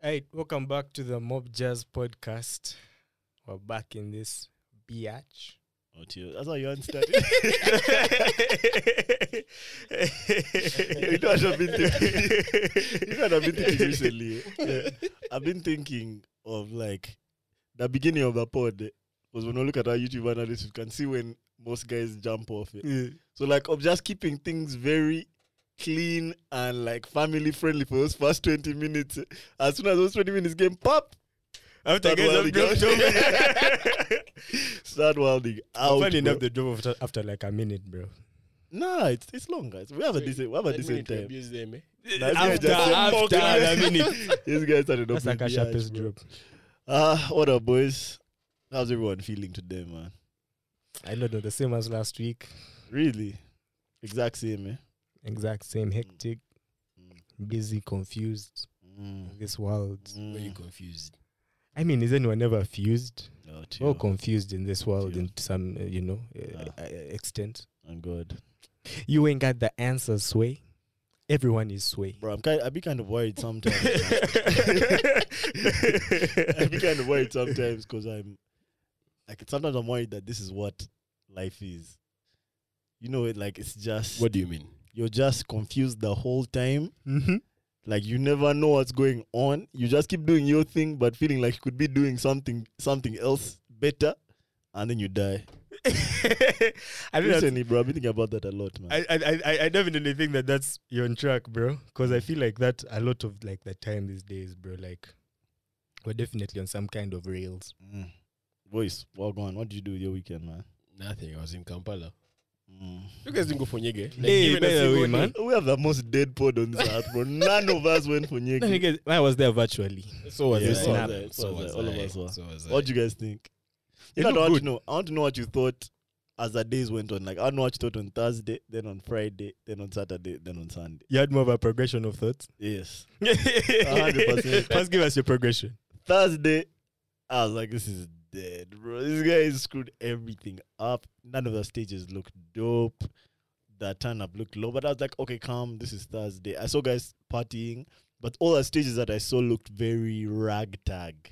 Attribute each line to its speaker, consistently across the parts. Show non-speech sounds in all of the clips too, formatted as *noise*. Speaker 1: Hey, welcome back to the Mob Jazz Podcast. We're back in this biatch.
Speaker 2: Oh, dear. That's how *laughs* you started. you know what I've been thinking. *laughs* *laughs* you know what I've been thinking recently. eh? Yeah. I've been thinking of like the beginning of the pod was when we look at our YouTube analysis, you can see when most guys jump off
Speaker 1: Mm.
Speaker 2: it. So like of just keeping things very clean and like family friendly for those first 20 minutes. As soon as those 20 minutes game pop,
Speaker 1: After
Speaker 2: Start
Speaker 1: guys have
Speaker 2: wilding
Speaker 1: dropped
Speaker 2: out. start wilding *laughs* out.
Speaker 1: Funny
Speaker 2: bro.
Speaker 1: enough, they drop after, after like a minute, bro.
Speaker 2: Nah, it's it's long, guys. We have a
Speaker 3: Wait,
Speaker 2: decent we have a
Speaker 3: That
Speaker 2: decent
Speaker 3: minute we
Speaker 2: time.
Speaker 3: abuse them, eh?
Speaker 2: That's
Speaker 1: after
Speaker 2: it, that's it.
Speaker 1: after a minute.
Speaker 2: These guys started up.
Speaker 1: That's like a sharpest
Speaker 2: bro.
Speaker 1: drop.
Speaker 2: Ah, what up, boys? How's everyone feeling today, man?
Speaker 1: I don't know, the same as last week.
Speaker 2: Really, exact same, eh?
Speaker 1: Exact same hectic,
Speaker 3: Mm.
Speaker 1: busy, confused
Speaker 2: Mm.
Speaker 1: in this world.
Speaker 3: Were you
Speaker 2: Mm.
Speaker 3: confused?
Speaker 1: I mean, is anyone ever fused?
Speaker 2: Oh,
Speaker 1: We're all
Speaker 2: chill.
Speaker 1: confused in this world
Speaker 2: Tio.
Speaker 1: in some, uh, you know, uh,
Speaker 2: Ah.
Speaker 1: uh, extent.
Speaker 2: I'm good,
Speaker 1: You ain't got the answer, Sway. Everyone is Sway. *laughs*
Speaker 2: bro. I'm kind. I be kind of worried sometimes. man.
Speaker 3: *laughs*
Speaker 2: *laughs* I be kind of worried sometimes because I'm like sometimes I'm worried that this is what life is. You know, it like it's just
Speaker 3: What do you mean?
Speaker 2: you're just confused the whole time.
Speaker 1: Mm-hmm.
Speaker 2: like you never know what's going on you just keep doing your thing but feeling like you could be doing something something else better and then you die
Speaker 1: *laughs* I, think that's-
Speaker 2: recently bro i've been thinking about that a lot man
Speaker 1: I, I, I- I, I definitely think that that's you're on track, bro. Because I feel like that a lot of like the time these days, bro. Like we're definitely on some kind of rails.
Speaker 2: Mm. voice well gone what did you do with your weekend man
Speaker 3: Nothing. I was in Kampala.
Speaker 2: Mm.
Speaker 3: You guys didn't go for Nyege. Like,
Speaker 1: Hey,
Speaker 3: even a
Speaker 1: by the
Speaker 3: single
Speaker 1: way,
Speaker 3: day.
Speaker 1: man.
Speaker 2: we have the most dead pod on this
Speaker 1: *laughs*
Speaker 2: earth bro none of us went for
Speaker 1: No, you
Speaker 2: Nyeki.
Speaker 1: guys- I was there virtually.
Speaker 3: So was
Speaker 2: Yeah,
Speaker 3: I.
Speaker 2: so was I, so
Speaker 3: So
Speaker 2: was
Speaker 3: was
Speaker 2: I, all of
Speaker 3: I,
Speaker 2: us were.
Speaker 3: So was I.
Speaker 2: what do you guys think you
Speaker 3: It
Speaker 2: know, what I
Speaker 3: looked
Speaker 2: want to know. I want to know what you thought as the days went on. Like I know what you thought on Thursday, then on Friday, then on Saturday, then on Sunday.
Speaker 1: You had more of a progression of
Speaker 3: *laughs*
Speaker 1: thoughts.
Speaker 2: Yes.
Speaker 1: 100%.
Speaker 2: 100%.
Speaker 1: First, give us your progression.
Speaker 2: Thursday, I was like, this is dead, bro. This guy has screwed everything up. None of the stages looked dope. The turn up looked low. But I was like, okay, calm. This is Thursday. I saw guys partying, but all the stages that I saw looked very ragtag.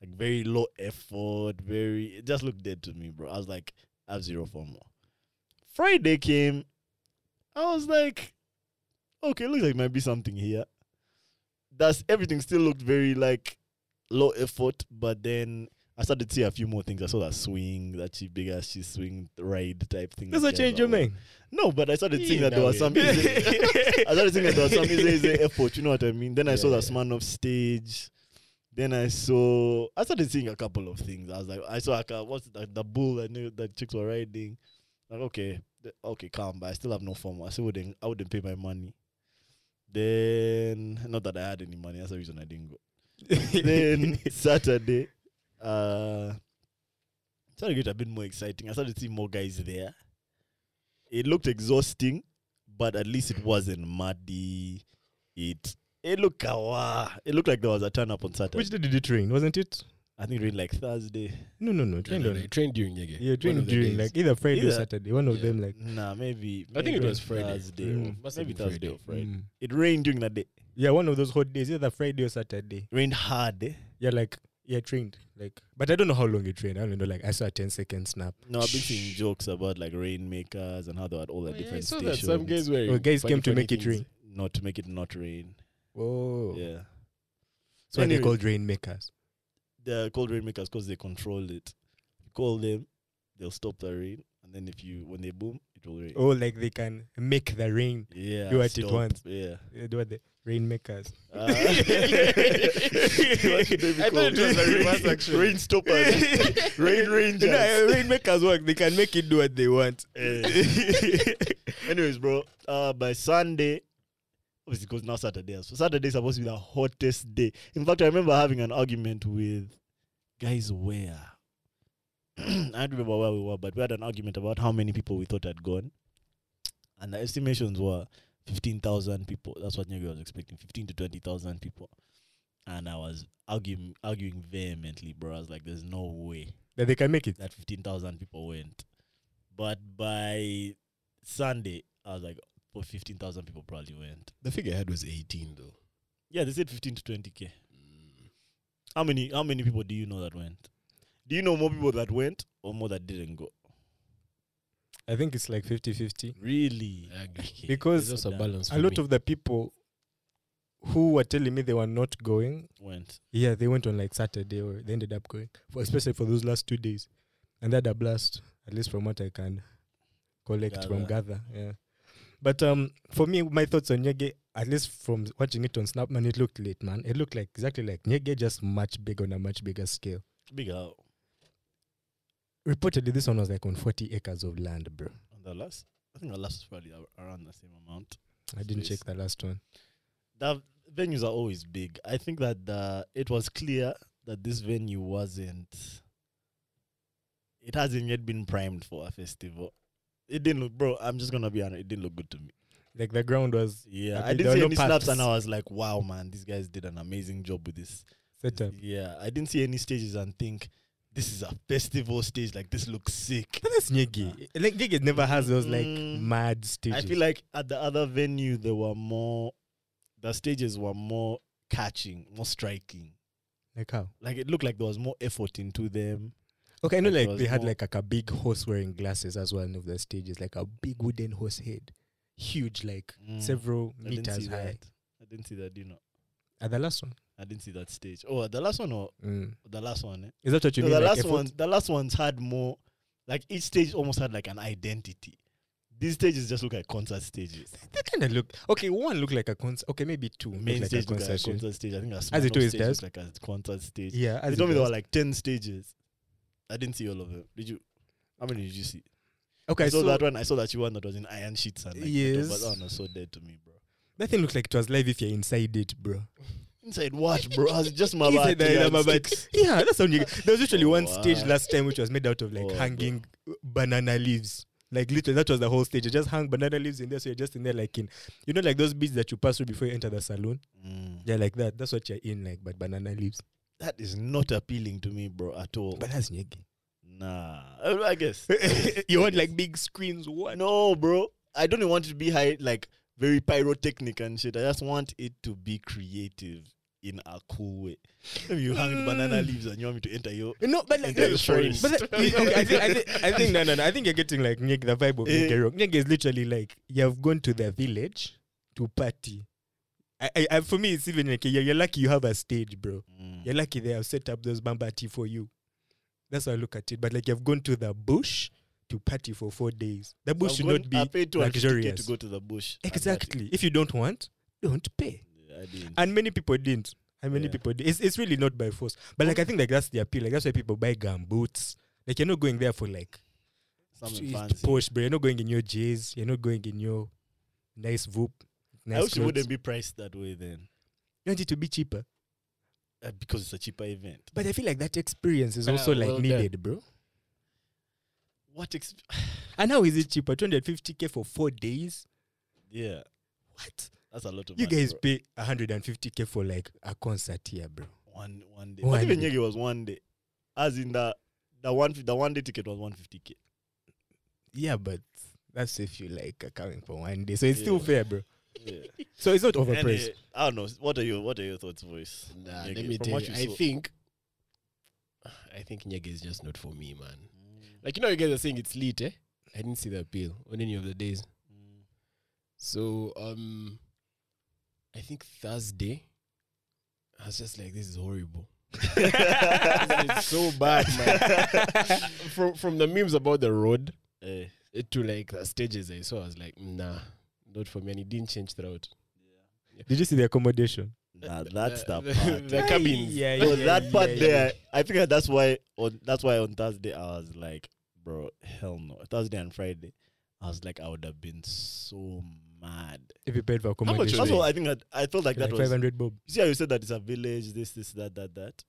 Speaker 2: Like very low effort, very it just looked dead to me, bro. I was like, I have zero FOMO. Friday came, I was like, okay, looks like might be something here. That's everything still looked very like low effort, but then I started to see a few more things. I saw that swing, that cheap big ass she swing ride type thing.
Speaker 1: Does
Speaker 2: that
Speaker 1: that
Speaker 2: guys
Speaker 1: change your
Speaker 2: are on.
Speaker 1: mind?
Speaker 2: No, but I started seeing
Speaker 3: Yeah,
Speaker 2: that there
Speaker 3: no
Speaker 2: was
Speaker 3: way.
Speaker 2: some easy, I started seeing that there was some easy,
Speaker 3: *laughs*
Speaker 2: easy effort, you know what I mean? Then I saw
Speaker 3: Yeah,
Speaker 2: the
Speaker 3: yeah.
Speaker 2: Smirnoff stage. Then I saw I started seeing a couple of things. I was like, I saw like a, what's the, the bull I knew that chicks were riding. Like, okay, th- okay, calm, but I still have no form. I still wouldn't I wouldn't pay my money. Then not that I had any money, that's the reason I didn't go
Speaker 3: *laughs*
Speaker 2: then Saturday, uh, started to get a bit more exciting. I started to see more guys there. It looked exhausting, but at least it wasn't muddy. It it looked kawa. It looked like there was a turn up on
Speaker 1: *laughs*
Speaker 2: Saturday.
Speaker 1: Which day did you train? Wasn't it?
Speaker 2: I think it rained like Thursday.
Speaker 1: No, no, no.
Speaker 3: No,
Speaker 1: Train
Speaker 3: no,
Speaker 1: on.
Speaker 3: no, I trained during Nyege.
Speaker 1: Yeah,
Speaker 3: One
Speaker 1: train
Speaker 3: of the
Speaker 1: during
Speaker 3: days.
Speaker 1: like either Friday or
Speaker 2: Either-
Speaker 1: Saturday. One of
Speaker 3: Yeah.
Speaker 1: them like.
Speaker 2: Nah, maybe,
Speaker 3: I think it
Speaker 2: maybe
Speaker 3: was Friday.
Speaker 2: Thursday.
Speaker 1: Mm.
Speaker 2: or
Speaker 3: Must have
Speaker 2: Maybe
Speaker 3: been
Speaker 2: Thursday or Friday.
Speaker 1: Mm.
Speaker 2: It rained during the day.
Speaker 1: Yeah, one of those hot days, either Friday or Saturday.
Speaker 2: Rained hard. Eh?
Speaker 1: Yeah, like yeah, trained. Like, but I don't know how long you trained. I don't know. Like, I saw a 10 second snap.
Speaker 2: No, I've been seeing jokes about like rainmakers and how they had all the
Speaker 3: Oh, yeah, I
Speaker 2: different
Speaker 3: saw that
Speaker 2: stations.
Speaker 3: some guys were.
Speaker 1: Oh, guys
Speaker 3: funny,
Speaker 1: came to
Speaker 3: funny
Speaker 1: make it
Speaker 3: things.
Speaker 1: rain.
Speaker 2: not to make it not rain.
Speaker 1: Oh,
Speaker 2: Yeah.
Speaker 1: so they
Speaker 2: Anyway.
Speaker 1: called rainmakers.
Speaker 2: they're called rainmakers because they control it. You call them, they'll stop the rain, and then if you when they boom, it will rain.
Speaker 1: Oh, like they can make the rain.
Speaker 2: Yeah,
Speaker 1: do it at
Speaker 2: stop.
Speaker 1: once. *laughs*
Speaker 2: Yeah.
Speaker 1: Uh, They were the rainmakers.
Speaker 2: Uh, *laughs* what should they be
Speaker 3: I thought
Speaker 2: called?
Speaker 3: it was a reverse action.
Speaker 1: *laughs*
Speaker 2: Rain stoppers, rain rangers.
Speaker 1: No, rainmakers work. They can make it do what they want.
Speaker 2: Eh. Anyways, bro, uh, by Sunday, obviously because now Saturday, so Saturday is supposed to be the hottest day. In fact, I remember having an argument with guys where *clears throat* I don't remember where we were, but we had an argument about how many people we thought had gone, and the estimations were fifteen thousand people. That's what Nyege was expecting, fifteen to twenty thousand people. And I was arguing, arguing vehemently, bro. I was like, "There's no way."
Speaker 1: That they can make it.
Speaker 2: that 15,000 people went. But by Sunday, I was like, oh, 15,000 people probably went.
Speaker 3: The figure I had was 18, though.
Speaker 2: Yeah, they said 15 to 20K.
Speaker 3: Mm.
Speaker 2: How many how many people do you know that went? Do you know more people that went or more that didn't go?
Speaker 1: I think it's like 50 50.
Speaker 2: Really?
Speaker 3: I agree.
Speaker 2: *laughs*
Speaker 1: Because
Speaker 3: There's also a
Speaker 2: a
Speaker 3: balance.
Speaker 1: A lot of the people who were telling me they were not going,
Speaker 2: Went.
Speaker 1: yeah, they went on like Saturday or they ended up going, for, especially for those last two days. And that a blast, at least from what I can collect from Gather. Yeah. But um, for me, my thoughts on Nyege, at least from watching it on Snap, man, it looked late, man. It looked like exactly like Nyege, just much bigger on a much bigger scale.
Speaker 2: Big out
Speaker 1: Reportedly, this one was like on 40 acres of land, bro.
Speaker 2: on the last. I think the last was probably ar- around the same amount.
Speaker 1: I didn't
Speaker 2: Space.
Speaker 1: check the last one.
Speaker 2: The venues are always big. I think that uh, it was clear that this venue wasn't. It hasn't yet been primed for a festival. It didn't look, bro. I'm just gonna be honest. It didn't look good to me.
Speaker 1: Like the ground was
Speaker 2: Yeah,
Speaker 1: Okay,
Speaker 2: I didn't
Speaker 1: there
Speaker 2: see
Speaker 1: were no
Speaker 2: any slaps, and
Speaker 1: paths.
Speaker 2: I was like, "Wow, man, these guys did an amazing job with this."
Speaker 1: set up.
Speaker 2: Yeah, I didn't see any stages and think this is a festival stage. Like this looks sick.
Speaker 1: But that's Nyege. Like Nyege never has those like
Speaker 2: Mm.
Speaker 1: mad stages.
Speaker 2: I feel like at the other venue there were more. The stages were more catching, more striking.
Speaker 1: Like how?
Speaker 2: Like it looked like there was more effort into them.
Speaker 1: Okay, I know
Speaker 2: Like, there
Speaker 1: like
Speaker 2: was
Speaker 1: they had
Speaker 2: more-
Speaker 1: like, like a big horse wearing glasses as one of the stages, like a big wooden horse head, huge, like several
Speaker 2: Mm. I didn't
Speaker 1: meters
Speaker 2: see
Speaker 1: high.
Speaker 2: That. I didn't see that. You know,
Speaker 1: At the last one,
Speaker 2: I didn't see that stage. Oh, the last one or
Speaker 1: Mm.
Speaker 2: the last one? Eh?
Speaker 1: is that what you
Speaker 2: No,
Speaker 1: mean?
Speaker 2: the
Speaker 1: like
Speaker 2: last
Speaker 1: effort?
Speaker 2: ones, the last ones had more. Like each stage almost had like an identity. These stages just look like concert stages.
Speaker 1: they kind of look okay. One looked like a concert. Okay, maybe two. looked
Speaker 2: Main
Speaker 1: like
Speaker 2: stage
Speaker 1: a
Speaker 2: look like
Speaker 1: concert.
Speaker 2: a
Speaker 1: stage.
Speaker 2: concert stage. I think a
Speaker 1: it
Speaker 2: small
Speaker 1: always
Speaker 2: stage
Speaker 1: does.
Speaker 2: look like a concert stage.
Speaker 1: Yeah, as
Speaker 2: they
Speaker 1: it
Speaker 2: told me there
Speaker 1: does.
Speaker 2: were like ten stages. I didn't see all of them. Did you? How many did you see?
Speaker 1: okay,
Speaker 2: I saw
Speaker 1: so
Speaker 2: that one. I saw that you one that was in iron sheets and like, metal,
Speaker 1: Yes.
Speaker 2: but that one was so dead to me, bro.
Speaker 1: that thing looked like it was live if you're inside it, bro.
Speaker 2: Inside what, bro? I was just my
Speaker 1: *laughs* He Oh, said that,
Speaker 2: yeah,
Speaker 1: yeah, Mabati. *laughs* Yeah, that's how you. There was literally one stage
Speaker 2: Wow.
Speaker 1: last time which was made out of like
Speaker 2: Oh,
Speaker 1: hanging banana leaves. Like literally, that was the whole stage. You just hang banana leaves in there, so you're just in there like in, you know, like those beads that you pass through before you enter the saloon.
Speaker 2: Mm.
Speaker 1: Yeah, like that. That's what you're in, like, but banana leaves.
Speaker 2: That is not appealing to me, bro, at all.
Speaker 1: But that's nyege.
Speaker 2: Nah, I, I guess.
Speaker 1: *laughs* you want like big screens? What?
Speaker 2: no, bro. I don't want it to be high, like very pyrotechnic and shit. I just want it to be creative in a cool way. If you hang banana
Speaker 1: Mm.
Speaker 2: leaves and you want me to enter your
Speaker 1: No, but like,
Speaker 2: Enter the forest.
Speaker 1: but like, *laughs* okay, I, think, I, *laughs* think, I think no, no, no. I think you're getting like nyege, the vibe of
Speaker 2: Eh.
Speaker 1: nyege wrong. Nyege is literally like you've gone to the village to party. I, I, I for me, it's even like you're, you're lucky you have a stage, bro.
Speaker 2: Mm.
Speaker 1: You're lucky they have set up those bamba tea for you. That's how I look at it. But like you've gone to the bush to party for four days. The bush
Speaker 2: I've
Speaker 1: should
Speaker 2: gone-
Speaker 1: not be
Speaker 2: I paid 250K
Speaker 1: luxurious.
Speaker 2: to go to the bush. and party.
Speaker 1: exactly. If you don't want, don't pay.
Speaker 2: Yeah, I didn't.
Speaker 1: And many people didn't. And many
Speaker 2: Yeah.
Speaker 1: people did. It's it's really not by force. But like I think like that's the appeal. Like that's why people buy gum boots. Like you're not going there for like
Speaker 2: Something fancy.
Speaker 1: Porsche, bro. You're not going in your J's. You're not going in your nice voop.
Speaker 2: I
Speaker 1: Nice
Speaker 2: wish it
Speaker 1: clothes.
Speaker 2: wouldn't be priced that way then,
Speaker 1: You want it to be cheaper.
Speaker 2: uh, because it's a cheaper event.
Speaker 1: But I feel like that experience is
Speaker 3: Ah,
Speaker 1: also like
Speaker 3: well done.
Speaker 1: needed, bro.
Speaker 2: What? Exp-
Speaker 1: And how is it cheaper? 250k for four days?
Speaker 2: yeah,
Speaker 1: What?
Speaker 2: that's a lot of
Speaker 1: You
Speaker 2: money,
Speaker 1: guys
Speaker 2: bro.
Speaker 1: pay 150k for like a concert here, bro.
Speaker 2: one one day.
Speaker 1: One
Speaker 2: One even
Speaker 1: day.
Speaker 2: Nyege was one day, as in the the one fi- the one day ticket was one fifty k.
Speaker 1: Yeah, but that's if you like are coming for one day. So it's still
Speaker 2: Yeah.
Speaker 1: fair, bro.
Speaker 2: Yeah.
Speaker 1: So it's not
Speaker 2: And,
Speaker 1: overpriced.
Speaker 2: uh, I don't know. What are your What are your thoughts, voice?
Speaker 3: Nah,
Speaker 2: Nyege,
Speaker 3: let me
Speaker 2: from
Speaker 3: tell
Speaker 2: what
Speaker 3: you.
Speaker 2: you
Speaker 3: I
Speaker 2: saw.
Speaker 3: think, I think Nyege is just not for me, man. Like you know, you guys are saying it's lit, eh? I didn't see the appeal on any of the days. So um, I think Thursday, I was just like, this is horrible.
Speaker 2: Mm, *laughs*
Speaker 3: it's so bad, man. from from the memes about the road
Speaker 2: Eh,
Speaker 3: eh, to like the stages eh, I saw, I was like, nah, not for me. And it didn't change throughout.
Speaker 1: Did you see the accommodation?
Speaker 2: nah, that's the
Speaker 3: Uh,
Speaker 2: part.
Speaker 3: the cabins.
Speaker 1: Yeah,
Speaker 2: Bro,
Speaker 1: yeah,
Speaker 2: that
Speaker 1: yeah,
Speaker 2: part
Speaker 1: yeah.
Speaker 2: there, I think that that's why on that's why on Thursday I was like, bro, hell no. Thursday and Friday, I was like, I would have been so mad.
Speaker 1: If you paid for
Speaker 3: much
Speaker 1: accommodation,
Speaker 2: That's
Speaker 3: Really?
Speaker 2: what I think. That, I felt like
Speaker 1: like
Speaker 2: that was.
Speaker 1: 500 bob.
Speaker 2: You see how you said that it's a village, this, this, that, that, that.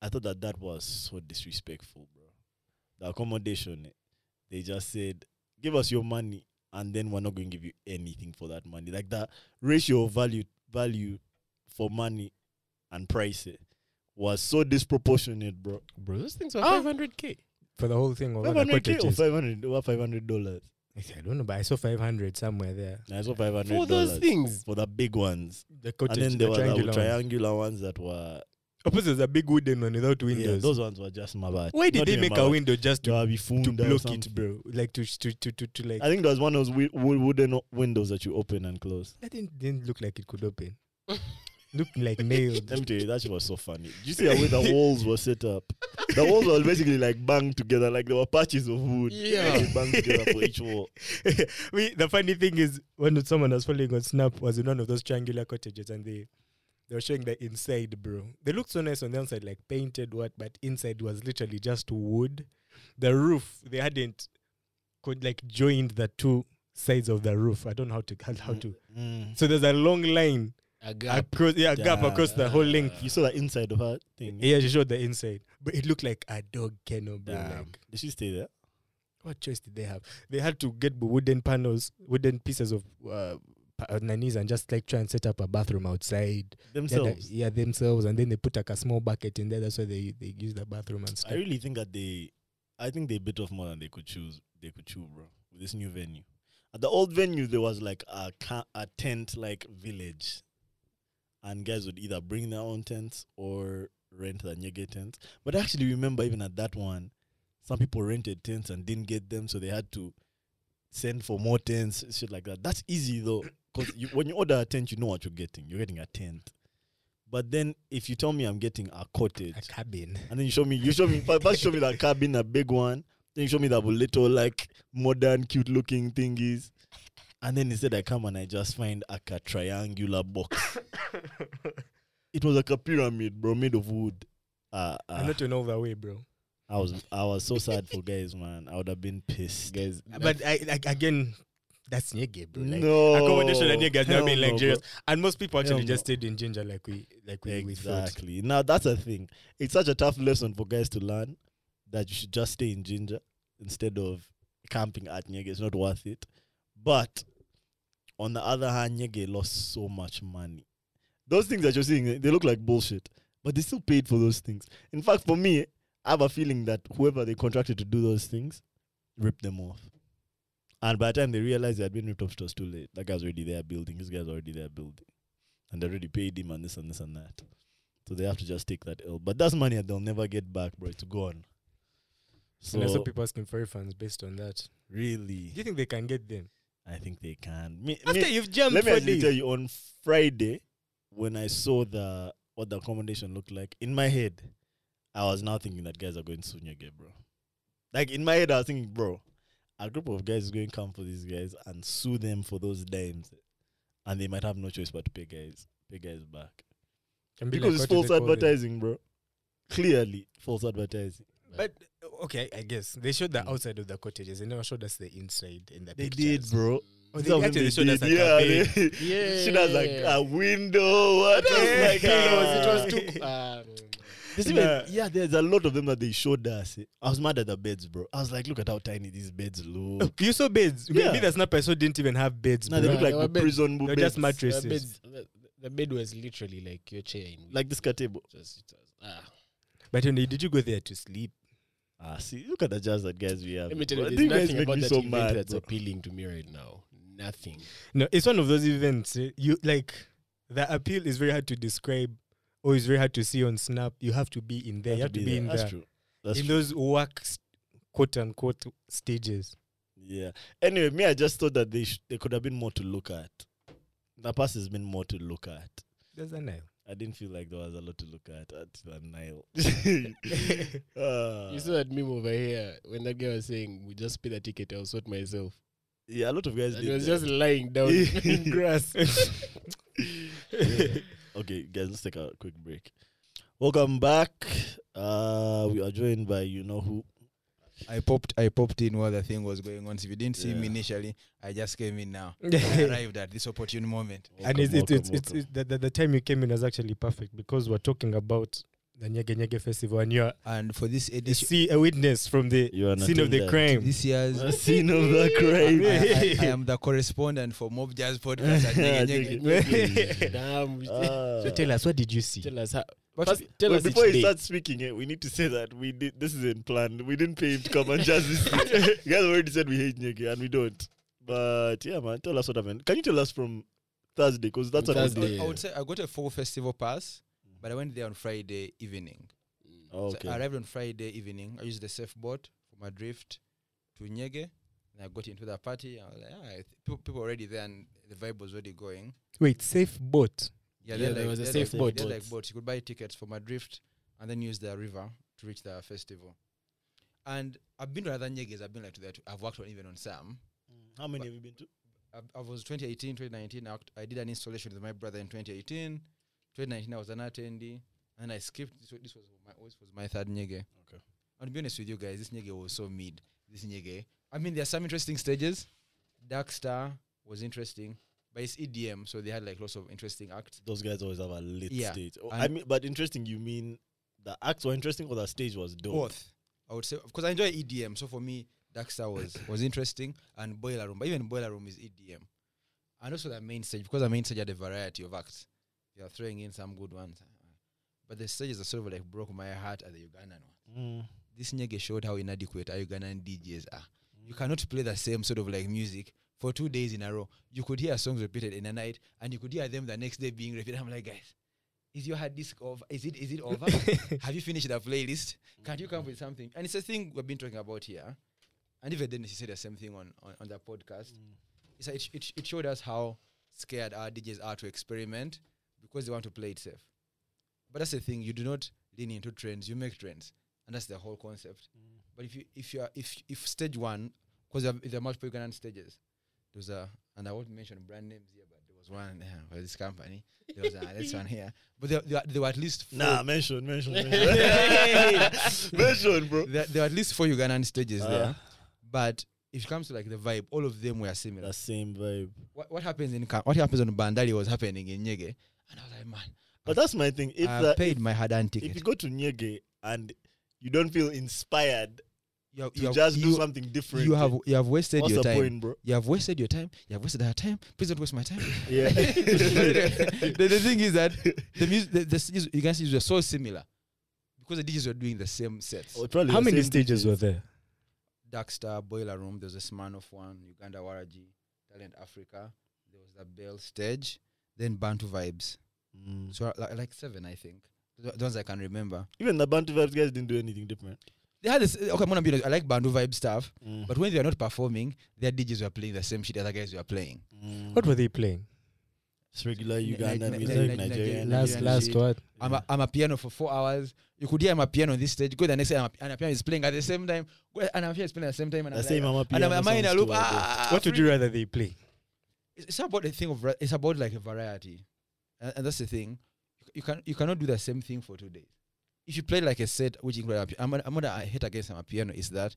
Speaker 2: I thought that that was so disrespectful, bro. The accommodation, eh, they just said, give us your money, and then we're not going to give you anything for that money. Like the ratio of value value for money and price eh, was so disproportionate, bro.
Speaker 3: Bro, those things were
Speaker 2: Ah.
Speaker 3: 500k.
Speaker 1: For Oh, the whole thing, or one of the
Speaker 2: 500k or
Speaker 1: cottages.
Speaker 2: 500 over 500 dollars.
Speaker 1: I said, I don't know, but I saw 500 somewhere there.
Speaker 2: I saw 500
Speaker 3: For those things.
Speaker 2: for the big ones,
Speaker 1: The cottage,
Speaker 2: and then there
Speaker 1: the
Speaker 2: were
Speaker 1: triangular
Speaker 2: the
Speaker 1: ones.
Speaker 2: triangular ones that were
Speaker 1: Opposite is a big wooden one without
Speaker 2: Yeah,
Speaker 1: windows.
Speaker 2: those ones were just Mabati.
Speaker 1: Why did
Speaker 2: Not
Speaker 1: they
Speaker 2: even
Speaker 1: make a
Speaker 2: Mabati.
Speaker 1: window just to,
Speaker 2: Wabifunda
Speaker 1: to
Speaker 2: or
Speaker 1: block it,
Speaker 2: something.
Speaker 1: bro? Like to to to to, to like
Speaker 2: I think there was one of those wi- wo- wooden o- windows that you open and close.
Speaker 1: that didn't, didn't look like it could
Speaker 2: *laughs*
Speaker 1: open. looked like nailed.
Speaker 2: Let me tell you, that shit was so funny. Did you see the way *laughs* the walls were set up? The walls were basically like banged together, like there were patches of wood.
Speaker 3: Yeah.
Speaker 2: They banged together for each wall.
Speaker 1: we, the funny thing is, when someone was following on Snap was in one of those triangular cottages, and they they were showing the inside, bro. They looked so nice on the outside, like painted what, but inside was literally just wood. The roof they hadn't could like joined the two sides of the roof. I don't know how to how, how to.
Speaker 2: *laughs* Mm.
Speaker 1: So there's a long line
Speaker 3: A gap.
Speaker 1: across, yeah, gap across the whole length.
Speaker 2: You saw the inside of her thing.
Speaker 1: Yeah, she showed the inside, but it looked like a dog kennel, bro.
Speaker 2: Damn.
Speaker 1: Like,
Speaker 2: Did she stay there?
Speaker 1: what choice did they have? They had to get b- wooden panels, wooden pieces of uh, pa- uh, nannies, and just like try and set up a bathroom outside. Then the-
Speaker 2: Themselves.
Speaker 1: yeah, themselves, and then they put like a small bucket in there. That's why they they use the bathroom and stuff.
Speaker 2: I really think that they, I think they bit off more than they could choose. They could chew, bro. With this new venue, at the old venue there was like a ca- a tent like village, and guys would either bring their own tents or rent the Nyege tents. But I actually remember even at that one, some people rented tents and didn't get them, so they had to send for more tents, shit like that. That's easy though, because you, when you order a tent, you know what you're getting. You're getting a tent. But then if you tell me I'm getting a cottage,
Speaker 1: a cabin.
Speaker 2: and then you show me, you show me, first show me that cabin, a big one. Then you show me that little, like, modern, cute looking thingies. And then instead, I come and I just find like a triangular box. it was like a pyramid, bro, made of wood. Uh,
Speaker 1: I'm
Speaker 2: uh,
Speaker 1: not in all the way, bro.
Speaker 2: I was I was so sad for guys, man. I would have been pissed.
Speaker 3: Guys,
Speaker 1: But I, I again, that's Nyege, bro. Like,
Speaker 2: no.
Speaker 1: Accommodation and Nyege has never
Speaker 2: Hell
Speaker 1: been like
Speaker 2: no,
Speaker 1: Nigeria's,
Speaker 2: bro.
Speaker 1: and most people actually
Speaker 2: Hell
Speaker 1: just
Speaker 2: no.
Speaker 1: stayed in Ginger, like we like we, we thought.
Speaker 2: Exactly. Now, that's a thing. It's such a tough lesson for guys to learn that you should just stay in Ginger instead of camping at Nyege. It's not worth it. But on the other hand, Nyege lost so much money. Those things that you're seeing, they look like bullshit, but they still paid for those things. In fact, for me, I have a feeling that whoever they contracted to do those things ripped them off. And by the time they realized they had been ripped off, it was too late. That guy's already there building. This guy's already there building. And they already paid him and this and this and that. So they have to just take that L. But that's money that they'll never get back, bro. It's gone.
Speaker 1: and I saw
Speaker 2: So,
Speaker 1: people asking for refunds based on that. Do
Speaker 2: really,
Speaker 1: you think they can get them?
Speaker 2: I think they can. Me,
Speaker 1: After
Speaker 2: me,
Speaker 1: you've jumped
Speaker 2: let me
Speaker 1: for
Speaker 2: actually
Speaker 1: days.
Speaker 2: tell you on Friday when I saw the what the accommodation looked like in my head, I was now thinking that guys are going to Sunyage, bro. Like in my head, I was thinking, bro, a group of guys is going to come for these guys and sue them for those dimes, and they might have no choice but to pay guys pay guys back
Speaker 1: Can be
Speaker 2: because
Speaker 1: like,
Speaker 2: it's
Speaker 1: what do
Speaker 2: false
Speaker 1: they call them?
Speaker 2: advertising, bro. Clearly, false advertising.
Speaker 1: But uh, okay, I guess they showed the outside of the cottages. They never showed us the inside in the
Speaker 2: Hmm. They
Speaker 1: pictures.
Speaker 2: did, bro.
Speaker 1: Oh, they
Speaker 2: Some of them
Speaker 1: actually showed us like a
Speaker 2: did, yeah,
Speaker 1: bed.
Speaker 2: they- *laughs*
Speaker 3: Yeah.
Speaker 2: Showed us like a window. What Oh else?
Speaker 1: Yeah.
Speaker 2: Like,
Speaker 3: um,
Speaker 1: It was- it was
Speaker 2: uh,
Speaker 1: too-
Speaker 2: *laughs* There's even-
Speaker 1: Nah.
Speaker 2: yeah, there's a lot of them that they showed us. eh. I was mad at the beds, bro. I was like, look at how tiny these beds
Speaker 3: *laughs*
Speaker 1: *laughs*
Speaker 2: look.
Speaker 1: You saw beds. Maybe
Speaker 2: Yeah.
Speaker 1: the snipers so didn't even have beds.
Speaker 2: now they
Speaker 1: bro.
Speaker 2: look
Speaker 3: Nah,
Speaker 2: like
Speaker 3: they were
Speaker 2: the
Speaker 3: beds.
Speaker 2: prison
Speaker 1: They were
Speaker 2: beds.
Speaker 1: just
Speaker 3: the, bed,
Speaker 1: mattresses.
Speaker 3: the, the bed was literally like your chair in
Speaker 2: like this table.
Speaker 3: just it was, ah.
Speaker 1: But only did you go there to sleep?
Speaker 2: Ah, see, look at the jazz that guys we have.
Speaker 3: Let me tell
Speaker 2: bro.
Speaker 3: you,
Speaker 2: These
Speaker 3: there's
Speaker 2: guys
Speaker 3: nothing
Speaker 2: make
Speaker 3: about
Speaker 2: me
Speaker 3: that
Speaker 2: so
Speaker 3: event
Speaker 2: mad,
Speaker 3: that's
Speaker 2: bro.
Speaker 3: appealing to me right now. Nothing.
Speaker 1: No, it's one of those events. eh, You like the appeal is very hard to describe, or it's very hard to see on Snap. You have to be in there. You have to be,
Speaker 2: there.
Speaker 1: in
Speaker 2: That's
Speaker 1: there.
Speaker 2: true. That's
Speaker 1: in
Speaker 2: true.
Speaker 1: those work, st- quote unquote, stages.
Speaker 2: Yeah. Anyway, me, I just thought that they sh- there could have been more to look at. The past has been more to look at.
Speaker 1: There's a *laughs*
Speaker 2: *laughs*
Speaker 1: Nile.
Speaker 2: I didn't feel like there was a lot to look at at the
Speaker 3: *laughs*
Speaker 2: Nile. *laughs* Ah.
Speaker 3: you saw that meme over here when that guy was saying, "We just pay the ticket, I'll sort myself,"
Speaker 2: yeah, a lot of guys.
Speaker 3: and
Speaker 2: did
Speaker 3: he was
Speaker 2: that.
Speaker 3: just lying
Speaker 2: *laughs*
Speaker 3: down *laughs* in grass.
Speaker 2: okay, guys, let's take a quick break. Welcome back. Uh, we are joined by you know who.
Speaker 4: I popped I popped in while the thing was going on. So if you didn't see me
Speaker 2: Yeah.
Speaker 4: initially, I just came
Speaker 2: *laughs*
Speaker 4: in now. I
Speaker 1: and
Speaker 4: arrived at this opportune moment.
Speaker 1: it's, it's,
Speaker 2: Welcome,
Speaker 1: it's, it's,
Speaker 2: welcome,
Speaker 1: it's the, the, the time you came in was actually perfect because we're talking about the Nyege Nyege Festival and you're
Speaker 4: And for this
Speaker 1: a,
Speaker 4: edition
Speaker 1: see, a witness from the
Speaker 2: You are an
Speaker 1: scene of the
Speaker 2: attendant.
Speaker 1: crime.
Speaker 4: this year's
Speaker 2: The *laughs* scene of
Speaker 1: *laughs*
Speaker 2: the crime.
Speaker 4: I, I, I am the correspondent for Mob
Speaker 2: *laughs*
Speaker 4: Jazz Podcast at Nyege
Speaker 3: *laughs*
Speaker 4: Nyege.
Speaker 3: Damn. we-
Speaker 1: *laughs*
Speaker 2: Uh,
Speaker 1: So tell us, what did you see?
Speaker 3: tell us how.
Speaker 4: But
Speaker 3: First, tell
Speaker 2: well,
Speaker 3: us
Speaker 2: before
Speaker 3: each
Speaker 2: he
Speaker 3: day.
Speaker 2: starts speaking, eh, we need to say that we did. This isn't planned. We didn't pay him to come and just. *laughs* you guys already said we hate Nyege and we don't. But yeah, man, tell us what happened. Can you tell us from Thursday? Because that's
Speaker 3: From
Speaker 2: what I
Speaker 4: I
Speaker 2: was
Speaker 4: would-
Speaker 3: Thursday.
Speaker 4: I would say I got a full festival pass But I went there on Friday evening.
Speaker 2: Okay.
Speaker 4: So I arrived on Friday evening. I used the safe boat for my drift to Nyege. And I got into the party. I was like, ah, I th- people already there and the vibe was already going.
Speaker 1: Wait, safe boat.
Speaker 4: Yeah,
Speaker 3: Yeah,
Speaker 4: they're
Speaker 3: there
Speaker 4: like-
Speaker 3: was a
Speaker 4: they're
Speaker 3: safe
Speaker 4: like,
Speaker 2: boat.
Speaker 4: they're like boats. You could buy tickets for Madrift and then use the river to reach the festival. And I've been to other Nyeges. I've been like to that. I've worked on even on some.
Speaker 2: Mm, How many have you been to?
Speaker 4: I, I was 2018, 2019. I, act- I did an installation with my brother in 2018. 2019, I was an attendee. And I skipped. This, wa- this was my this was my third Nyege.
Speaker 2: Okay.
Speaker 4: And to be honest with you guys, this Nyege was so mid. This Nyege. I mean, there are some interesting stages. Dark Star was interesting, but it's EDM, so they had like lots of interesting acts.
Speaker 2: Those guys always have a late
Speaker 4: Yeah,
Speaker 2: stage. Oh,
Speaker 4: and-
Speaker 2: I mean, but interesting. You mean the acts were interesting or the stage was dope?
Speaker 4: both. I would say because I enjoy EDM, so for me, Darkstar was was interesting and Boiler Room, but even Boiler Room is EDM, and also the main stage because the main stage had a variety of acts. They are throwing in some good ones, but the stages that sort of like broke my heart at the Ugandan one.
Speaker 2: Mm.
Speaker 4: This Nyege showed how inadequate our Ugandan DJs are. You cannot play the same sort of like music for two days in a row. You could hear songs repeated in a night, and you could hear them the next day being repeated. I'm like, guys, is your hard disk over? Is it is it over? have you finished the playlist? Can't you come up with something? And it's a thing we've been talking about here. And even Dennis he said the same thing on, on, on the podcast. It's like it, sh- it, sh- it showed us how scared our DJs are to experiment because they want to play it safe. But that's the thing, you do not lean into trends, you make trends. And that's the whole concept. But if you if you are if if stage one, because there, are- there are multiple Ugandan stages, there was a and I won't mention brand names here, but there was one there for this company. There was a, this one here. But there, there, there were at least four
Speaker 2: Nah, mention,
Speaker 4: *laughs*
Speaker 2: mention, mention. *laughs* mention, bro.
Speaker 4: there, there are at least four Ugandan stages
Speaker 2: Ah.
Speaker 4: there, but if it comes to like the vibe, all of them were similar.
Speaker 2: The same vibe.
Speaker 4: what, what happens in Ka- what happens on Bandari was happening in Nyege, and I was like, man,
Speaker 2: But that's my thing. If
Speaker 4: I
Speaker 2: the,
Speaker 4: paid my Hadan
Speaker 2: if you
Speaker 4: ticket.
Speaker 2: go to Nyege and you don't feel inspired
Speaker 4: You,
Speaker 2: to
Speaker 4: you,
Speaker 2: just
Speaker 4: have,
Speaker 2: do
Speaker 4: you,
Speaker 2: something different,
Speaker 4: you have you have wasted
Speaker 2: what's
Speaker 4: your
Speaker 2: the
Speaker 4: time.
Speaker 2: point,
Speaker 4: *laughs*
Speaker 2: bro?
Speaker 4: You have wasted your time. You have wasted our time. Please don't waste my time.
Speaker 2: *laughs* Yeah.
Speaker 4: *laughs* the, the thing is that the music, the, the stages- Ugandan stages were so similar because the DJs were doing the same sets.
Speaker 2: Or Oh, probably
Speaker 1: How
Speaker 2: the
Speaker 1: many
Speaker 2: same
Speaker 1: stages were there?
Speaker 4: Darkstar, Boiler Room, there was a Smirnoff one, Uganda Waraji, Talent Africa, there was the Bell stage, then Bantu Vibes.
Speaker 2: Mm.
Speaker 4: So like, like seven, I think. The the ones I can remember.
Speaker 2: Even the Bantu vibes guys didn't do anything different.
Speaker 4: They had this, okay, I'm gonna be honest, I like Bantu Vibe stuff,
Speaker 2: Mm.
Speaker 4: but when they were not performing, their DJs were playing the same shit the other guys were playing.
Speaker 2: Mm.
Speaker 1: What were they playing?
Speaker 2: It's regular
Speaker 4: Ni-
Speaker 2: Ugandan
Speaker 4: ni-
Speaker 2: music,
Speaker 4: ni- ni-
Speaker 2: Nigerian.
Speaker 4: Nigerian
Speaker 1: Last,
Speaker 4: shit.
Speaker 1: last what?
Speaker 4: I'm, a, I'm a piano for four hours. You could hear I'm a piano on this stage. Go the next day, I'm a, and a piano is playing at the same time. Go, and I'm here is playing at the same time. And
Speaker 2: The
Speaker 4: I'm
Speaker 2: same
Speaker 4: like,
Speaker 2: Mama
Speaker 4: and I'm,
Speaker 2: Piano
Speaker 4: am I in a
Speaker 2: songs
Speaker 4: loop?
Speaker 2: too, I guess.
Speaker 4: Ah,
Speaker 1: What
Speaker 4: free-
Speaker 1: would you rather they play?
Speaker 4: it's, it's about the thing of ra- it's about like a variety, and, and that's the thing. You, you can you cannot do the same thing for two days. If you play like a set, which includes a pi- I'm gonna- I'm gonna hit against a piano is that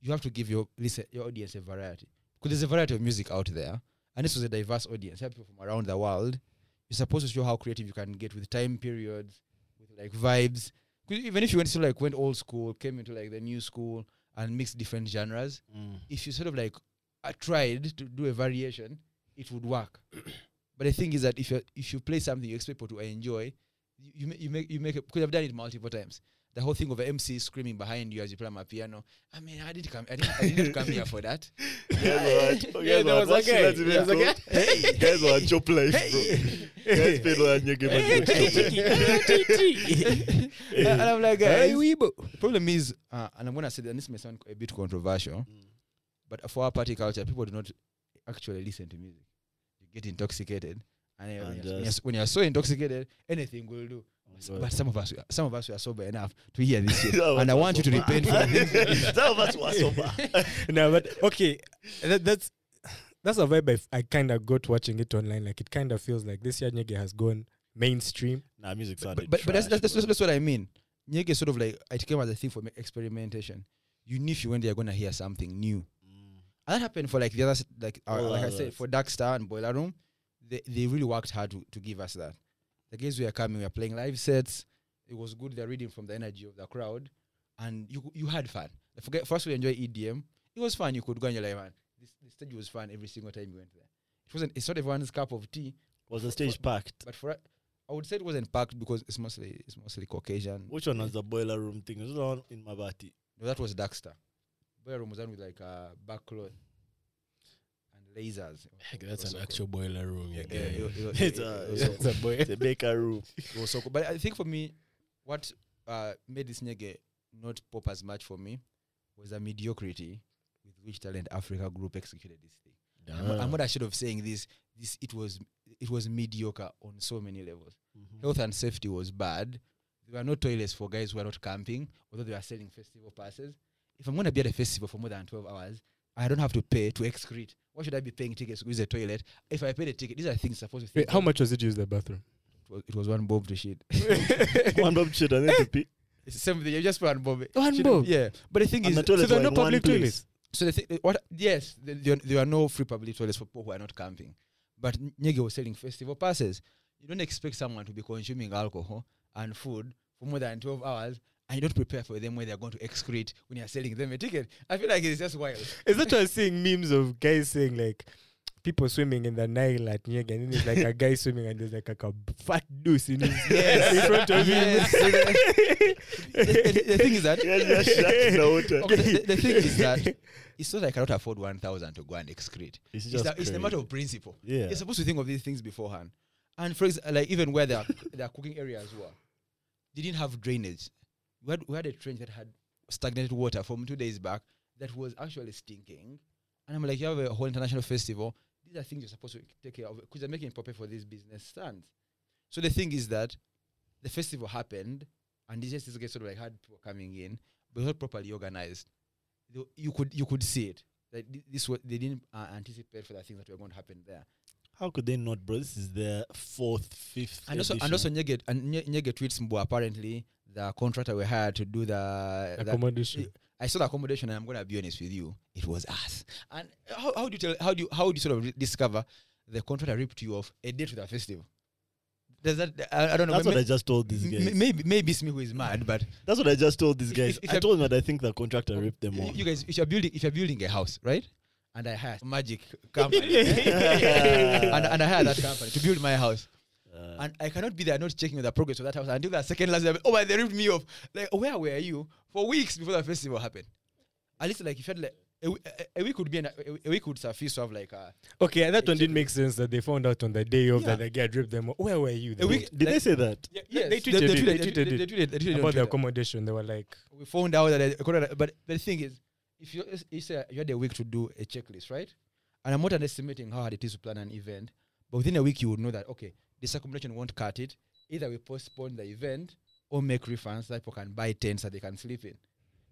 Speaker 4: you have to give your listen your audience a variety because there's a variety of music out there, and this was a diverse audience. You have people from around the world. You're supposed to show how creative you can get with time periods, with like vibes. 'Cause Even if you went to like went old school, came into like the new school and mixed different genres,
Speaker 3: *laughs*
Speaker 2: Mm.
Speaker 4: if you sort of like uh, tried to do a variation, it would work. *clears throat* but the thing is that if you if you play something you expect people to enjoy, you you, ma- you make you make it because I've done it multiple times. The whole thing of a MC screaming behind you as you play my piano. I mean, I didn't come. I didn't, I didn't ah, come here
Speaker 2: *laughs*
Speaker 4: for that. *laughs*
Speaker 2: Guess what?
Speaker 3: Yeah,
Speaker 2: Guess
Speaker 3: there
Speaker 2: what?
Speaker 3: was a
Speaker 2: What's
Speaker 3: guy.
Speaker 2: that even
Speaker 3: There was a
Speaker 2: called? Guys are chop life,
Speaker 4: *laughs*
Speaker 2: bro. Guys feel like you give a good chop. *laughs*
Speaker 4: and I'm like, guys,
Speaker 1: Weebo.
Speaker 4: the problem is, uh, and I'm gonna say that this may sound a bit controversial, but for our party culture, people do not actually listen to music. You get intoxicated, and, uh, when,
Speaker 2: And
Speaker 4: you're, when, you're,
Speaker 2: just-
Speaker 4: when you're so intoxicated, anything will do.
Speaker 2: God.
Speaker 4: But some of us, some of us, we are sober enough to hear this shit,
Speaker 2: Some of
Speaker 4: and I
Speaker 2: us
Speaker 4: want you to
Speaker 2: were
Speaker 4: repent
Speaker 2: *laughs*
Speaker 4: for
Speaker 2: sober.
Speaker 4: this.
Speaker 2: Some of us were sober.
Speaker 4: *laughs*
Speaker 1: no, but *laughs* okay, that, that's that's a vibe I, f- I kind of got watching it online. Like it kind of feels like this year Nyege has gone mainstream.
Speaker 2: Nah, music
Speaker 4: But
Speaker 2: sounded
Speaker 4: but, but that's,
Speaker 2: trash,
Speaker 4: that's, that's
Speaker 2: bro.
Speaker 4: that's what I mean. Nyege sort of like it came as a thing for me- experimentation. You knew if you went there, you're gonna hear something new.
Speaker 2: Mm.
Speaker 4: And that happened for like the others, like uh,
Speaker 3: Oh,
Speaker 2: All
Speaker 4: like I
Speaker 2: others.
Speaker 4: said, for Dark Star and Boiler Room, they, they really worked hard to, to give us that. The guys we were coming, we were playing live sets. It was good. They're reading from the energy of the crowd, and you you had fun. I forget. First, we enjoy EDM. It was fun. You could go and you're like, man, this, this stage was fun every single time you went there. It wasn't. It's not everyone's cup of tea,
Speaker 2: Was the stage packed?
Speaker 4: but for I would say it wasn't packed because it's mostly it's mostly Caucasian.
Speaker 2: Which one was the boiler room thing? This one in Mabati.
Speaker 4: No, that was Darkstar. Boiler Room was done with like a back cloth uh, and Blazers.
Speaker 3: That's an
Speaker 4: Osoko.
Speaker 3: actual boiler room, yeah,
Speaker 4: Yeah,
Speaker 3: guy.
Speaker 4: it wa- it wa- it-
Speaker 2: It's
Speaker 4: it-
Speaker 2: a-
Speaker 4: it was
Speaker 2: yeah.
Speaker 4: so-
Speaker 3: It's a boy.
Speaker 2: the Baker
Speaker 4: *laughs*
Speaker 2: room.
Speaker 4: it was so cool. But I think for me, what uh, made this Nyege not pop as much for me was the mediocrity with which Talent Africa Group executed this thing. I'm, I'm not ashamed of saying this. This it was it was mediocre on so many levels. Health and safety was bad. There were no toilets for guys who are not camping, although they are selling festival passes. If I'm gonna be at a festival for more than twelve hours, I don't have to pay to excrete. Why should I be paying tickets to use a toilet? If I pay the ticket, these are things supposed to.
Speaker 1: Wait, how much was it to use the *laughs* bathroom?
Speaker 4: It was, it was one bob to shit.
Speaker 2: One bob shit and then to pee.
Speaker 4: *laughs* It's the same thing. You just put one bob.
Speaker 1: One
Speaker 4: Shit,
Speaker 1: bob?
Speaker 4: Yeah, but the thing
Speaker 2: And
Speaker 4: is,
Speaker 2: the toilets
Speaker 1: there
Speaker 2: were
Speaker 1: are no
Speaker 2: in one
Speaker 1: public
Speaker 2: place.
Speaker 1: toilets?
Speaker 4: so the thing, what? Yes, the- there, there are no free public toilets for people who are not camping. But Nyege was selling festival passes. You don't expect someone to be consuming alcohol and food for more than twelve hours, and you don't prepare for them when they are going to excrete when you are selling them a ticket. I feel like it's just wild.
Speaker 1: Is that why I'm seeing memes of guys saying like people swimming in the Nile at Nyega and then it's
Speaker 4: *laughs*
Speaker 1: like a guy swimming and there's like a cab- fat deuce in his
Speaker 4: Yes.
Speaker 1: in front of
Speaker 4: *laughs*
Speaker 1: *laughs*
Speaker 4: Yes.
Speaker 1: him.
Speaker 4: the, the- the thing
Speaker 2: *laughs*
Speaker 4: is that
Speaker 2: Yeah, yeah, shut the water.
Speaker 4: *laughs* okay, the, the thing is that it's not like I cannot afford one thousand to go and excrete.
Speaker 2: It's
Speaker 4: It's,
Speaker 2: just
Speaker 4: the, it's the matter
Speaker 2: crazy.
Speaker 4: of principle.
Speaker 2: Yeah.
Speaker 4: You're supposed to think of these things beforehand. And for example, like even where *coughs* their their cooking areas were, they didn't have drainage. We had, we had a trench that had stagnated water from two days back that was actually stinking. And I'm like, you have a whole international festival. These are things you're supposed to take care of because they're making proper for these business stands. So the thing is that the festival happened, and it's just this guy sort of like had people coming in, but not properly organized. Though You could you could see it. Like thi- this was they didn't uh, anticipate for the things that were going to happen there.
Speaker 2: How could they not, bro? This is their fourth, fifth.
Speaker 4: And also, and also Nyege, and Nye- Nyege tweets Mbo apparently the contractor we hired to do the, the
Speaker 1: Accommodation.
Speaker 4: I saw the accommodation and I'm gonna be honest with you, it was us. And how, how do you tell how do you how do you sort of re- discover the contractor ripped you off a day to the festival? Does that I, I don't know.
Speaker 2: That's
Speaker 4: may-
Speaker 2: what I just told these
Speaker 4: may-
Speaker 2: guys.
Speaker 4: maybe maybe it's me who is mad, but
Speaker 2: That's what I just told these
Speaker 4: If-
Speaker 2: guys.
Speaker 4: if- if
Speaker 2: I
Speaker 4: I-
Speaker 2: told them that I think the contractor ripped them
Speaker 4: you,
Speaker 2: off.
Speaker 4: you guys if you're building if you're building a house, right? And I hire
Speaker 2: *laughs*
Speaker 4: magic company *laughs* and, and I hire that company to build my house.
Speaker 2: Uh,
Speaker 4: and I cannot be there not checking the progress of that house until that second last day. Oh, my, they ripped me off. Like, where were you for weeks before the festival happened? At least, like, if you had like a, w- a- a week would be an, a, a week would suffice to have like a,
Speaker 1: Okay, that one didn't make sense that they found out on the day of
Speaker 4: Yeah.
Speaker 1: that the guy ripped them. off. Where were you?
Speaker 4: a
Speaker 1: then?
Speaker 4: week.
Speaker 2: did
Speaker 4: like,
Speaker 2: they say that?
Speaker 4: Yeah,
Speaker 1: they- they
Speaker 4: yes,
Speaker 1: tweeted it, they tweeted
Speaker 4: They
Speaker 1: it.
Speaker 4: tweeted. They tweeted.
Speaker 1: About the
Speaker 4: on Twitter.
Speaker 1: accommodation, they were like,
Speaker 4: we found out that the corona- but the thing is, if you you say you had a week to do a checklist, right? And I'm not underestimating how hard it is to plan an event, but within a week you would know that okay, this accommodation won't cut it. Either we postpone the event or make refunds that people can buy tents that they can sleep in.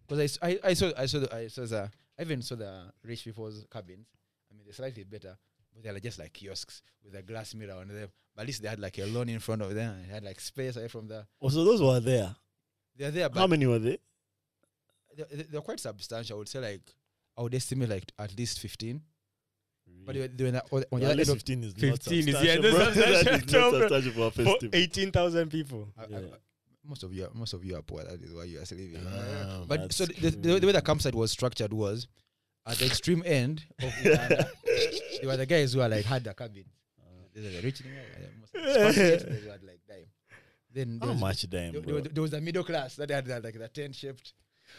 Speaker 4: Because I, s- I- I saw I saw the, I saw the I even saw the rich people's cabins. I mean they're slightly better, but they're like just like kiosks with a glass mirror on them. But at least they had like a lawn in front of them. And they had like space away from the.
Speaker 2: Oh, so those were there.
Speaker 4: They're there, but
Speaker 2: How many were they?
Speaker 4: they're, they're- they're quite substantial. I would say like I would estimate like at least fifteen. But they were, they were na- on the, on the
Speaker 2: Yeah, at
Speaker 4: other end
Speaker 2: least
Speaker 4: of,
Speaker 2: 15 is
Speaker 1: 15 is-
Speaker 2: not
Speaker 1: yeah,
Speaker 2: substantial,
Speaker 1: that's
Speaker 2: bro.
Speaker 1: substantial,
Speaker 2: *laughs* that is
Speaker 1: bro.
Speaker 2: not substantial for a
Speaker 1: for
Speaker 2: festival.
Speaker 1: 18,000 people.
Speaker 4: I- I-
Speaker 2: Yeah.
Speaker 4: I- uh, most of you are, most of you are poor. That is why you are sleeping.
Speaker 3: Ah,
Speaker 4: but
Speaker 2: that's
Speaker 4: so the, the, the way the campsite was structured was at the extreme end of
Speaker 2: *laughs*
Speaker 4: Uganda, there were the guys who are like had the cabin.
Speaker 2: Ah.
Speaker 4: These are the rich nigga, uh, most of the expatriates, those who had like dime. Then there
Speaker 2: How
Speaker 4: was,
Speaker 2: much damn, bro?
Speaker 4: there, there was, there was the middle class that had uh, like the tent shaped.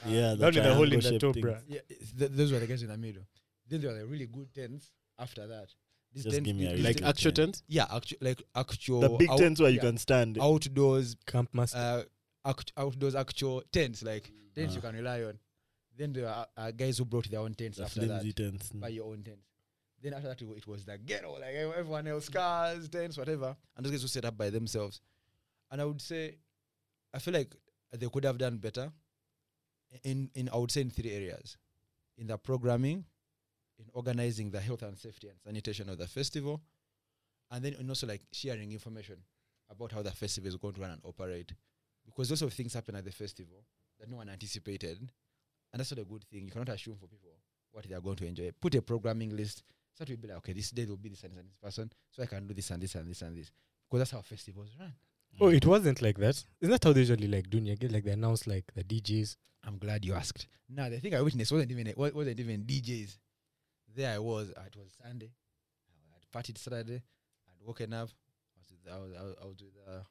Speaker 4: uh,
Speaker 2: yeah,
Speaker 1: Not in a hole in the
Speaker 2: triangle-shaped
Speaker 1: top,
Speaker 2: thing.
Speaker 1: bruh.
Speaker 4: Yeah, it's th- those were the guys in the middle. Then there were the really good tents after that. These
Speaker 2: Just give me a
Speaker 4: these-
Speaker 2: really
Speaker 4: these
Speaker 3: like
Speaker 2: good
Speaker 4: tents-
Speaker 3: actual
Speaker 2: tent.
Speaker 3: tent.
Speaker 4: yeah, actu- like actual
Speaker 2: The big
Speaker 4: out-
Speaker 2: tents where you
Speaker 4: Oh, yeah,
Speaker 2: can stand.
Speaker 4: outdoors,
Speaker 1: Camp master.
Speaker 4: uh, act- outdoors actual tents like tents you
Speaker 2: Ah.
Speaker 4: can rely on. Then there are uh, guys who brought their own tents
Speaker 2: The
Speaker 4: after that,
Speaker 2: flimsy tents. *laughs*
Speaker 4: buy your own tents. Then after that, it wa- it was the ghetto, like ev- everyone else, cars, tents, whatever, and those guys were set up by themselves. And I would say, I feel like they could have done better. In in I would say in three areas, in the programming, in organizing the health and safety and sanitation of the festival, and then and also like sharing information about how the festival is going to run and operate, because lots of things happen at the festival that no one anticipated, and that's not a good thing. You cannot assume for people what they are going to enjoy. Put a programming list so that we be like, okay, this day will be this and this and this person, so I can do this and this and this and this, because that's how festivals run.
Speaker 1: oh, it wasn't like that. Isn't that how they usually like do Nyege? Like they announce like the DJs.
Speaker 4: I'm glad you asked. Now the thing I witnessed wasn't even wa- wasn't even DJs. There I was. uh, It was Sunday. I had partied Saturday. I'd woken up. I was with, I was, I was, I was with uh,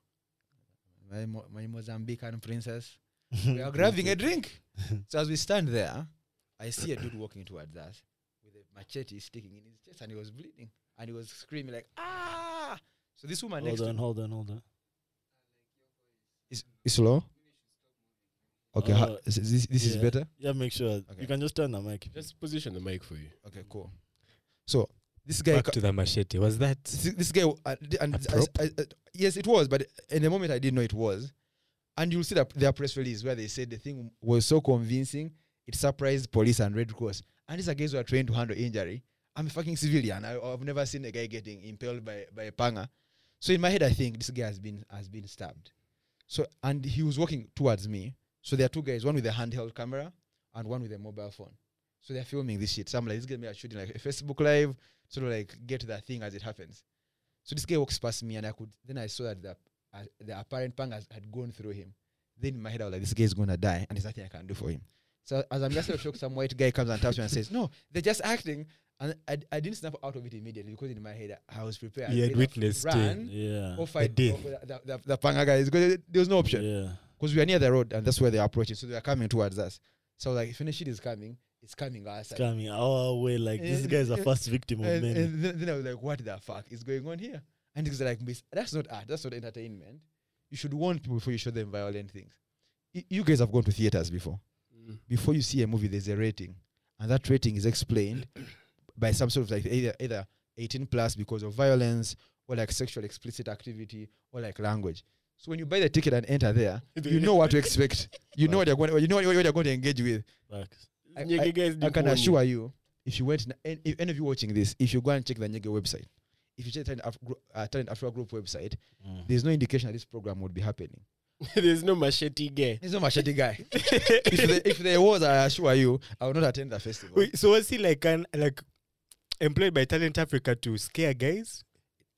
Speaker 4: my, Mo- my Mozambican princess. We are grabbing a drink. so as we stand there, I see a dude walking towards us with a machete sticking in his chest and he was bleeding and he was screaming like ah. So this woman next
Speaker 2: Hold
Speaker 4: to
Speaker 2: on, hold on, hold on.
Speaker 4: is is low. Okay,
Speaker 2: Uh,
Speaker 4: ha- is- is this this is
Speaker 2: yeah.
Speaker 4: better.
Speaker 2: Yeah, make sure
Speaker 4: Okay.
Speaker 2: you can just turn the mic.
Speaker 3: Just position the mic for you.
Speaker 4: Okay, cool. So this guy,
Speaker 1: Back
Speaker 4: ca-
Speaker 1: to the machete. Was that?
Speaker 4: this, this guy, uh, d- and
Speaker 1: A
Speaker 4: I-
Speaker 1: prop?
Speaker 4: I- I- yes, it was, but in the moment I didn't know it was. And you'll see that their press release where they said the thing was so convincing it surprised police and Red Cross. And these are guys who are trained to handle injury. I'm a fucking civilian. I, I've never seen a guy getting impaled by, by a panga. So in my head, I think this guy has been has been stabbed. So and he was walking towards me. So there are two guys, one with a handheld camera and one with a mobile phone. So they're filming this shit. So I'm like, this guy may be shooting like a Facebook live, sort of like get that thing as it happens. So this guy walks past me, and I could then I saw that the, uh, the apparent pang has, had gone through him. Then in my head, I was like, this guy's gonna die, and there's nothing I can do for him. So as I'm just out of shock, some white guy comes and taps me and says, "No, they're just acting." And I, I didn't snap out of it immediately because in my head I, I was prepared.
Speaker 1: You had
Speaker 4: Either
Speaker 1: witnessed it.
Speaker 4: run
Speaker 2: Yeah.
Speaker 4: or fight
Speaker 1: death.
Speaker 4: or- or the, the, the panga guys because there was no option
Speaker 2: Yeah.
Speaker 4: because we are near the road and that's where they're approaching. So they're coming towards us. So like, if any shit is coming, it's coming us.
Speaker 2: It's coming our way. Like this
Speaker 4: And-
Speaker 2: guy's
Speaker 4: *laughs*
Speaker 2: the
Speaker 4: and-
Speaker 2: first victim of
Speaker 4: and,
Speaker 2: many.
Speaker 4: and then, then I was like, what the fuck is going on here? And it's like, "Miss, that's not art. That's not entertainment. You should warn people before you show them violent things. Y- you guys have gone to theaters before. Before you see a movie, there's a rating, and that rating is explained by some sort of like either either 18 plus because of violence or like sexual explicit activity or like language. So when you buy the ticket and enter there, you know what to expect. You know what you're going. You know what you're going to engage with.
Speaker 2: Facts.
Speaker 4: I-
Speaker 3: Nyege guys
Speaker 4: I
Speaker 3: didn't
Speaker 4: can
Speaker 3: warn you.
Speaker 4: assure you, if you went, and if any of you watching this, if you go and check the Nyege website, if you check the Talent, Af- Gro- uh, Talent Afro Group website,
Speaker 2: Mm.
Speaker 4: there's no indication that this program would be happening.
Speaker 3: *laughs* There's no machete guy.
Speaker 4: He's not machete *laughs* guy. if, there, if there was, I assure you, I would not attend the festival.
Speaker 1: Wait, so was he like an like employed by Talent Africa to scare guys?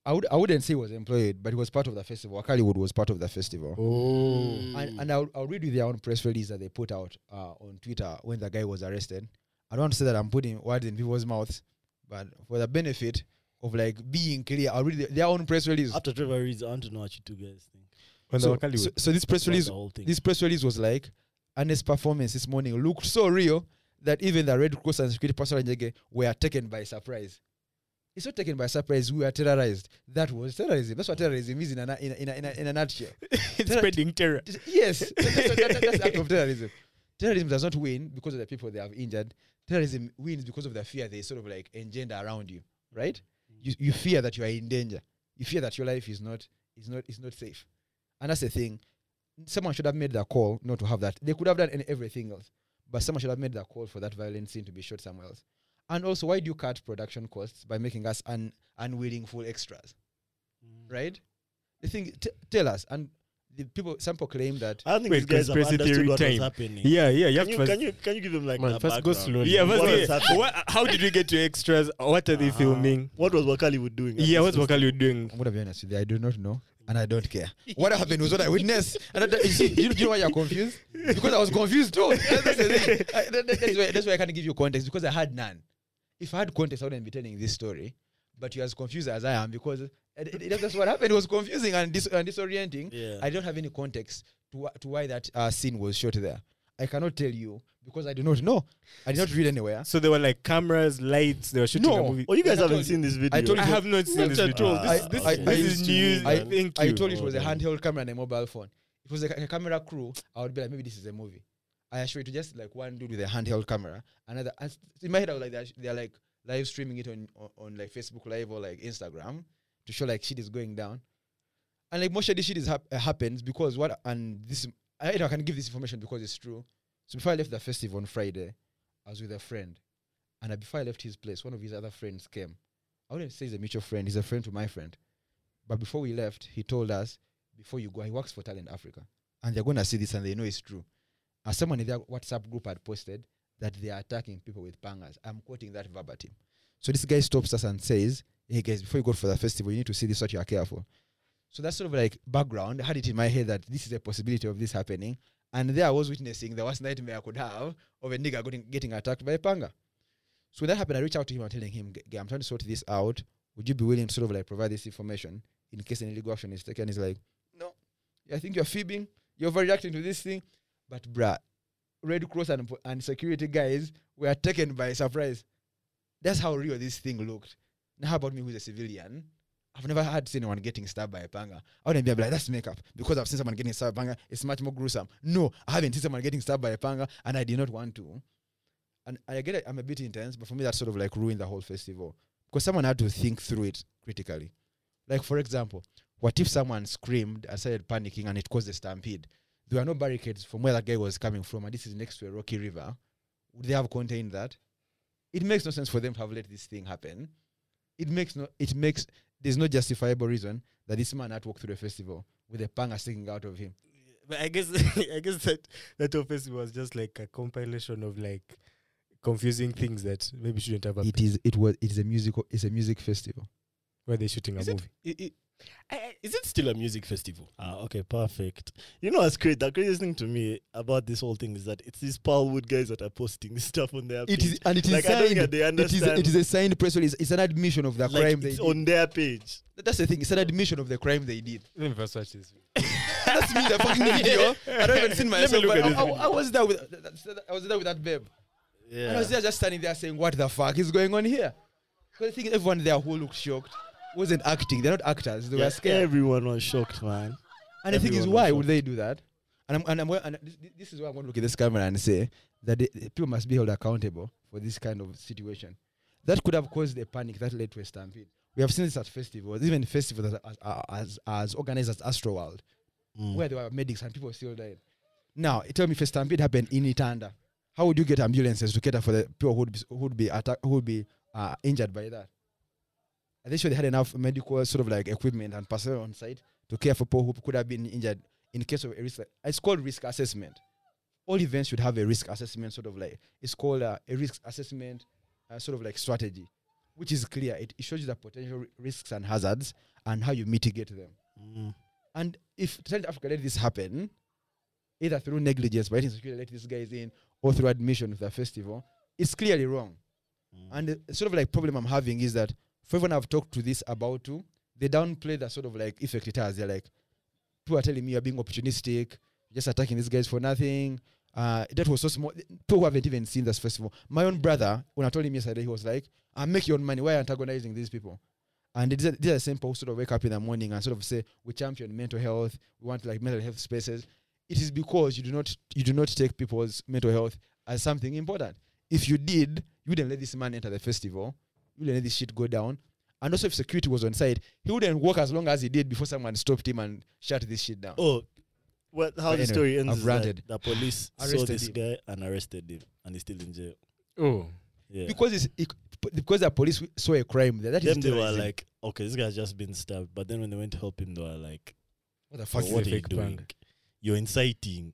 Speaker 4: I would, I wouldn't say he was employed, but he was part of the festival. Akaliwood was part of the festival.
Speaker 1: Oh,
Speaker 4: And, and I'll, I'll read you their own press release that they put out uh, on Twitter when the guy was arrested. I don't want to say that I'm putting words in people's mouths, but for the benefit of like being clear, I'll read the- their own press release.
Speaker 2: After Trevor reads, I want to know what you two guys think.
Speaker 1: on
Speaker 4: so,
Speaker 1: the Wakali
Speaker 4: so,
Speaker 1: way.
Speaker 4: so this press
Speaker 2: about
Speaker 4: release,
Speaker 2: the whole thing.
Speaker 4: this press release was like, Anne's performance this morning looked so real that even the Red Cross and security personnel in Njege were taken by surprise. It's not taken by surprise. We were terrorized. That was terrorism. That's what terrorism is in a, na- in a, in a, in a, in a nutshell.
Speaker 1: it's spreading terror.
Speaker 4: Just- *laughs* Yes, that's, that's, that's, that's the act of terrorism. *laughs* Terrorism does not win because of the people they have injured. Terrorism wins because of the fear they sort of like engender around you, right? You, you fear that you are in danger. You fear that your life is not is not is not safe, and that's the thing. Someone should have made the call not to have that. They could have done any, everything else, but someone should have made the call for that violent scene to be shot somewhere else. And also, why do you cut production costs by making us un, unwilling full extras,
Speaker 2: Mm.
Speaker 4: right? The thing, t- tell us, and the people some people claim that
Speaker 2: I don't think
Speaker 1: Wait,
Speaker 2: these guys have
Speaker 1: conspiracy
Speaker 2: understood
Speaker 1: theory
Speaker 2: what was
Speaker 1: time.
Speaker 2: happening.
Speaker 1: Yeah, yeah. You have
Speaker 2: Can
Speaker 1: to
Speaker 2: you, can you can you give them like
Speaker 3: Man,
Speaker 2: a
Speaker 3: first go
Speaker 2: background?
Speaker 3: slowly.
Speaker 1: Yeah,
Speaker 2: What
Speaker 1: first,
Speaker 2: was
Speaker 1: yeah.
Speaker 2: happening?
Speaker 1: Wha- how did we get to extras? What are they
Speaker 2: Uh-huh.
Speaker 1: filming?
Speaker 2: What was Wakaliwood doing? at
Speaker 1: Yeah,
Speaker 2: this
Speaker 1: what's Wakali doing?
Speaker 4: I'm gonna be honest with you. I do not know, and I don't care. What happened was what I witnessed. And I, don't- you see, you, you know why you're confused? Because I was confused too. *laughs* That's, that's the thing. I, that- that- that's why, that's why I can't give you context because I had none. If I had context, I wouldn't be telling this story. But you're as confused as I am because it, it, it- that's what happened. It was confusing and, dis- and disorienting.
Speaker 2: Yeah.
Speaker 4: I don't have any context to, wh- to why that uh, scene was shot there. I cannot tell you because I do not know. I did not read anywhere.
Speaker 1: So they were like cameras, lights. They were shooting
Speaker 4: No.
Speaker 1: a movie.
Speaker 2: Oh, you guys
Speaker 4: I
Speaker 2: haven't
Speaker 4: told
Speaker 2: seen this video.
Speaker 4: I told
Speaker 1: I
Speaker 4: you-
Speaker 1: have not seen
Speaker 3: Not
Speaker 1: this
Speaker 3: at
Speaker 1: video.
Speaker 2: all.
Speaker 1: This,
Speaker 2: I-
Speaker 1: this,
Speaker 2: I-
Speaker 1: this
Speaker 2: I
Speaker 1: is
Speaker 4: used to-
Speaker 1: news.
Speaker 4: I,
Speaker 1: Thank
Speaker 4: I
Speaker 1: you. Oh,
Speaker 4: told you it was a
Speaker 2: Hold on.
Speaker 4: handheld camera and a mobile phone. If it was like a camera crew, I would be like, maybe this is a movie. I assure you, to just like one dude with a handheld camera, another. and s- In my head, I was like, they're, they're like live streaming it on, on on like Facebook Live or like Instagram to show like shit is going down, and like most of this shit is hap- uh, happens because what and this I, I can give this information because it's true. So before I left the festival on Friday, I was with a friend, and uh, before I left his place, one of his other friends came. I wouldn't say he's a mutual friend; he's a friend to my friend. But before we left, he told us, before you go, he works for Talent Africa. And they're going to see this and they know it's true. As someone in their WhatsApp group had posted that they are attacking people with pangas. I'm quoting that verbatim. So this guy stops us and says, hey guys, before you go for the festival, you need to see this, what you are careful. So that's sort of like background. I had it in my head that this is a possibility of this happening. And there I was witnessing the worst nightmare I could have of a nigga getting, getting attacked by a panga. So when that happened, I reached out to him and telling him, "Guy, I'm trying to sort this out. Would you be willing to sort of like provide this information in case any legal action is taken? He's like, no, I think you're fibbing. You're overreacting to this thing. But bruh, Red Cross and, po- and security guys were taken by surprise. That's how real this thing looked. Now, how about me who's a civilian? I've never had seen anyone getting stabbed by a banger. I wouldn't be like, that's makeup. Because I've seen someone getting stabbed by a banger, it's much more gruesome. No, I haven't seen someone getting stabbed by a banger, and I did not want to. And, and I get it, I'm a bit intense, but for me, that sort of like ruined the whole festival. Because someone had to think through it critically. Like, for example, what if someone screamed and started panicking and it caused a stampede? There were no barricades from where that guy was coming from, and this is next to a rocky river. Would they have contained that? It makes no sense for them to have let this thing happen. It makes no it makes there's no justifiable reason that this man had walked through a festival with a panga sticking out of him.
Speaker 1: *laughs* But I guess *laughs* I guess that that office was just like a compilation of like confusing things that maybe shouldn't have happened.
Speaker 4: It is it was it is a musical it's a music festival.
Speaker 1: Were they shooting a
Speaker 3: Is it,
Speaker 1: movie?
Speaker 3: i- i- I- is it still a music festival?
Speaker 2: Ah, okay, perfect. You know what's great? The craziest thing to me about this whole thing is that it's these Palwood guys that are posting *laughs* this stuff on their
Speaker 4: It
Speaker 2: page.
Speaker 4: is and it is
Speaker 2: like I don't
Speaker 4: signed.
Speaker 2: think they
Speaker 4: It is,
Speaker 2: understand.
Speaker 4: it is a signed press release. It's an admission of the
Speaker 2: like
Speaker 4: crime they
Speaker 2: it's
Speaker 4: did.
Speaker 2: on their page.
Speaker 4: That's the thing. It's an admission of the crime they did.
Speaker 1: Let me first watch this.
Speaker 4: That's me, the fucking video. *laughs* I don't even seen myself.
Speaker 3: look
Speaker 4: But
Speaker 3: at
Speaker 4: I,
Speaker 3: this
Speaker 4: I-
Speaker 3: video.
Speaker 4: I was there with that- that- I was there with that babe. And I
Speaker 2: Yeah.
Speaker 4: was there just standing there saying, "What the fuck is going on here?" Because I think everyone there who looked shocked wasn't acting. They're not actors. They
Speaker 2: Yeah,
Speaker 4: were scared.
Speaker 2: Everyone was shocked, man.
Speaker 4: And the thing is,
Speaker 2: Everyone
Speaker 4: why
Speaker 2: was
Speaker 4: would they do that? And I'm, and, I'm, and this, this is why I'm going to look at this camera and say that the, the people must be held accountable for this kind of situation. That could have caused a panic that led to a stampede. We have seen this at festivals, even festivals that are, are, are as, as organized as Astroworld,
Speaker 2: Mm.
Speaker 4: where there were medics and people still died. Now, tell me if a stampede happened in Itanda, how would you get ambulances to cater for the people who would be, who would be, attack, who would be uh, injured by that? Are they sure they had enough medical sort of like equipment and personnel on site to care for people who could have been injured in case of a risk? It's called risk assessment. All events should have a risk assessment, sort of like it's called uh, a risk assessment, uh, sort of like strategy, which is clear. It, it shows you the potential ri- risks and hazards and how you mitigate them.
Speaker 2: Mm.
Speaker 4: And if Trent Africa let this happen, either through negligence by insecurity, let these guys in, or through admission to the festival, it's clearly wrong. And the sort of like problem I'm having is that for everyone I've talked to this about too, they downplay the sort of like effect it has. They're like, people are telling me you're being opportunistic, just attacking these guys for nothing. Uh, that was so small. People who haven't even seen this festival. My own brother, when I told him yesterday, he was like, I make your own money. Why are you antagonizing these people? And these are, these are the same people who sort of wake up in the morning and sort of say, we champion mental health. We want like mental health spaces. It is because you do not you do not take people's mental health as something important. If you did, you wouldn't let this man enter the festival. You wouldn't let this shit go down. And also, if security was on site, he wouldn't walk as long as he did before someone stopped him and shut this shit down.
Speaker 2: Oh, well, how
Speaker 4: But
Speaker 2: the
Speaker 4: anyway,
Speaker 2: story ends
Speaker 4: I've
Speaker 2: is that
Speaker 4: ranted.
Speaker 2: the
Speaker 4: *sighs*
Speaker 2: police saw
Speaker 4: Arrested
Speaker 2: this
Speaker 4: him.
Speaker 2: guy and arrested him, and he's still in jail.
Speaker 1: Oh,
Speaker 2: Yeah.
Speaker 4: because it's, it, because the police saw a crime there. That is
Speaker 2: then they were
Speaker 4: terrorism.
Speaker 2: like, okay, this guy's just been stabbed. But then when they went to help him, they were like,
Speaker 4: what
Speaker 2: "Bro,
Speaker 4: the fuck?
Speaker 1: is
Speaker 2: what
Speaker 1: a
Speaker 2: are you
Speaker 1: fake bang."
Speaker 2: doing? You're inciting.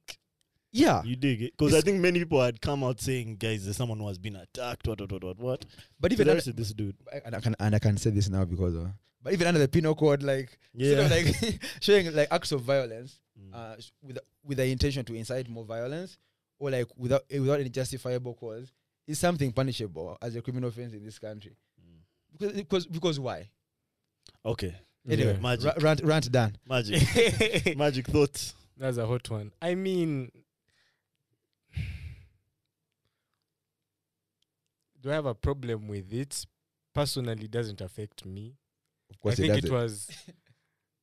Speaker 4: Yeah,
Speaker 2: You dig it? Because I
Speaker 4: Ah. It's-
Speaker 2: think many people had come out saying, guys, there's someone who has been attacked, what, what, what, what, what.
Speaker 4: but
Speaker 2: Even
Speaker 4: even under,
Speaker 2: arrested this dude.
Speaker 4: and I can and I can say this now because, uh, but even under the penal code, like sort of like *laughs* showing like acts of violence
Speaker 2: Mm.
Speaker 4: uh, s- with with the intention to incite more violence or like without eh, without any justifiable cause is something punishable as a criminal offense in this country.
Speaker 2: Mm.
Speaker 4: Because because, because why?
Speaker 2: Okay.
Speaker 4: Anyway,
Speaker 1: Yeah.
Speaker 2: Magic.
Speaker 4: ra- rant rant done.
Speaker 2: Magic. Magic thoughts.
Speaker 1: That's a hot one. I mean, *sighs* do I have a problem with it? Personally, it doesn't affect me.
Speaker 4: Of
Speaker 1: I think it,
Speaker 4: *laughs*
Speaker 1: was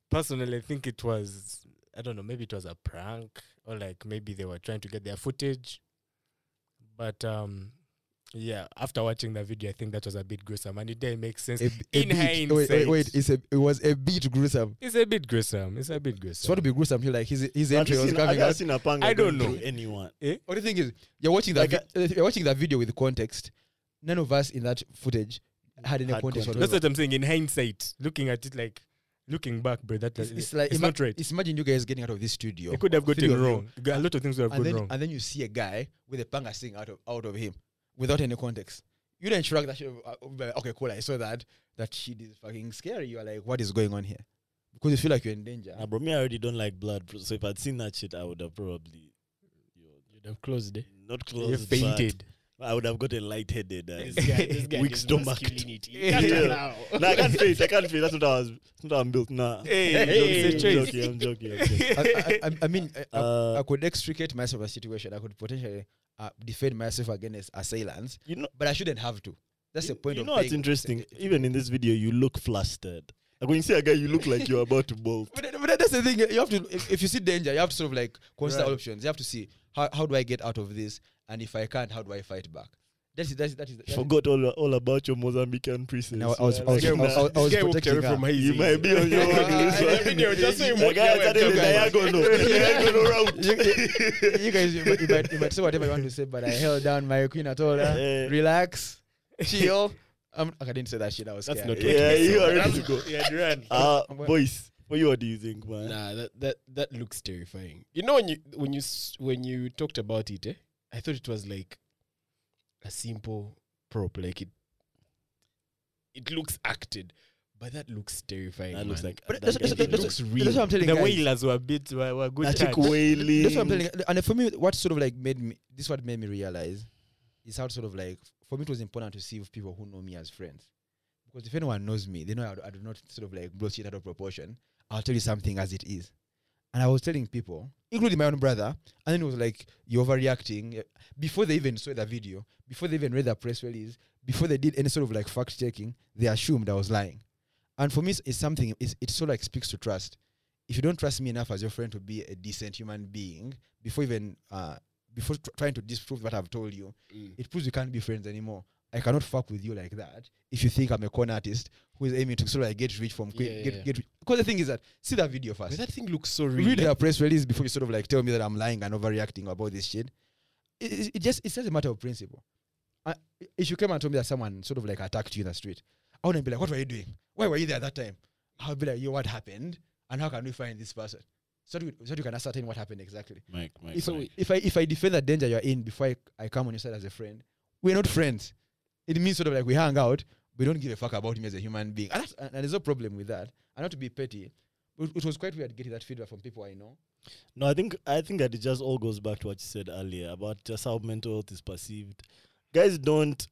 Speaker 1: personally. I think it was. I don't know. Maybe it was a prank, or like maybe they were trying to get their footage. But um, yeah. After watching the video, I think that was a bit gruesome, and it didn't make sense.
Speaker 4: a, b- a
Speaker 1: In
Speaker 4: bit, wait,
Speaker 1: hindsight.
Speaker 4: wait, wait, it's a, it was a bit gruesome.
Speaker 1: It's a bit gruesome. It's a bit
Speaker 4: It's
Speaker 1: gruesome.
Speaker 4: what to be gruesome here, like his his
Speaker 2: Have
Speaker 4: entry
Speaker 2: you
Speaker 4: was
Speaker 2: seen, have
Speaker 4: coming
Speaker 2: you
Speaker 4: out.
Speaker 2: seen a panga
Speaker 1: I don't
Speaker 2: going
Speaker 1: know.
Speaker 2: through anyone?
Speaker 4: What the thing is, you're watching
Speaker 2: Like
Speaker 4: that vi- uh, you're watching that video with context. None of us in that footage had any
Speaker 2: Had
Speaker 4: context.
Speaker 2: context.
Speaker 1: That's what
Speaker 4: whatsoever.
Speaker 1: I'm saying. In hindsight, looking at it like looking back, bro, that
Speaker 4: It's,
Speaker 1: it's,
Speaker 4: it's like
Speaker 1: it's
Speaker 4: ima-
Speaker 1: not right.
Speaker 4: It's imagine you guys getting out of this studio,
Speaker 1: It could have
Speaker 4: three
Speaker 1: gotten
Speaker 4: of you,
Speaker 1: wrong. A lot of things would have gone
Speaker 4: and
Speaker 1: *laughs*
Speaker 4: then
Speaker 1: wrong.
Speaker 4: and then you see a guy with a panga sitting out of out of him without any context. You didn't shrug that shit. off, uh, be like, Okay, cool. I saw that. That shit is fucking scary. You are like, what is going on here? Because you feel like you're in danger.
Speaker 2: Nah, bro, me, I already don't like blood. Bro. So if I'd seen that shit, I would have probably
Speaker 3: You'd have closed it.
Speaker 2: not
Speaker 1: You
Speaker 2: closed. but
Speaker 1: fainted.
Speaker 2: I would have gotten lightheaded.
Speaker 3: This
Speaker 2: Uh,
Speaker 3: guy, this
Speaker 2: *laughs*
Speaker 3: guy
Speaker 2: Weak
Speaker 3: is
Speaker 2: stomach.
Speaker 4: *laughs*
Speaker 3: masculinity.
Speaker 2: Yeah.
Speaker 3: Cut it now.
Speaker 2: *laughs* nah,
Speaker 3: *laughs*
Speaker 2: I can't faint. I can't faint. That's not how I was. That's not how I'm built. Nah.
Speaker 1: Hey,
Speaker 2: *laughs* I'm,
Speaker 1: hey,
Speaker 2: joking, I'm
Speaker 1: hey.
Speaker 2: joking. I'm joking. I'm
Speaker 4: *laughs*
Speaker 2: joking.
Speaker 4: I, I, I, I mean, I, I-
Speaker 2: Uh,
Speaker 4: I could extricate myself from a situation. I could potentially uh, defend myself against assailants,
Speaker 2: You know-
Speaker 4: but I shouldn't have to. That's the point
Speaker 2: you
Speaker 4: of
Speaker 2: know what's
Speaker 4: paying
Speaker 2: interesting?
Speaker 4: percentage.
Speaker 2: Even in this video, you look flustered. Like when you see a guy, you look like you're about to bolt.
Speaker 4: But, that- but that- that's the thing. You have to if, if you see danger, you have to sort of like consider options. You have to see how, how do I get out of this, and if I can't, how do I fight back? That's it. That's it. That is. That is
Speaker 2: Forgot all all about your Mozambican princess.
Speaker 1: Now, I was-
Speaker 2: Yeah,
Speaker 1: I was-
Speaker 2: like,
Speaker 1: I was- I was-
Speaker 3: This guy walked
Speaker 1: protecting
Speaker 3: away
Speaker 1: her.
Speaker 3: from her.
Speaker 2: you
Speaker 3: easy.
Speaker 2: might be on
Speaker 3: *laughs*
Speaker 2: your own.
Speaker 4: Yeah,
Speaker 3: In
Speaker 2: *laughs*
Speaker 3: the video, just so you
Speaker 2: The
Speaker 3: walk
Speaker 2: guy
Speaker 3: away,
Speaker 2: started in
Speaker 3: guy. *laughs*
Speaker 2: diagonal. diagonal route.
Speaker 4: you, you- *laughs* you guys, you might, you, might, you might say whatever you want to say, but I held down my queen at all. Huh?
Speaker 2: Yeah.
Speaker 4: Relax, chill. Um, okay, I didn't say that shit. I was
Speaker 3: That's
Speaker 4: scared.
Speaker 3: not what
Speaker 2: Yeah,
Speaker 3: he
Speaker 2: you are
Speaker 3: said.
Speaker 2: ready to go.
Speaker 3: *laughs* Yeah, Duran.
Speaker 2: Uh,
Speaker 4: I'm going-
Speaker 2: boys, for you, what do you think, man?
Speaker 3: Nah, that, that that looks terrifying. You know when you when you s- when you talked about it, eh? I thought it was like a simple prop, like it it looks acted, but that looks terrifying.
Speaker 2: That looks
Speaker 3: man.
Speaker 2: like
Speaker 4: But that's,
Speaker 2: that
Speaker 4: that's,
Speaker 2: guy
Speaker 4: that's,
Speaker 3: it
Speaker 4: that's,
Speaker 2: did
Speaker 3: looks
Speaker 4: that's
Speaker 3: real.
Speaker 4: what I'm telling
Speaker 1: the
Speaker 4: guys.
Speaker 1: wailers were a bit were, were good.
Speaker 2: I
Speaker 1: touch.
Speaker 2: think
Speaker 4: Th-
Speaker 2: wailing.
Speaker 4: That's what I'm telling. you. And for me, what sort of like made me this what made me realize is how sort of like for me it was important to see with people who know me as friends because if anyone knows me, they know I do, I do not sort of like blow shit out of proportion. I'll tell you something as it is. And I was telling people, including my own brother, and then it was like you're overreacting. Yeah. Before they even saw the video, before they even read the press release, before they did any sort of like fact checking, they assumed I was lying. And for me, it's, it's something. It's, it sort of like speaks to trust. If you don't trust me enough as your friend to be a decent human being, before even uh, before tr- trying to disprove what I've told you,
Speaker 3: Mm.
Speaker 4: it proves we can't be friends anymore. I cannot fuck with you like that if you think I'm a con artist who is aiming to sort of like get rich from quick.
Speaker 3: Yeah, yeah,
Speaker 4: get,
Speaker 3: yeah.
Speaker 4: get Because the thing is that see that video first.
Speaker 3: But that thing looks so real.
Speaker 4: Read their press release before you sort of like tell me that I'm lying and overreacting about this shit. It, it, it just it's just a matter of principle. I, if you came and told me that someone sort of like attacked you in the street, I wouldn't be like, "What were you doing? Why were you there at that time?" I'll be like, "Yo, what happened? And how can we find this person?" So that, we, so that you can ascertain what happened exactly.
Speaker 2: Mike, Mike,
Speaker 4: If, if I if I defend the danger you're in before I, I come on your side as a friend, we're not friends. It means sort of like we hang out, but you don't give a fuck about me as a human being. And, that's, and there's no problem with that. And not to be petty, but it was quite weird getting that feedback from people I know.
Speaker 2: No, I think I think that it just all goes back to what you said earlier about just how mental health is perceived. Guys don't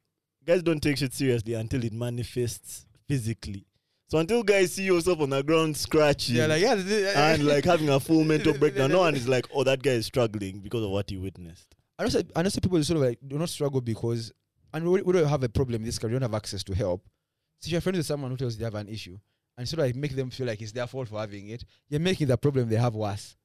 Speaker 2: guys don't take shit seriously until it manifests physically. So until guys see yourself on the ground scratching
Speaker 4: yeah,
Speaker 2: and like having a full
Speaker 4: *laughs*
Speaker 2: mental breakdown, no one is like, oh, that guy is struggling because of what he witnessed.
Speaker 4: I know, I know some people sort of like do not struggle because, and we, we don't have a problem in this country, we don't have access to help. So if you're friends with someone who tells you they have an issue and sort of like make them feel like it's their fault for having it, you're making the problem they have worse.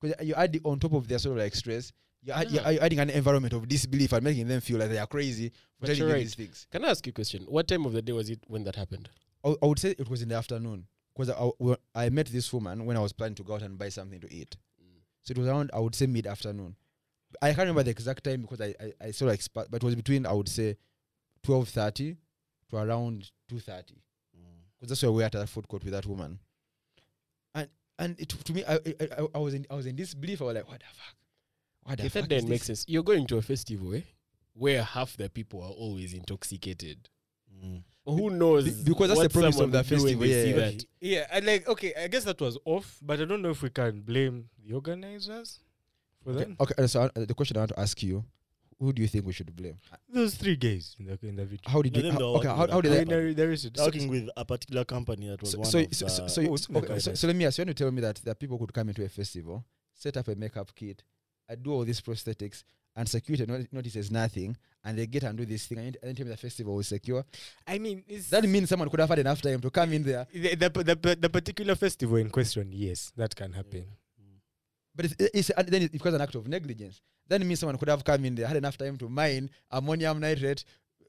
Speaker 4: Because you're adding on top of their sort of like stress, you're, add,
Speaker 3: Yeah.
Speaker 4: you're adding an environment of disbelief and making them feel like they are crazy for
Speaker 3: But
Speaker 4: telling
Speaker 3: you're
Speaker 4: you
Speaker 3: right.
Speaker 4: these things.
Speaker 3: Can I ask you a question? What time of the day was it when that happened?
Speaker 4: I, would- I would say it was in the afternoon because I, wa- I met this woman when I was planning to go out and buy something to eat. So it was around, I would say, mid afternoon. I can't remember the exact time because I, I, I sort of expa- but it was between, I would say, 12.30 to around 2.30. Because that's where we were at that food court with that woman. And and it, to me, I, I, I, I was in I was in disbelief. I was like, what the fuck? What the
Speaker 3: If
Speaker 4: fuck
Speaker 3: that
Speaker 4: is
Speaker 3: didn't make
Speaker 4: this?"
Speaker 3: sense, you're going to a festival, eh? Where half the people are always intoxicated. Who knows?
Speaker 4: Be- because that's
Speaker 3: what
Speaker 4: the premise
Speaker 3: someone
Speaker 4: of the
Speaker 3: would do when
Speaker 4: festival,
Speaker 3: they see
Speaker 4: yeah.
Speaker 3: that.
Speaker 1: Yeah, I like okay, I guess that was off, but I don't know if we can blame the organizers for
Speaker 4: Okay,
Speaker 1: that.
Speaker 4: okay, and so uh, the question I want to ask you, who do you think we should blame?
Speaker 1: Those three guys in the in the video.
Speaker 4: How did
Speaker 2: No,
Speaker 4: you,
Speaker 2: them
Speaker 4: how,
Speaker 2: they're
Speaker 4: okay,
Speaker 2: working
Speaker 4: how,
Speaker 2: with
Speaker 4: how
Speaker 2: the
Speaker 4: did I,
Speaker 2: company.
Speaker 1: There, there is so,
Speaker 2: Talking with a particular company that was
Speaker 4: so,
Speaker 2: one
Speaker 4: so,
Speaker 2: of uh,
Speaker 4: so,
Speaker 2: the,
Speaker 4: so, so,
Speaker 1: Oh,
Speaker 4: you-
Speaker 1: it's in the
Speaker 4: okay, so,
Speaker 1: guidelines.
Speaker 4: so let me ask you, want to tell me that, that people could come into a festival, set up a makeup kit, uh, do all these prosthetics, and security no- notices nothing, and they get and do this thing, and then tell me the festival was secure.
Speaker 1: I mean, it's
Speaker 4: That means someone could have had enough time to come in there.
Speaker 1: the, the, the, the, the particular festival in question, yes, that can happen.
Speaker 4: But it's, it's and then it becomes an act of negligence. That means someone could have come in there, had enough time to mine ammonium nitrate,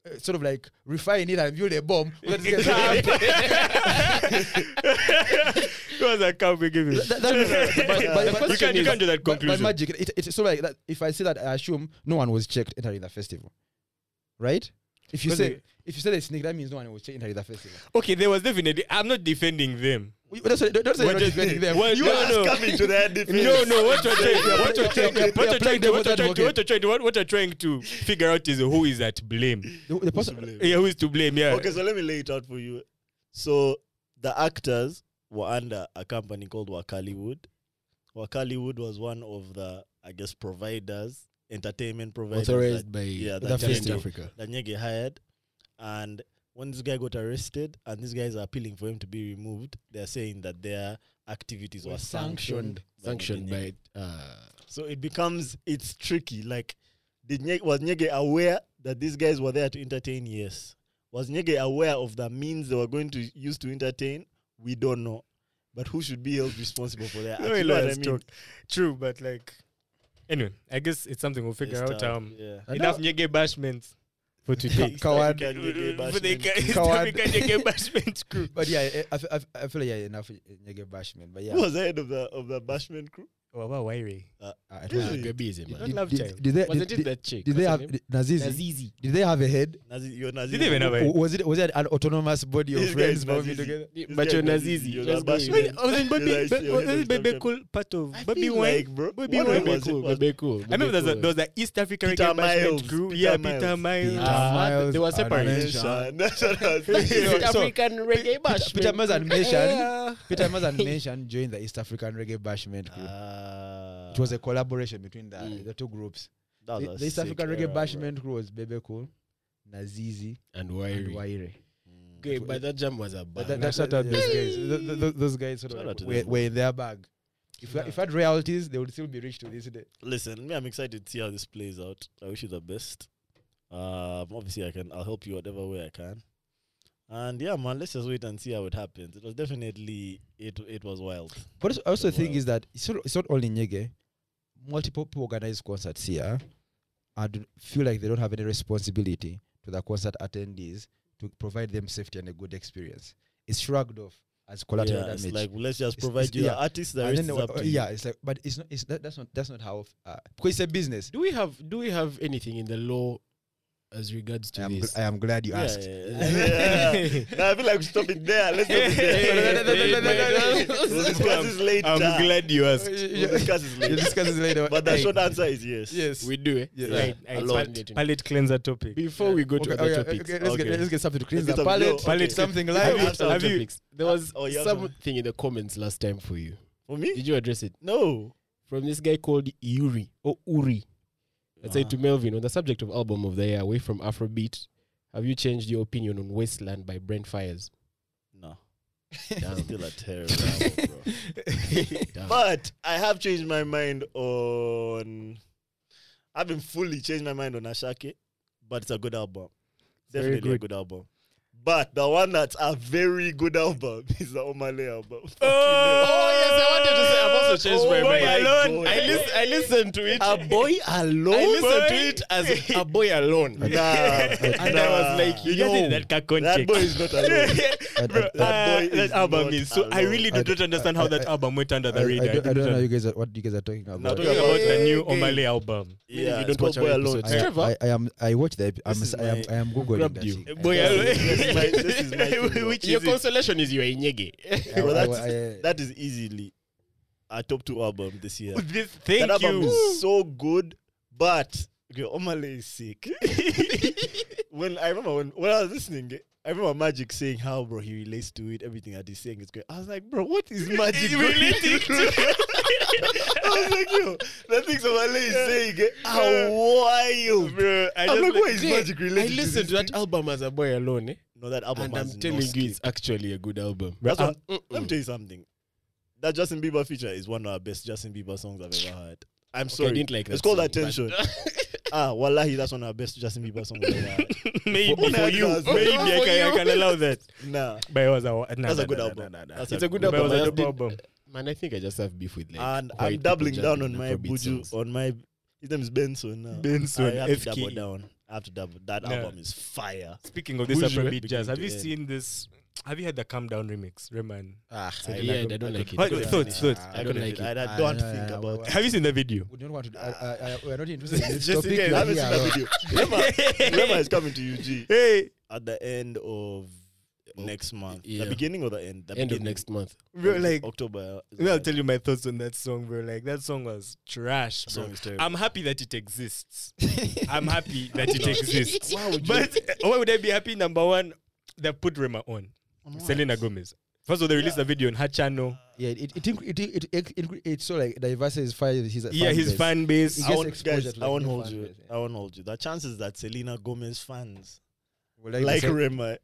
Speaker 4: uh, sort of like refine it and build a bomb. without this guy- *laughs*
Speaker 1: *laughs* Because I can't forgive you.
Speaker 4: That- that-
Speaker 3: But-
Speaker 4: but-
Speaker 3: but the
Speaker 4: but-
Speaker 1: You can't, you
Speaker 3: is-
Speaker 1: can't do that
Speaker 4: But- But
Speaker 1: conclusion.
Speaker 4: magic, it, it, it's so like that. If I say that, I assume no one was checked entering the festival, right? If you
Speaker 1: Because
Speaker 4: say
Speaker 1: they-
Speaker 4: if you say they sneak, that means no one was checked entering the festival.
Speaker 1: okay, there was definitely. I'm not defending them.
Speaker 4: We- That's why, that's why
Speaker 1: What
Speaker 4: you're not
Speaker 1: is-
Speaker 4: defending them.
Speaker 1: what-
Speaker 4: you
Speaker 1: no,
Speaker 4: are
Speaker 1: no.
Speaker 2: coming to
Speaker 4: *laughs*
Speaker 2: their defense.
Speaker 1: No, no. What you're trying, what you're trying,
Speaker 4: You're-
Speaker 1: what
Speaker 4: you're
Speaker 1: you're trying,
Speaker 4: playing
Speaker 1: to- what
Speaker 4: devil's
Speaker 1: you're trying, to-
Speaker 4: advocate.
Speaker 1: what you're trying, to- what what you're trying to figure out is who is at blame.
Speaker 4: the, the person.
Speaker 1: Yeah, who is to blame? *laughs* Yeah.
Speaker 2: Okay, so let me lay it out for you. So the actors were under a company called Wakaliwood. Wakaliwood was one of the, I guess, providers, entertainment providers.
Speaker 3: Authorized
Speaker 2: that-
Speaker 3: by
Speaker 2: yeah,
Speaker 4: the
Speaker 2: that
Speaker 4: festival.
Speaker 2: Nyege,
Speaker 3: Challenge Africa.
Speaker 2: that Nyege hired. And when this guy got arrested and these guys are appealing for him to be removed, they're saying that their activities were, sanctioned. by
Speaker 3: Sanctioned
Speaker 2: Nyege.
Speaker 3: by. Uh,
Speaker 2: So it becomes it's tricky. Like, did Nye- was Nyege aware that these guys were there to entertain? Yes. Was Nyege aware of the means they were going to use to entertain? We don't know. But who should be held responsible for
Speaker 1: *laughs*
Speaker 2: that?
Speaker 1: No,
Speaker 2: You know what I
Speaker 1: lawyers
Speaker 2: mean?
Speaker 1: talk. True, but like, anyway, I guess it's something we'll figure
Speaker 2: It's
Speaker 1: out.
Speaker 2: tough,
Speaker 1: Um,
Speaker 2: yeah.
Speaker 3: I
Speaker 1: enough nyege bashments for today.
Speaker 2: East Africa *laughs*
Speaker 4: Coward.
Speaker 1: *laughs*
Speaker 2: Nyege
Speaker 1: For the
Speaker 2: bashment.
Speaker 1: East
Speaker 4: Coward.
Speaker 1: Africa nyege bashment
Speaker 4: *laughs*
Speaker 1: crew.
Speaker 4: But yeah, I- I, I, I feel like yeah, enough Nyege bashment. But yeah,
Speaker 2: Who was ahead of the of the bashment crew?
Speaker 1: Wow, wow, wiry.
Speaker 4: I- I don't
Speaker 2: Really?
Speaker 4: know.
Speaker 3: Gabi is a
Speaker 4: Did-
Speaker 1: Not
Speaker 3: man.
Speaker 1: love
Speaker 4: did-
Speaker 1: child.
Speaker 4: Did they,
Speaker 3: Wasn't
Speaker 4: did,
Speaker 3: it
Speaker 4: did,
Speaker 3: that chick?
Speaker 4: did they have
Speaker 3: What's her name?
Speaker 4: Nazizi?
Speaker 3: Nazizi?
Speaker 4: Did they have a head?
Speaker 2: Nazi, you're Nazi.
Speaker 1: Did they even have a
Speaker 4: W- Was it was it an autonomous body of
Speaker 2: This guy
Speaker 4: friends
Speaker 2: is
Speaker 4: moving
Speaker 2: Nazizi.
Speaker 4: together?
Speaker 3: But
Speaker 2: guy
Speaker 3: you're
Speaker 2: is Nazizi.
Speaker 3: Nazizi.
Speaker 2: You're
Speaker 3: Let's
Speaker 2: not
Speaker 3: go with
Speaker 2: bashing.
Speaker 3: it.
Speaker 1: Oh, then
Speaker 2: Yeah,
Speaker 1: Bobby,
Speaker 2: I see what
Speaker 1: Bobby,
Speaker 2: you're
Speaker 1: Bobby,
Speaker 2: talking
Speaker 1: cool part of
Speaker 2: I
Speaker 1: Bobby
Speaker 2: feel
Speaker 1: Wine.
Speaker 2: like, bro.
Speaker 1: Bobby
Speaker 2: what
Speaker 1: Wine
Speaker 2: was
Speaker 3: Cool,
Speaker 2: it? Was
Speaker 3: Bebe cool.
Speaker 1: I remember there's a,
Speaker 3: *laughs*
Speaker 1: there was an East African
Speaker 2: Peter
Speaker 1: reggae
Speaker 2: Miles,
Speaker 1: bashment crew.
Speaker 2: Peter
Speaker 1: yeah, Peter
Speaker 2: Miles.
Speaker 1: Miles.
Speaker 3: Ah, they were separate.
Speaker 4: Meshan.
Speaker 2: Nation. *laughs* That's what I
Speaker 1: *laughs*
Speaker 2: was thinking.
Speaker 3: East
Speaker 1: So-
Speaker 3: African reggae bash.
Speaker 4: Peter Mas and Meshan.
Speaker 1: Yeah.
Speaker 4: Peter Mas and Meshan joined the East African Reggae Bashment group.
Speaker 2: Ah,
Speaker 4: it was a collaboration between the,
Speaker 3: Mm.
Speaker 4: the two groups.
Speaker 2: that was
Speaker 4: the,
Speaker 2: a
Speaker 4: the East
Speaker 2: sick
Speaker 4: African
Speaker 2: era,
Speaker 4: Reggae
Speaker 2: bro.
Speaker 4: Bashment crew was Bebe Cool, Nazizi,
Speaker 3: and
Speaker 4: and
Speaker 3: Wairi.
Speaker 4: Waire.
Speaker 2: Mm.
Speaker 3: Okay, but that jam was a bad.
Speaker 4: But that,
Speaker 1: Nah,
Speaker 4: that,
Speaker 1: shout
Speaker 4: that,
Speaker 1: out those
Speaker 4: those guys. Th- th- th- those guys sort
Speaker 2: Shout out
Speaker 4: of
Speaker 2: to
Speaker 4: were,
Speaker 2: them.
Speaker 4: were in their bag. If, yeah. if had royalties, they would still be rich to this day.
Speaker 2: Listen, me, I'm excited to see how this plays out. I wish you the best. Um, obviously, I can. I'll help you whatever way I can. And yeah, man, let's just wait and see how it happens. It was definitely it. It was wild.
Speaker 4: But also- I also
Speaker 2: The
Speaker 4: think
Speaker 2: world.
Speaker 4: is that it's not, it's not only Nyege. Multiple people organize concerts here and feel like they don't have any responsibility to the concert attendees to provide them safety and a good experience. It's shrugged off as collateral
Speaker 2: yeah, it's
Speaker 4: damage.
Speaker 2: like let's just
Speaker 4: It's-
Speaker 2: provide
Speaker 4: it's-
Speaker 2: you the
Speaker 4: yeah.
Speaker 2: artist. The
Speaker 4: and
Speaker 2: rest
Speaker 4: then
Speaker 2: is
Speaker 4: they-
Speaker 2: up to you.
Speaker 4: oh, yeah, it's like, but it's not. It's that, that's not. That's not how. Uh, because it's a business.
Speaker 3: Do we have do we have anything in the law as regards
Speaker 4: I
Speaker 3: to
Speaker 4: am, gl-
Speaker 3: this?
Speaker 4: I am glad you
Speaker 2: Yeah,
Speaker 4: asked.
Speaker 2: yeah, yeah. Nah, I feel like we stop it there. Let's stop it
Speaker 3: Hey,
Speaker 2: there. we'll discuss this later.
Speaker 1: I'm glad you asked.
Speaker 2: We'll discuss this
Speaker 4: We'll
Speaker 2: later.
Speaker 4: discuss this later.
Speaker 2: But the
Speaker 4: Hey,
Speaker 2: short answer is yes.
Speaker 4: *laughs* yes.
Speaker 3: We do eh? it.
Speaker 4: Yeah.
Speaker 1: Right,
Speaker 2: Ah,
Speaker 3: I
Speaker 1: right.
Speaker 3: love
Speaker 1: Pal-
Speaker 3: it.
Speaker 1: Palate cleanser topic.
Speaker 3: Before we go to
Speaker 4: okay,
Speaker 3: other
Speaker 4: okay,
Speaker 3: topics,
Speaker 4: okay, let's,
Speaker 2: Okay.
Speaker 4: Get, let's get something to cleanse
Speaker 2: Let's
Speaker 4: the
Speaker 2: get some-
Speaker 4: palate.
Speaker 2: yo,
Speaker 1: Palate-
Speaker 3: *laughs*
Speaker 4: Something
Speaker 3: I
Speaker 4: live.
Speaker 3: have some
Speaker 1: Have you-
Speaker 3: topics. There was
Speaker 2: Oh, you have Hmm? some-
Speaker 3: something in the comments last time for you.
Speaker 2: For me?
Speaker 3: Did you address it?
Speaker 2: No.
Speaker 3: From this guy called Yuri or Uri. I
Speaker 2: Ah.
Speaker 3: said to Melvin on the subject of album of the year away from Afrobeat. Have you changed your opinion on Wasteland by
Speaker 2: *laughs*
Speaker 3: Brent Fires?
Speaker 2: No.
Speaker 3: Damn.
Speaker 2: Still a terrible album, bro.
Speaker 3: Damn.
Speaker 2: But I have changed my mind on. I haven't fully changed my mind on Ashake, but it's a good album.
Speaker 1: Very
Speaker 2: Definitely a good album. But the one that's a very good album *laughs* is the Omale album.
Speaker 1: Oh,
Speaker 3: yes, I wanted to say I've also changed my
Speaker 2: boy
Speaker 3: mind.
Speaker 2: alone.
Speaker 3: I listen I listened to it.
Speaker 2: Oh a boy alone.
Speaker 3: I listened to it as a boy alone.
Speaker 2: *laughs* Nah,
Speaker 1: And
Speaker 2: nah.
Speaker 1: I was like, you just
Speaker 2: No.
Speaker 1: did that kakon *laughs*
Speaker 2: that boy is not alone.
Speaker 4: I- I-
Speaker 1: Bro,
Speaker 2: That
Speaker 1: uh,
Speaker 2: boy
Speaker 1: that
Speaker 2: is
Speaker 1: album
Speaker 2: not
Speaker 1: is so. I
Speaker 2: alone.
Speaker 1: really do
Speaker 4: I d-
Speaker 1: not understand how
Speaker 4: I-
Speaker 1: that
Speaker 4: I-
Speaker 1: album went under
Speaker 4: I, I,
Speaker 1: the radar.
Speaker 4: don't, I don't know
Speaker 1: understand.
Speaker 4: you guys are, what you guys are talking about.
Speaker 2: No,
Speaker 1: Talking about the new
Speaker 3: Okay.
Speaker 1: Omale album.
Speaker 2: yeah,
Speaker 3: you
Speaker 2: you
Speaker 3: don't
Speaker 2: don't
Speaker 3: watch our
Speaker 2: boy alone.
Speaker 3: episodes.
Speaker 4: I,
Speaker 3: Trevor?
Speaker 4: I, I am. I watched the. I'm,
Speaker 2: This is
Speaker 4: I am.
Speaker 2: my-
Speaker 4: I am googling
Speaker 3: grabbed
Speaker 4: that
Speaker 3: you.
Speaker 4: shit.
Speaker 2: *laughs*
Speaker 1: Uh, Boy,
Speaker 2: Yeah,
Speaker 1: alone.
Speaker 2: this is my- this is my thing, bro.
Speaker 1: Which
Speaker 3: Your
Speaker 1: is it?
Speaker 3: consolation is
Speaker 2: *laughs*
Speaker 3: your *laughs* Inyege.
Speaker 4: I-
Speaker 2: Bro,
Speaker 4: I-
Speaker 2: that's-
Speaker 4: I-
Speaker 2: That is easily a top two album this year.
Speaker 1: This, thank
Speaker 2: that album
Speaker 1: you.
Speaker 2: is so good, but okay, Omale is sick. *laughs* when I remember when, when I was listening, I remember Magic saying how bro he relates to it, everything that he's saying is great. I was like, bro, what is Magic
Speaker 1: He
Speaker 2: going
Speaker 1: relating
Speaker 2: through? *laughs* I was like, yo, the things Omale is saying eh, are wild.
Speaker 1: Bro, I
Speaker 2: I'm
Speaker 1: just
Speaker 2: like,
Speaker 1: like-
Speaker 2: what is Magic
Speaker 3: I
Speaker 2: related to
Speaker 3: listened
Speaker 2: this
Speaker 3: to that
Speaker 2: thing?
Speaker 3: album as a boy alone, eh?
Speaker 2: No, that album
Speaker 3: and I'm
Speaker 2: has no
Speaker 3: telling you,
Speaker 2: skip.
Speaker 3: it's actually a good album.
Speaker 2: That's
Speaker 3: Um,
Speaker 2: Let me
Speaker 3: mm-mm.
Speaker 2: tell you something. That Justin Bieber feature is one of our best Justin Bieber songs I've ever heard. I'm
Speaker 3: Okay,
Speaker 2: sorry.
Speaker 3: I didn't like that.
Speaker 2: it's called
Speaker 3: song,
Speaker 2: Attention.
Speaker 3: but-
Speaker 2: *laughs* ah, wallahi, that's one of our best Justin Bieber songs I've ever heard.
Speaker 1: maybe
Speaker 2: For-
Speaker 1: for you,
Speaker 2: for
Speaker 1: maybe I can, I
Speaker 3: you.
Speaker 1: can allow that.
Speaker 2: Nah.
Speaker 1: But it was a nah,
Speaker 2: That's a
Speaker 1: nah,
Speaker 2: good
Speaker 1: nah,
Speaker 2: album.
Speaker 1: nah, nah, nah.
Speaker 2: That's
Speaker 3: It's a good
Speaker 1: But it
Speaker 3: album.
Speaker 1: was
Speaker 3: I
Speaker 1: a
Speaker 3: just
Speaker 1: dope
Speaker 3: did-
Speaker 1: album.
Speaker 3: Man, I think I just have beef with like.
Speaker 2: and
Speaker 3: white
Speaker 2: I'm
Speaker 3: people
Speaker 2: doubling
Speaker 3: judging
Speaker 2: down on my
Speaker 3: Afrobeat
Speaker 2: buju,
Speaker 3: songs.
Speaker 2: on my. His name is Benson. Now.
Speaker 1: Benson,
Speaker 2: I have to double
Speaker 1: FKE.
Speaker 2: down. I have to double. That
Speaker 1: Nah.
Speaker 2: album is fire.
Speaker 1: Speaking of this
Speaker 3: Who's your-
Speaker 1: Afrobeat jazz, have you
Speaker 2: Yeah.
Speaker 1: seen this? Have you heard the Calm Down remix, Rayman?
Speaker 4: Ah,
Speaker 3: I,
Speaker 1: I
Speaker 3: yeah,
Speaker 1: like
Speaker 3: I
Speaker 1: it.
Speaker 3: don't like it.
Speaker 1: Wait,
Speaker 3: I
Speaker 1: wait,
Speaker 3: don't
Speaker 1: thoughts,
Speaker 3: like it.
Speaker 1: thoughts.
Speaker 3: I don't like it.
Speaker 2: I, I
Speaker 4: Ah,
Speaker 2: don't
Speaker 4: no, no,
Speaker 2: think
Speaker 4: no,
Speaker 2: about
Speaker 4: no.
Speaker 1: *laughs*
Speaker 2: it.
Speaker 1: Have you seen the video?
Speaker 4: we don't want to. do- I, I, I, we are not interested in this
Speaker 2: Just
Speaker 4: topic.
Speaker 2: again, I haven't seen
Speaker 4: Yeah,
Speaker 2: that video.
Speaker 1: *laughs*
Speaker 2: Rema, Rema is coming to UG
Speaker 1: Hey,
Speaker 2: at the end of next month.
Speaker 3: yeah.
Speaker 2: The beginning or the end? The
Speaker 3: End of
Speaker 2: beginning.
Speaker 3: next month.
Speaker 1: bro, like,
Speaker 2: October. is
Speaker 1: I'll
Speaker 2: the
Speaker 1: tell you my thoughts on that song, bro. Like, that song was trash, bro.
Speaker 2: song is terrible.
Speaker 1: I'm happy that it exists. I'm happy that it exists. But uh, why would I be happy? Number one, they put Rema on. Selena Gomez. First of all, they released a video on her channel.
Speaker 4: yeah, it it inc- it it, it, it it's so like diversity is fine. His
Speaker 1: yeah, his
Speaker 4: base.
Speaker 1: fan base.
Speaker 4: He
Speaker 2: I
Speaker 4: gets
Speaker 2: won't,
Speaker 4: exposure
Speaker 2: guys, I
Speaker 4: to, like,
Speaker 2: won't
Speaker 4: new
Speaker 2: hold
Speaker 4: fan
Speaker 2: you.
Speaker 4: base, yeah.
Speaker 2: I won't hold you. The chances that Selena Gomez fans
Speaker 4: Well,
Speaker 2: like
Speaker 4: the same-
Speaker 2: Rema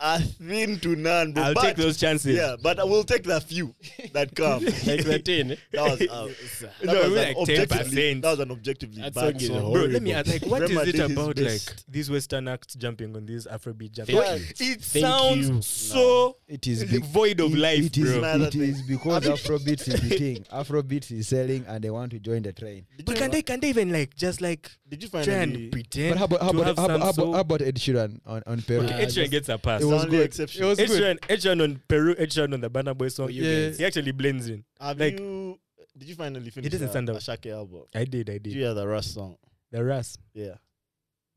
Speaker 2: are thin to none. Bro.
Speaker 1: I'll
Speaker 2: but,
Speaker 1: take those chances.
Speaker 2: Yeah, but I will take the few that
Speaker 1: *laughs*
Speaker 2: come.
Speaker 3: *laughs* like the *laughs* 10. eh?
Speaker 2: That was, uh,
Speaker 3: It's, uh,
Speaker 2: that
Speaker 1: No,
Speaker 2: was
Speaker 1: it was
Speaker 2: an
Speaker 1: like 10%.
Speaker 2: objectively- That was an objectively
Speaker 3: That
Speaker 2: bad
Speaker 3: song is
Speaker 2: song.
Speaker 1: Bro, let me
Speaker 3: Horrible.
Speaker 1: ask, like, what is
Speaker 2: Rema
Speaker 1: it
Speaker 2: did his
Speaker 1: about,
Speaker 2: best.
Speaker 1: like, these Western acts jumping on these Afrobeat jumping?
Speaker 3: Yeah.
Speaker 1: It
Speaker 3: Thank
Speaker 1: sounds
Speaker 3: you.
Speaker 1: so
Speaker 4: It is
Speaker 1: li- void of life,
Speaker 4: it is,
Speaker 1: bro.
Speaker 2: Another
Speaker 4: it is
Speaker 2: thing.
Speaker 4: because Afrobeat is the thing. Afrobeat is selling and they want to join the train.
Speaker 1: But can they, can they even, like, just, like,
Speaker 2: Did you
Speaker 1: try
Speaker 2: finally?
Speaker 1: and pretend
Speaker 4: But how about how
Speaker 1: to
Speaker 4: about,
Speaker 1: have
Speaker 4: how about,
Speaker 1: some
Speaker 4: how about,
Speaker 1: soul?
Speaker 4: how about Ed Sheeran on, on Peru?
Speaker 1: Okay, Ed Sheeran gets a pass.
Speaker 4: It was
Speaker 2: only
Speaker 4: good.
Speaker 2: exception.
Speaker 4: It was
Speaker 1: Ed
Speaker 4: good. Oh,
Speaker 1: Sheeran, Ed Sheeran on Peru, Ed Sheeran on the Banner Boy song.
Speaker 3: you
Speaker 1: Yeah.
Speaker 3: guys.
Speaker 1: He actually blends in.
Speaker 2: Have
Speaker 1: like-
Speaker 2: you? Did you finally finish?
Speaker 1: doesn't
Speaker 2: the
Speaker 1: stand out.
Speaker 2: Ashake album.
Speaker 1: I did, I
Speaker 2: Did
Speaker 1: did.
Speaker 2: you hear the Rush song?
Speaker 1: The Ras.
Speaker 2: Yeah.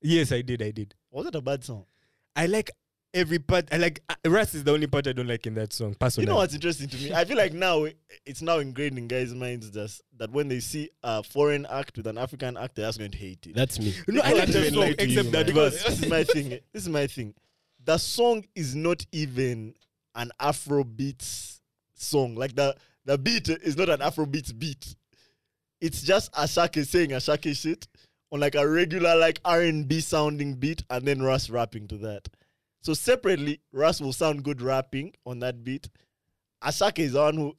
Speaker 1: Yes, I did, I did.
Speaker 2: Was it a bad song?
Speaker 1: I like every part. I like uh, Ras is the only part I don't like in that song. Personally,
Speaker 2: you know what's interesting to me? I feel like now i- it's now ingrained in guys' minds that that when they see a foreign act with an African act, they're just going to hate it.
Speaker 3: That's me.
Speaker 1: No, I like that
Speaker 2: Because that's what-
Speaker 1: song except that
Speaker 2: Because
Speaker 1: verse.
Speaker 2: This is my thing. This is my thing. The song is not even an Afrobeats song. Like the the beat is not an Afrobeats beat. It's just Ashake saying Ashake shit on like a regular like R and B sounding beat, and then Russ rapping to that. So separately, Russ will sound good rapping on that beat. Ashake is the one who.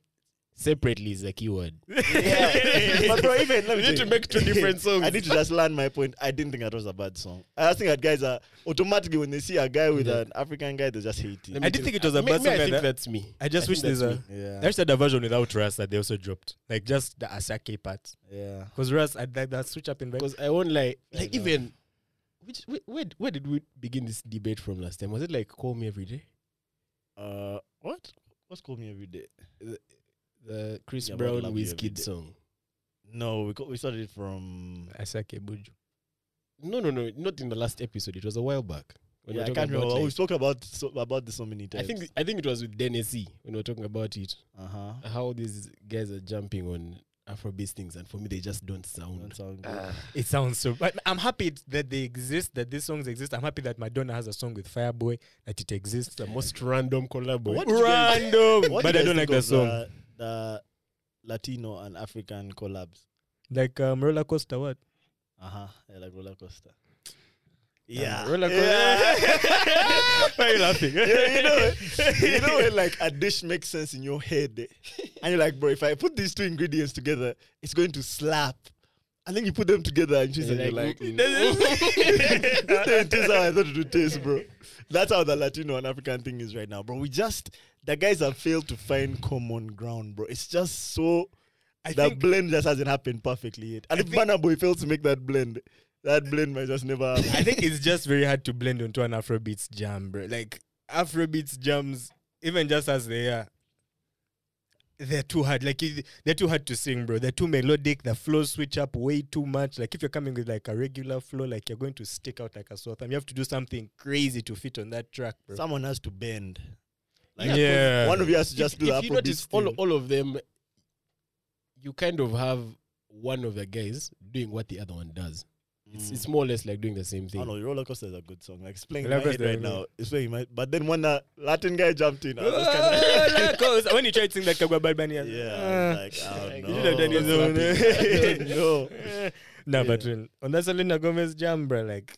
Speaker 3: Separately is the keyword. *laughs*
Speaker 2: Yeah. but bro, even let me
Speaker 3: You need
Speaker 2: tell
Speaker 3: to make two different songs.
Speaker 2: I need to just land my point. I didn't think that was a bad song. I just think that guys are automatically when they see a guy with
Speaker 3: Yeah.
Speaker 2: an African guy, they just hate
Speaker 3: Let
Speaker 2: it.
Speaker 3: me
Speaker 1: I did
Speaker 3: tell
Speaker 1: think
Speaker 3: you.
Speaker 1: it was a
Speaker 3: Me-
Speaker 1: bad
Speaker 3: me, I
Speaker 1: song,
Speaker 3: think
Speaker 1: that-
Speaker 3: that's me.
Speaker 1: I just
Speaker 3: I
Speaker 1: wish
Speaker 3: think
Speaker 1: there's
Speaker 3: that's
Speaker 1: a.
Speaker 2: Yeah,
Speaker 1: There's a version without Ras that they also dropped, like just the Asake part.
Speaker 2: yeah.
Speaker 1: Because Ras, I, that, that switch up in
Speaker 3: Because I won't lie. Like
Speaker 2: know.
Speaker 3: even which wh- where d- where did we begin this debate from last time? Was it like call me every day?
Speaker 2: Uh, what? What's called me every day?
Speaker 3: The Chris
Speaker 2: Yeah, but
Speaker 3: Brown
Speaker 2: Love You
Speaker 3: Wizkid
Speaker 2: Every Day.
Speaker 3: song.
Speaker 2: No, we co- we started it from.
Speaker 1: Asake Buju.
Speaker 3: No, no, no, not in the last episode. It was a while back. when we
Speaker 2: Yeah,
Speaker 3: were
Speaker 2: I
Speaker 3: talking
Speaker 2: can't
Speaker 3: about,
Speaker 2: remember.
Speaker 3: like-
Speaker 2: We've talked about so, about this so many
Speaker 3: I
Speaker 2: times.
Speaker 3: think I think it was with Dennis E when we were talking about it.
Speaker 2: Uh huh.
Speaker 3: How these guys are jumping on Afrobeat things, and for me they just don't sound.
Speaker 2: Don't sound good.
Speaker 3: Uh,
Speaker 1: It sounds so. But I'm happy it- that they exist, that these songs exist. I'm happy that Madonna has a song with Fireboy, that it exists.
Speaker 3: The most random collab.
Speaker 2: What did you guys-
Speaker 1: Random, but
Speaker 2: What do you
Speaker 1: I
Speaker 2: guys
Speaker 1: don't
Speaker 2: think
Speaker 1: like that
Speaker 2: of
Speaker 1: song.
Speaker 2: The, the Latino and African collabs.
Speaker 1: like um, roller coaster, what?
Speaker 2: Uh huh. Yeah, like roller coaster. Yeah. *laughs*
Speaker 3: roller co-
Speaker 2: Yeah.
Speaker 1: Why are you laughing?
Speaker 2: Yeah, you know, you know when like a dish makes sense in your head, eh? and you're like, bro, if I put these two ingredients together, it's going to slap. And then you put them together and she's
Speaker 3: And
Speaker 2: like, like
Speaker 3: you're
Speaker 2: *laughs*
Speaker 3: *laughs* like,
Speaker 2: mm, this tastes how I thought it would taste, bro. That's how the Latino and African thing is right now, bro. We just the guys have failed to find common ground, bro. It's just so
Speaker 1: I
Speaker 2: that
Speaker 1: think-
Speaker 2: blend just hasn't happened perfectly yet. And
Speaker 1: I
Speaker 2: if
Speaker 1: think-
Speaker 2: Burna Boy fails to make that blend, that blend might just never happen.
Speaker 1: I think it's just very hard to blend onto an Afrobeats jam, bro. Like Afrobeats jams, even just as they are, they're too hard. Like it- they're too hard to sing, bro. They're too melodic. The flows switch up way too much. Like if you're coming with like a regular flow, like you're going to stick out like a sore thumb. You have to do something crazy to fit on that track, bro.
Speaker 2: *laughs* Someone has to bend.
Speaker 1: Yeah.
Speaker 2: Like
Speaker 1: *laughs*
Speaker 2: one of you has to just
Speaker 3: if,
Speaker 2: do the
Speaker 3: if you notice
Speaker 2: Afrobeat
Speaker 3: all,
Speaker 2: thing.
Speaker 3: all of them you kind of have one of the guys doing what the other one does it's, it's more or less like doing the same
Speaker 2: Mm. I
Speaker 3: thing
Speaker 2: don't know, Roller Coaster is a good song. Like, it's playing in my
Speaker 1: Roller
Speaker 2: head
Speaker 1: Coaster,
Speaker 2: right
Speaker 1: yeah.
Speaker 2: now. It's playing in my... But then when the Latin guy jumped in, I was *laughs*
Speaker 1: *laughs*
Speaker 2: kind
Speaker 1: Roller coaster. when you try to sing that Kagwa Balbani,
Speaker 2: of... Yeah,
Speaker 1: yeah.
Speaker 2: I was like, I
Speaker 1: "Ah." You
Speaker 2: don't know.
Speaker 1: should have done your own. *laughs*
Speaker 2: I don't know.
Speaker 1: no, but
Speaker 2: Yeah.
Speaker 1: when, on that Selena Gomez jam, bro, like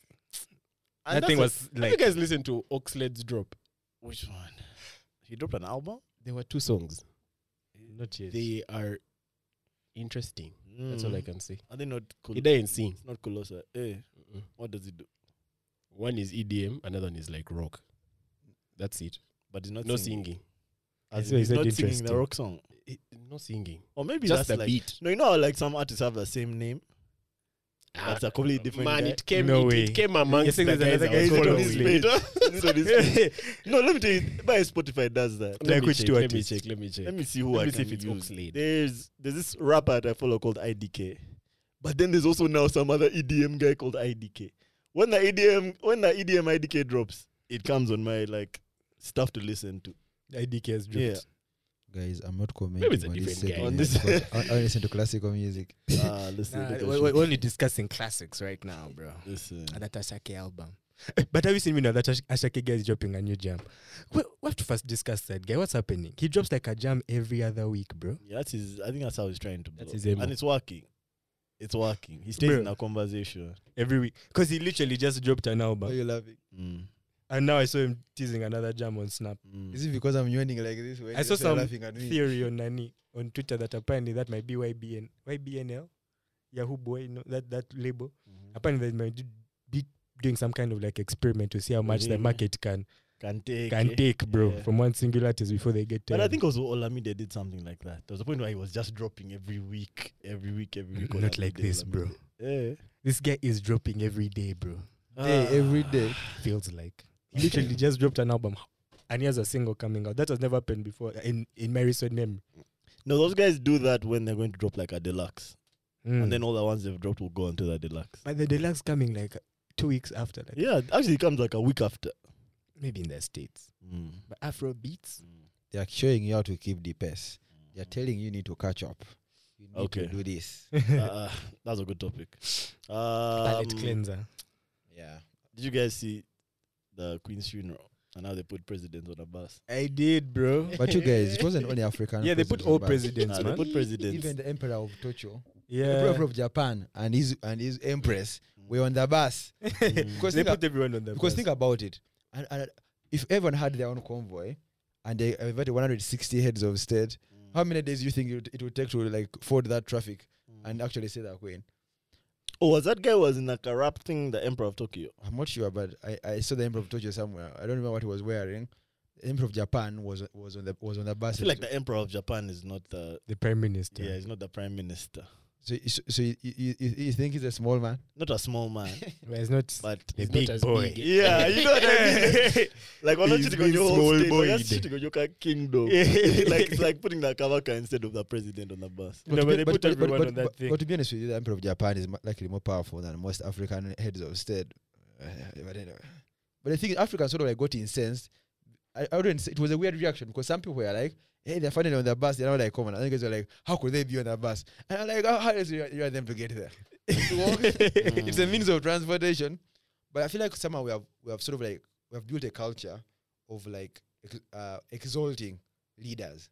Speaker 2: And
Speaker 1: that thing
Speaker 2: that's
Speaker 1: was
Speaker 3: have you
Speaker 1: like
Speaker 3: guys listen to Oxlade's drop
Speaker 2: a- Which one? He dropped an album?
Speaker 3: there were two songs
Speaker 1: not yet.
Speaker 3: they are interesting that's
Speaker 2: Mm.
Speaker 3: all i can say
Speaker 2: Are they not... Col-
Speaker 3: he didn't sing
Speaker 2: it's not Colossa. Eh, what does it do?
Speaker 3: one is edm another one is like rock that's it
Speaker 2: But he's not
Speaker 3: no
Speaker 2: singing.
Speaker 3: singing
Speaker 2: As
Speaker 1: So
Speaker 2: in
Speaker 1: he
Speaker 2: he's
Speaker 1: said
Speaker 2: not singing the
Speaker 1: interesting.
Speaker 2: rock song.
Speaker 3: Eh, no singing
Speaker 2: Or maybe
Speaker 3: just the
Speaker 2: that's like...
Speaker 3: beat
Speaker 2: No, you know how like some artists have the same name? That's a completely different
Speaker 3: Ah, man
Speaker 2: guy.
Speaker 3: it came
Speaker 1: No
Speaker 3: it,
Speaker 1: way.
Speaker 3: it came amongst
Speaker 1: You think
Speaker 3: the
Speaker 1: there's
Speaker 3: guys
Speaker 1: another
Speaker 3: I
Speaker 1: guy
Speaker 3: was
Speaker 1: called
Speaker 3: following.
Speaker 1: Oxlade?
Speaker 2: *laughs* It's on his page.
Speaker 3: *laughs*
Speaker 2: No, let me tell you, my Spotify does that.
Speaker 1: Like
Speaker 3: me
Speaker 1: which
Speaker 3: check,
Speaker 1: two
Speaker 3: let me
Speaker 1: artists?
Speaker 3: check. Let me check.
Speaker 2: Let me see who
Speaker 3: Let
Speaker 2: I
Speaker 3: me
Speaker 2: can
Speaker 3: see if it's
Speaker 2: use.
Speaker 3: Oxlade.
Speaker 2: There's there's this rapper that I follow called IDK, but then there's also now some other EDM guy called IDK. When the EDM when the E EDM IDK drops, it comes on my like stuff to listen
Speaker 3: *laughs*
Speaker 2: to.
Speaker 1: IDK has dropped.
Speaker 2: Yeah.
Speaker 4: Guys, I'm not commenting
Speaker 3: Maybe it's a
Speaker 4: on this
Speaker 3: different guy.
Speaker 2: On this-
Speaker 4: segment
Speaker 1: *laughs*
Speaker 4: because I, I listen to classical music. *laughs*
Speaker 2: Ah, listen,
Speaker 1: Nah,
Speaker 2: look at
Speaker 1: we're,
Speaker 2: you.
Speaker 1: we're only discussing classics right now, bro.
Speaker 2: listen.
Speaker 1: That Ashake album. Eh, But have you seen me now that Ash- Ashake guy is dropping a new jam? We, we have to first discuss that guy. What's happening? He drops like a jam every other week, bro.
Speaker 2: Yeah, that's his. I think that's how he's trying to.
Speaker 3: That's
Speaker 2: Blow.
Speaker 3: his MO.
Speaker 2: and it's working. It's working. He stays
Speaker 1: Bro.
Speaker 2: in a conversation.
Speaker 1: Every week. Because he literally just dropped an
Speaker 4: Why
Speaker 1: album.
Speaker 4: you laughing?
Speaker 2: Mm.
Speaker 1: And now I saw him teasing another jam on Snap.
Speaker 4: Is it because I'm yawning like this? When
Speaker 1: I saw
Speaker 4: you're
Speaker 1: some
Speaker 4: laughing at me.
Speaker 1: Theory on Nani on Twitter that apparently that might be YBN, YBNL, Yahoo Boy, no, that that label. Apparently they might do- be doing some kind of like experiment to see how much the
Speaker 2: Really?
Speaker 1: market can
Speaker 2: Can take.
Speaker 1: can
Speaker 2: eh?
Speaker 1: take, bro,
Speaker 2: Yeah.
Speaker 1: from one singularities before they get. to
Speaker 2: But I
Speaker 1: um,
Speaker 2: think also Olamide did something like that. There was a point where he was just dropping every week, every week, every week.
Speaker 1: Not like
Speaker 2: Olamide,
Speaker 1: this, bro.
Speaker 2: Olamide. Eh.
Speaker 1: this guy is dropping every day, bro. Ah.
Speaker 4: Day, every
Speaker 2: Ah.
Speaker 4: day.
Speaker 1: Feels like he *laughs* literally just dropped an album, and he has a single coming out. That has never happened before in in my recent memory.
Speaker 2: No, those guys do that when they're going to drop like a deluxe,
Speaker 1: Mm.
Speaker 2: and then all the ones they've dropped will go onto the deluxe.
Speaker 1: but the deluxe coming like two weeks after, like
Speaker 2: Yeah, actually, it comes like a week after. Hmm.
Speaker 1: maybe in the states. *laughs* But Afro beats,
Speaker 4: They are showing you how to keep the pace. They are telling you need to catch up. You need
Speaker 2: Okay.
Speaker 4: to do
Speaker 1: *laughs*
Speaker 4: this.
Speaker 2: uh, that's a good topic. Um,
Speaker 1: palette cleanser.
Speaker 4: Yeah.
Speaker 2: Did you guys see the Queen's funeral and how they put president on a bus?
Speaker 1: I did, bro.
Speaker 4: But you guys, it wasn't only African.
Speaker 1: yeah, they put
Speaker 4: presidents
Speaker 1: all
Speaker 4: on bus.
Speaker 1: presidents,
Speaker 2: Nah, they
Speaker 1: man.
Speaker 2: put presidents. *laughs*
Speaker 4: Even the emperor of Tocho, the
Speaker 1: yeah,
Speaker 4: emperor of Japan, and his and his empress were on the bus.
Speaker 2: Mm.
Speaker 1: *laughs*
Speaker 4: Because
Speaker 1: they
Speaker 4: think,
Speaker 1: put everyone on the
Speaker 4: because
Speaker 1: bus.
Speaker 4: think about it, and, and if everyone had their own convoy, and they invited 160 heads of state,
Speaker 2: Mm.
Speaker 4: how many days do you think it would- it would take to like ford that traffic and actually say that queen?
Speaker 2: uh, oh, was that guy was in a corrupting the emperor of Tokyo?
Speaker 4: I'm not sure, but I, I saw the emperor of Tocho somewhere. I don't remember what he was wearing. The emperor of Japan was was on the was on the
Speaker 2: I
Speaker 4: bus.
Speaker 2: feel like the emperor of Japan is not the
Speaker 1: the prime minister.
Speaker 2: yeah, he's not the prime minister.
Speaker 4: so so, so you, you, you you think he's a small man?
Speaker 2: Not a small man,
Speaker 1: Well, it's not
Speaker 2: but
Speaker 1: the
Speaker 3: not
Speaker 1: big
Speaker 3: as
Speaker 1: boy.
Speaker 2: *laughs*
Speaker 3: big.
Speaker 2: yeah, you know what I *laughs* mean. Like we're not
Speaker 1: He's
Speaker 2: cheating on
Speaker 1: been
Speaker 2: your whole state, we're
Speaker 1: small-boyed.
Speaker 2: just cheating on your ki- kingdom. like it's like putting the Kavaka instead of the president on the bus.
Speaker 1: No, but
Speaker 4: to be-
Speaker 1: they put everyone on that
Speaker 4: but-
Speaker 1: thing.
Speaker 4: but to be honest with you, the emperor of Japan is mu- likely more powerful than most African heads of state. Uh, but anyway, but I think Africans sort of like got incensed. I, I wouldn't. Say, it was a weird reaction because some people were like, "Hey, they're finally on the bus." They're not like, "Come on!" And you guys were like, "How could they be on the bus?" And I'm like, "Oh, "How how is you you are them to get there? *laughs* To walk?
Speaker 1: *laughs*
Speaker 4: it's a means of transportation." But I feel like somehow we have we have sort of like we have built a culture of like ex- uh, exalting leaders.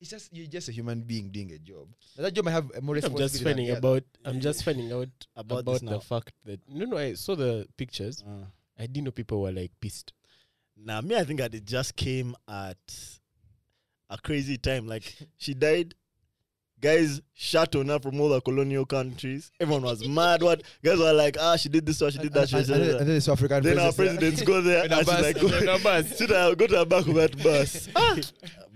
Speaker 4: It's just you're just a human being doing a job. Now that job might have a more
Speaker 3: I'm
Speaker 4: responsibility.
Speaker 3: just
Speaker 4: than
Speaker 3: finding
Speaker 4: the other.
Speaker 3: about. I'm just finding out
Speaker 2: About
Speaker 3: about,
Speaker 2: this now.
Speaker 3: the fact that no, no. I saw the pictures.
Speaker 2: Uh,
Speaker 3: I didn't know people were like pissed.
Speaker 2: nah, me, I think that it just came at a crazy time. Like she died. Guys shot on her from all the colonial countries. Everyone was mad. What guys were like, ah, she did this, or she did that. She
Speaker 4: And,
Speaker 2: did
Speaker 4: and, and,
Speaker 2: that.
Speaker 4: then the South African
Speaker 2: Then our
Speaker 4: president-
Speaker 2: presidents go there and
Speaker 4: a
Speaker 2: she's
Speaker 4: bus.
Speaker 2: like, go, sit down, go to the back of that
Speaker 4: *laughs*
Speaker 2: bus. Ah,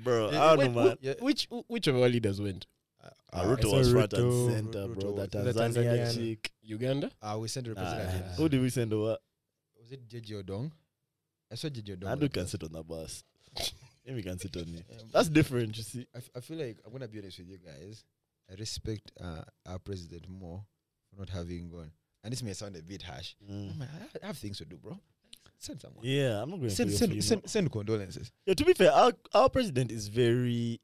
Speaker 2: bro, I don't know, man.
Speaker 4: *laughs* Yeah.
Speaker 3: Which which of our leaders went?
Speaker 2: Ah,
Speaker 4: Uh,
Speaker 2: Ruto
Speaker 1: saw
Speaker 2: was front
Speaker 1: Ruto.
Speaker 2: and center,
Speaker 4: Ruto
Speaker 2: bro. That
Speaker 1: was- The
Speaker 2: Tanzania
Speaker 1: Tanzanian.
Speaker 2: chick.
Speaker 3: Uganda.
Speaker 4: uh, we sent a
Speaker 2: Nah,
Speaker 4: representative.
Speaker 2: Ah. Who did we send over?
Speaker 4: Was it JJ Odong? I saw JJ Odong.
Speaker 2: Nah,
Speaker 4: on
Speaker 2: we
Speaker 4: the
Speaker 2: can
Speaker 4: bus.
Speaker 2: sit on the bus. *laughs* Maybe we can sit on it.
Speaker 4: Um,
Speaker 2: That's different, you see.
Speaker 4: I, f- I feel like I'm gonna be honest with you guys. I respect uh, our president more for not having gone. And this may sound a bit harsh. I'm like, I- I have things to do, bro. Send someone.
Speaker 2: Mm. Yeah, I'm not going
Speaker 4: Send
Speaker 2: for your
Speaker 4: send,
Speaker 2: funeral.
Speaker 4: send send condolences.
Speaker 2: Yeah, to be fair, our, our president is very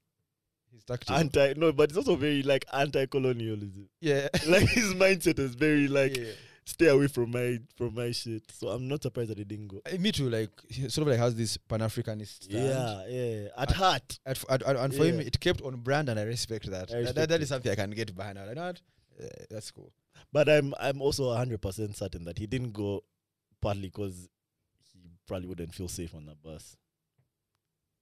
Speaker 4: He's tactical.
Speaker 2: anti. No, but it's also very like anti-colonialism. *laughs*
Speaker 4: yeah. *laughs*
Speaker 2: Like his mindset is very like
Speaker 4: yeah.
Speaker 2: stay away from my from my shit. So I'm not surprised that he didn't go.
Speaker 4: Uh, me too. Like he sort of like has this Pan Africanist.
Speaker 2: Yeah, yeah. At heart,
Speaker 4: And, f- and, and- and for him,
Speaker 2: Yeah.
Speaker 4: it kept on brand, and I respect that.
Speaker 2: I
Speaker 4: That-
Speaker 2: respect
Speaker 4: that, that
Speaker 2: it.
Speaker 4: is something I can get behind. I'm Like, "No, uh, that's cool.
Speaker 2: but I'm I'm also 100 percent certain that he didn't go partly because he probably wouldn't feel safe on the bus.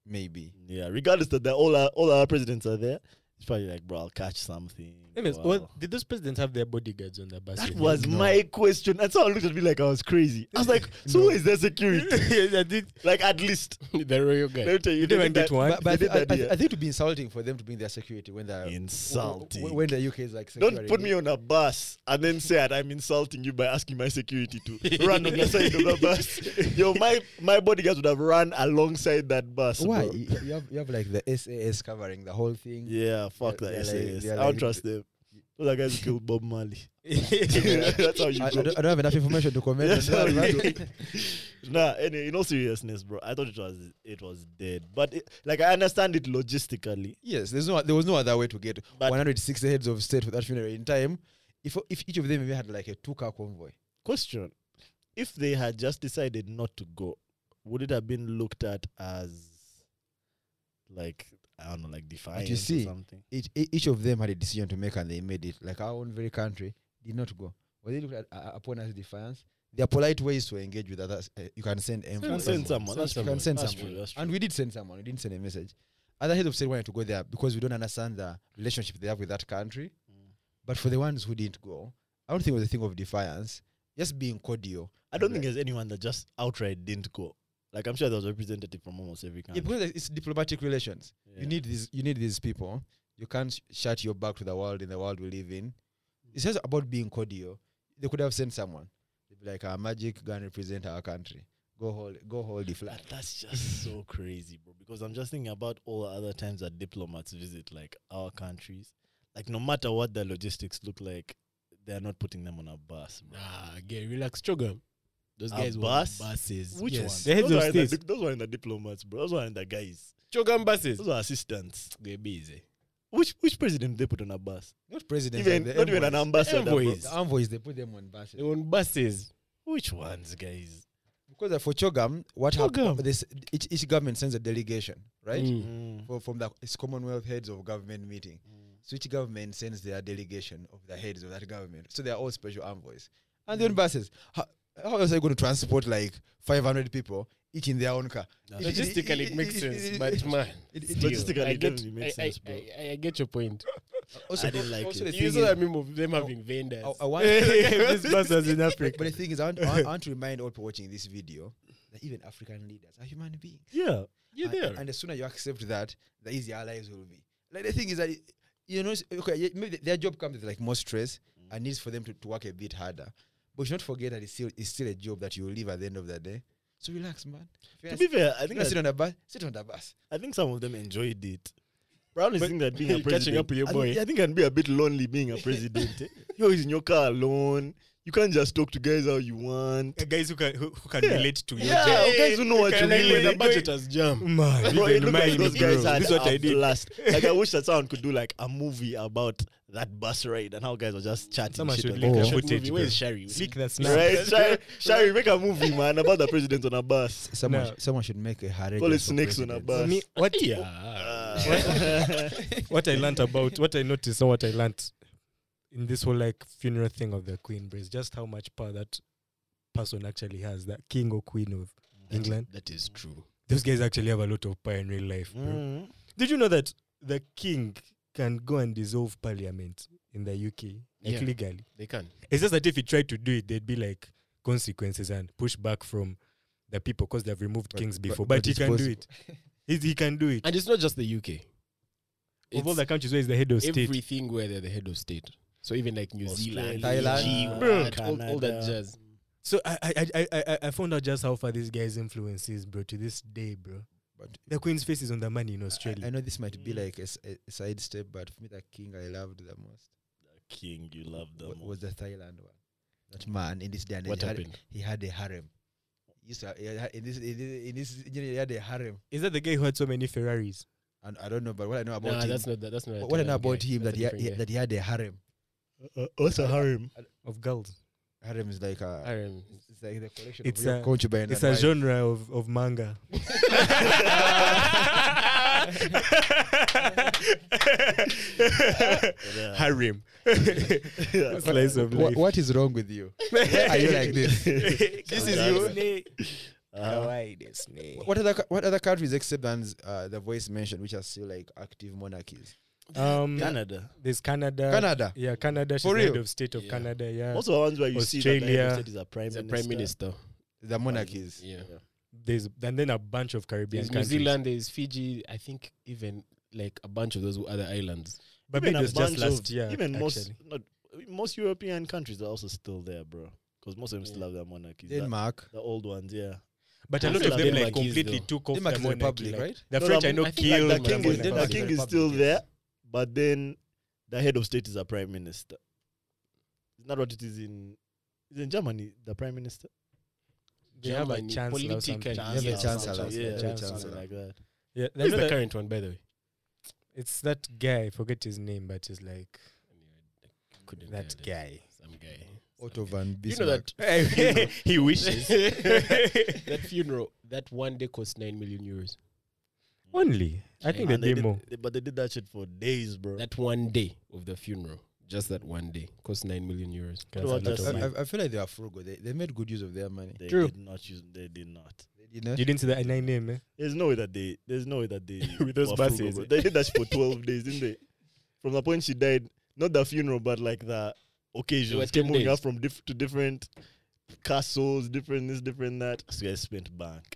Speaker 4: Maybe.
Speaker 2: Yeah, regardless that the, all our all our presidents are there, it's probably like, bro, I'll catch something.
Speaker 1: Anyways,
Speaker 2: or
Speaker 1: well,
Speaker 2: I'll-
Speaker 1: did those presidents have their bodyguards on the bus?
Speaker 2: That
Speaker 1: with
Speaker 2: was
Speaker 1: them?
Speaker 2: my question. And someone looked at me like I was crazy. I was like, so
Speaker 1: No.
Speaker 2: where is the security?
Speaker 1: *laughs*
Speaker 4: *laughs*
Speaker 1: Yeah, I *laughs* did-
Speaker 2: like at least.
Speaker 3: *laughs* the royal guy.
Speaker 2: Let me tell you,
Speaker 1: You
Speaker 2: they
Speaker 1: didn't
Speaker 2: did
Speaker 1: get
Speaker 2: that-
Speaker 1: one. *laughs*
Speaker 4: But, but I,
Speaker 2: they
Speaker 4: thi- I,
Speaker 2: did that
Speaker 4: thi-
Speaker 2: here.
Speaker 4: I think it would be insulting for them to bring their security when they're
Speaker 2: Insulting.
Speaker 4: When the UK is like
Speaker 2: Don't
Speaker 4: security.
Speaker 2: put me on a bus and then say that I'm insulting you by asking my security
Speaker 4: *laughs*
Speaker 2: to run on the side of the bus. Yo, my my bodyguards would have run alongside that bus.
Speaker 4: Why?
Speaker 2: bro.
Speaker 4: You, you have, you have like the SAS covering the whole thing.
Speaker 2: Yeah, fuck
Speaker 4: They're-
Speaker 2: that
Speaker 4: they're like-
Speaker 2: SAS.
Speaker 4: they're
Speaker 2: I don't
Speaker 4: like-
Speaker 2: trust them. Those are guys who killed Bob
Speaker 4: *laughs*
Speaker 2: Marley. *laughs*
Speaker 1: Yeah.
Speaker 2: That's how you
Speaker 4: I, I
Speaker 2: go.
Speaker 4: don't, I don't have enough information to
Speaker 2: *laughs*
Speaker 4: comment
Speaker 2: That's how
Speaker 4: on that.
Speaker 2: you
Speaker 4: but-
Speaker 2: go. Nah, any, in all seriousness, bro, I thought it was it was dead. But it, like I understand it logistically.
Speaker 4: Yes, there's no, there was no other way to get
Speaker 2: But-
Speaker 4: 160 heads of state for that funeral in time. If, if each of them even had like a two-car convoy,
Speaker 2: Question: If they had just decided not to go, would it have been looked at as like I don't know, like defiance
Speaker 4: see,
Speaker 2: or something?
Speaker 4: each, e- each of them had a decision to make and they made it. Like our own very country did not go. Were they looked at uh, upon as defiance? There are polite ways to engage with others. Uh, you can send
Speaker 2: You can
Speaker 4: envelopes.
Speaker 2: send someone. That's
Speaker 3: Send
Speaker 4: You
Speaker 2: true.
Speaker 4: can send
Speaker 2: That's
Speaker 4: someone.
Speaker 2: true. That's true.
Speaker 4: And we did send someone. We didn't send a message. Other heads of state wanted to go there because we don't understand the relationship they have with that country.
Speaker 2: Mm.
Speaker 4: But for the ones who didn't go, I don't think it was a thing of defiance. Just being cordial.
Speaker 2: I don't think there's anyone that just outright didn't go. Like I'm sure there was a representative from almost every
Speaker 4: Yeah,
Speaker 2: country.
Speaker 4: because it's diplomatic relations.
Speaker 2: Yeah.
Speaker 4: You need these. You need these people. You can't sh- shut your back to the world in the world we live in. It's just about being cordial. They could have sent someone. They'd be like, "Our magic gun represent our country. Go hold, go hold the flag."
Speaker 2: Like, that's just so crazy, bro. Because I'm just thinking about all the other times that diplomats visit like our countries. Like no matter what the logistics look like, they're not putting them on a bus, bro.
Speaker 3: Nah, get relax, Choga. Those
Speaker 2: A
Speaker 3: guys
Speaker 2: bus?
Speaker 3: were buses.
Speaker 2: Which
Speaker 3: yes.
Speaker 2: ones?
Speaker 1: The heads
Speaker 2: those
Speaker 1: of
Speaker 2: are in the
Speaker 1: states.
Speaker 2: di- those are in the diplomats, bro. Those are in the guys.
Speaker 3: Choga buses.
Speaker 2: Those are assistants.
Speaker 3: They're busy.
Speaker 2: Which which president they put on a bus?
Speaker 4: Not president.
Speaker 2: Even
Speaker 4: the
Speaker 2: not even an
Speaker 4: envoys.
Speaker 2: ambassador. bro.
Speaker 3: envoys.
Speaker 4: The envoys they put them on buses
Speaker 3: They were on buses.
Speaker 2: Which ones, guys?
Speaker 4: because uh, for Chogam, what happened?
Speaker 3: Chogam.
Speaker 4: This each, each government sends a delegation, right?
Speaker 3: Mm.
Speaker 2: Mm.
Speaker 4: For, from the it's Commonwealth heads of government meeting. So each government sends their delegation of the heads of that government. So they are all special envoys. And then buses. How, how else are you going to transport like 500 people, each in their own car? It- it-
Speaker 3: Logistically, it,
Speaker 4: it-
Speaker 3: makes
Speaker 4: it-
Speaker 3: sense,
Speaker 4: it-
Speaker 3: but
Speaker 4: it-
Speaker 3: man,
Speaker 4: it- it-
Speaker 3: still,
Speaker 2: logistically,
Speaker 3: I
Speaker 2: it
Speaker 3: get,
Speaker 2: doesn't make
Speaker 3: I,
Speaker 2: sense, bro.
Speaker 3: I, I, I get your point.
Speaker 4: Also,
Speaker 2: I didn't like
Speaker 4: also
Speaker 2: it.
Speaker 4: The
Speaker 3: You
Speaker 4: thing
Speaker 3: saw that
Speaker 4: is,
Speaker 3: meme of them having
Speaker 4: *laughs*
Speaker 3: vendors.
Speaker 4: I, I want,
Speaker 1: this *laughs* bus was in
Speaker 4: but
Speaker 1: Africa.
Speaker 4: the thing is, I want, I want- I want to remind all people watching this video that even African leaders are human beings.
Speaker 2: Yeah.
Speaker 3: You're
Speaker 4: and,
Speaker 3: there.
Speaker 4: And the sooner you accept that, the easier our lives will be. Like the thing is that you know, s- okay, yeah, maybe th- their job comes with like more stress and needs for them to, to work a bit harder. But you should not forget that it's still it's still a job that you will leave at the end of the day. So relax, man. If you're
Speaker 2: To
Speaker 4: not-
Speaker 2: be fair, I
Speaker 4: if you're
Speaker 2: think
Speaker 4: not
Speaker 2: that
Speaker 4: sit on the bus. Sit on the bus.
Speaker 2: I think some of them enjoyed it. Probably
Speaker 3: But
Speaker 2: think that being a
Speaker 3: catching
Speaker 2: president,
Speaker 3: up with your
Speaker 2: I
Speaker 3: boy.
Speaker 2: think- I think I'd be a bit lonely being a president. eh? You're always in your car alone. You can't just talk to guys how you want.
Speaker 1: Guys who can who, who can
Speaker 2: Yeah.
Speaker 1: relate to you.
Speaker 2: Yeah, guys who know what
Speaker 3: Like,
Speaker 2: you
Speaker 3: like, when
Speaker 2: mean.
Speaker 3: the budget has jumped.
Speaker 1: Man,
Speaker 2: Bro,
Speaker 1: even
Speaker 2: look
Speaker 1: mine,
Speaker 2: at those
Speaker 1: bro.
Speaker 2: guys had
Speaker 1: This is what
Speaker 2: a
Speaker 1: I did.
Speaker 2: blast. Like I wish that someone could do like a movie about that bus ride and how guys were just chatting
Speaker 1: Someone
Speaker 2: shit.
Speaker 1: should
Speaker 2: on
Speaker 1: link
Speaker 2: the
Speaker 1: a
Speaker 2: bus.
Speaker 1: footage,
Speaker 3: movie. Where's
Speaker 1: bro.
Speaker 3: Shari?
Speaker 1: Leak that *laughs* snap.
Speaker 2: Right, Shari, Shari, make a movie, man, about the president on a
Speaker 4: *laughs*
Speaker 2: bus.
Speaker 4: Someone
Speaker 1: No.
Speaker 4: sh- someone should make a hurry.
Speaker 2: Call it snakes on a bus.
Speaker 1: Me, what,
Speaker 2: Ah,
Speaker 3: Yeah.
Speaker 4: *laughs*
Speaker 2: *laughs*
Speaker 1: what I learned about, what I noticed, and what I learned in this whole like funeral thing of the queen, bro, is just how much power that person actually has, that king or queen of England.
Speaker 3: That is true.
Speaker 1: Those guys actually have a lot of power in real life, bro.
Speaker 2: Mm.
Speaker 1: Did you know that the king can go and dissolve parliament in the UK, like
Speaker 3: Yeah.
Speaker 1: legally?
Speaker 3: They can.
Speaker 1: It's just that if he tried to do it, there'd be like consequences and pushback from the people because they've removed
Speaker 4: But-
Speaker 1: kings
Speaker 4: but-
Speaker 1: before.
Speaker 4: but
Speaker 1: But, he
Speaker 4: it's
Speaker 1: can do
Speaker 4: possible.
Speaker 1: it. He's, he can do it.
Speaker 3: And it's not just the UK.
Speaker 1: of all the countries where he's the head of state,
Speaker 3: everything where they're the head of state. So even like New Zealand,
Speaker 2: Australia,
Speaker 4: Thailand,
Speaker 3: Fiji,
Speaker 2: Bro.
Speaker 3: what, all, all that
Speaker 2: Canada.
Speaker 3: jazz.
Speaker 1: So I I, I- I I I found out just how far this guy's influence is, bro, to this day, bro.
Speaker 4: *laughs* But
Speaker 1: The Queen's face is on the money in
Speaker 4: I,
Speaker 1: Australia.
Speaker 4: I know this might be like a, s- a- a side step, but for me, the king I loved the most
Speaker 2: King, you love
Speaker 4: wa-
Speaker 2: them.
Speaker 4: was the Thailand one. That man in this day and
Speaker 3: What
Speaker 4: age had-
Speaker 3: happened?
Speaker 4: he had a harem. He used to ha- he had- in this in this, in this you know, he had a harem,
Speaker 1: is that the guy who had so many Ferraris?
Speaker 4: and I don't know, but what I know about
Speaker 3: Nah,
Speaker 4: him,
Speaker 3: that's not that, that's not. a
Speaker 4: what, what I know
Speaker 3: Thailand guy.
Speaker 4: about him
Speaker 3: That's a
Speaker 4: that he, ha-
Speaker 3: different
Speaker 4: he-
Speaker 3: guy.
Speaker 4: that he had a harem.
Speaker 2: Uh, what's a harem?
Speaker 1: *laughs* Of girls,
Speaker 4: Harem is like a
Speaker 3: Iron.
Speaker 4: it's like the collection
Speaker 1: It's
Speaker 4: of your
Speaker 1: a-
Speaker 4: concubine
Speaker 1: it's
Speaker 4: and
Speaker 1: a
Speaker 4: wife.
Speaker 1: genre of, of manga. Harem,
Speaker 2: Yeah.
Speaker 1: slice of
Speaker 4: Wha-
Speaker 1: life.
Speaker 4: what is wrong with
Speaker 1: *laughs*
Speaker 4: you? Why are you like this? *laughs*
Speaker 1: this is you.
Speaker 2: Uh,
Speaker 4: Wh- What other cou- what other countries except than uh, the voice mentioned, which are still like active monarchies?
Speaker 1: Um,
Speaker 2: Canada.
Speaker 1: there's Canada.
Speaker 4: Canada.
Speaker 1: Yeah, Canada. She's
Speaker 4: For
Speaker 1: the head
Speaker 4: real?
Speaker 1: of state of
Speaker 3: Yeah.
Speaker 1: Canada. Yeah.
Speaker 2: Also, the ones where you see that the head of
Speaker 1: Australia.
Speaker 2: state is a prime
Speaker 3: He's a
Speaker 2: minister.
Speaker 3: prime minister.
Speaker 4: The monarchies.
Speaker 3: Yeah.
Speaker 1: There's and then a bunch of Caribbean
Speaker 3: There's New
Speaker 1: countries.
Speaker 3: Zealand. There's Fiji. I think even like a bunch of those other islands.
Speaker 2: Even
Speaker 1: Barbados
Speaker 2: a
Speaker 1: just
Speaker 2: bunch
Speaker 1: last
Speaker 2: of,
Speaker 1: year.
Speaker 2: even most
Speaker 1: actually.
Speaker 2: not, most European countries are also still there, bro. Because most of them still
Speaker 3: Yeah.
Speaker 2: have their monarchies. The,
Speaker 4: Denmark.
Speaker 2: the old ones, yeah.
Speaker 1: But a
Speaker 3: I
Speaker 1: lot
Speaker 3: feel
Speaker 1: of
Speaker 3: like
Speaker 1: them like
Speaker 3: Denmark is
Speaker 1: completely
Speaker 3: though.
Speaker 1: took off
Speaker 4: Denmark
Speaker 1: the
Speaker 4: is a
Speaker 1: monarchy.
Speaker 4: republic,
Speaker 1: like,
Speaker 4: right?
Speaker 1: The
Speaker 2: No,
Speaker 1: French
Speaker 2: no,
Speaker 1: I know
Speaker 3: I think like
Speaker 1: killed
Speaker 2: Like the king is
Speaker 3: Denmark is
Speaker 2: the
Speaker 3: Republic.
Speaker 2: king is still there, but then the head of state is a prime minister. It's not what it is in. Is in Germany the prime minister?
Speaker 1: They have a
Speaker 3: Germany,
Speaker 1: chancellor. or something.
Speaker 3: politically.
Speaker 1: Yeah,
Speaker 4: have a
Speaker 2: Yeah,
Speaker 4: chancellor,
Speaker 2: something,
Speaker 4: yeah,
Speaker 2: Yeah,
Speaker 4: have a
Speaker 2: something
Speaker 4: chancellor.
Speaker 2: like that.
Speaker 1: Yeah, they
Speaker 3: Who's
Speaker 1: know
Speaker 3: the
Speaker 1: that-
Speaker 3: current one, by the way?
Speaker 1: it's that guy. I forget his name, but he's like
Speaker 3: Couldn't
Speaker 1: that
Speaker 3: tell it.
Speaker 1: guy.
Speaker 3: Some guy.
Speaker 4: Otto van
Speaker 3: You
Speaker 4: Bismarck.
Speaker 3: know that
Speaker 4: *laughs*
Speaker 1: *laughs* he wishes
Speaker 3: that funeral that one day cost nine million euros.
Speaker 1: only. I think
Speaker 2: And
Speaker 1: they
Speaker 2: they
Speaker 1: did more.
Speaker 2: did, but they did that shit for days, bro.
Speaker 3: That one day of the funeral, just that one day cost nine million euros.
Speaker 1: That's a
Speaker 2: Well,
Speaker 1: lot
Speaker 2: just-
Speaker 1: of
Speaker 4: I,
Speaker 1: money.
Speaker 4: I- I feel like they are frugal. They, they made good use of their money.
Speaker 2: They
Speaker 1: True.
Speaker 2: did not use. They did not.
Speaker 4: You know?
Speaker 1: You didn't see that at 9 a.m. Eh?
Speaker 2: There's no way that they. There's no way that they.
Speaker 1: With those
Speaker 2: were frugal,
Speaker 1: buses,
Speaker 2: bro.
Speaker 1: eh?
Speaker 2: They did that shit for twelve days, didn't they? From the point she died, not the funeral, but like the occasions.
Speaker 3: were
Speaker 2: Kept
Speaker 3: 10
Speaker 2: moving her
Speaker 3: days.
Speaker 2: from diff- to different castles, different this, different that. So guys spent bank.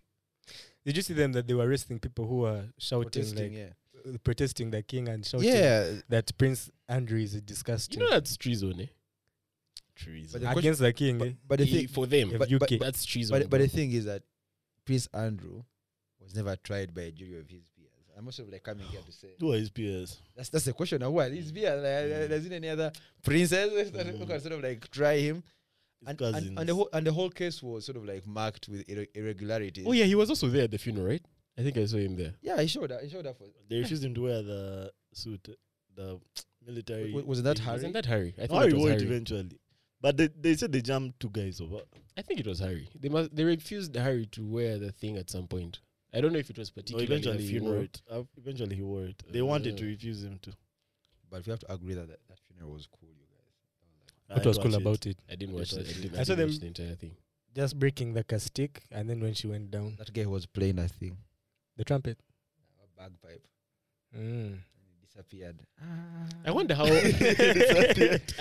Speaker 1: Did you see them that they were arresting people who were shouting,
Speaker 4: Protesting,
Speaker 1: like
Speaker 4: yeah.
Speaker 1: uh, protesting the king and shouting
Speaker 4: Yeah,
Speaker 1: that Prince Andrew is
Speaker 3: You
Speaker 1: disgusting
Speaker 3: know that's treason, eh?
Speaker 2: Trees.
Speaker 4: But the question-
Speaker 1: against the king.
Speaker 4: but,
Speaker 1: eh?
Speaker 4: but the
Speaker 3: E-
Speaker 4: thing,
Speaker 3: for them,
Speaker 1: of
Speaker 4: but-
Speaker 1: UK.
Speaker 3: that's treason.
Speaker 4: but, but
Speaker 3: bro.
Speaker 4: the thing is that Prince Andrew was never tried by a jury of his peers. I'm also like coming here to say
Speaker 2: Who are his peers?
Speaker 4: that's that's the question. Now, what his peers? Like,
Speaker 2: Mm.
Speaker 4: there isn't any other princess *laughs* that who can
Speaker 2: Mm.
Speaker 4: sort of like try him.
Speaker 2: His
Speaker 4: And,
Speaker 2: cousins.
Speaker 4: and, and the whole and the whole case was sort of like marked with irre- irregularities.
Speaker 3: Oh yeah, he was also there at the funeral, right? I think I saw him there.
Speaker 4: yeah, he showed up. He showed up for.
Speaker 2: they refused him to wear the suit, the military.
Speaker 4: W- wasn't that
Speaker 2: thing.
Speaker 4: Harry?
Speaker 3: Wasn't that Harry? I think
Speaker 2: Harry
Speaker 3: it was
Speaker 2: wore it
Speaker 3: Harry.
Speaker 2: eventually, but they, they said they jammed two guys over.
Speaker 3: I think it was Harry. They must. They refused Harry to wear the thing at some point. I don't know if it was
Speaker 2: No,
Speaker 3: particularly
Speaker 2: eventually
Speaker 3: the
Speaker 2: he wore
Speaker 3: funeral.
Speaker 2: it. Uh, eventually he wore it. They wanted to
Speaker 3: Uh,
Speaker 2: refuse him to.
Speaker 4: But we have to agree that that, that funeral was cool, you guys.
Speaker 1: What was cool
Speaker 2: *laughs*
Speaker 1: about it?
Speaker 3: I didn't watch
Speaker 2: It
Speaker 3: it. I
Speaker 2: was-
Speaker 3: didn't, I
Speaker 1: I saw
Speaker 3: didn't
Speaker 1: them-
Speaker 3: watch the entire thing.
Speaker 1: Just breaking the castic, and then when she went down,
Speaker 4: That guy was playing a thing,
Speaker 1: the trumpet.
Speaker 4: a bagpipe,
Speaker 1: Mm.
Speaker 4: and he disappeared.
Speaker 3: I
Speaker 2: *laughs*
Speaker 3: wonder how. I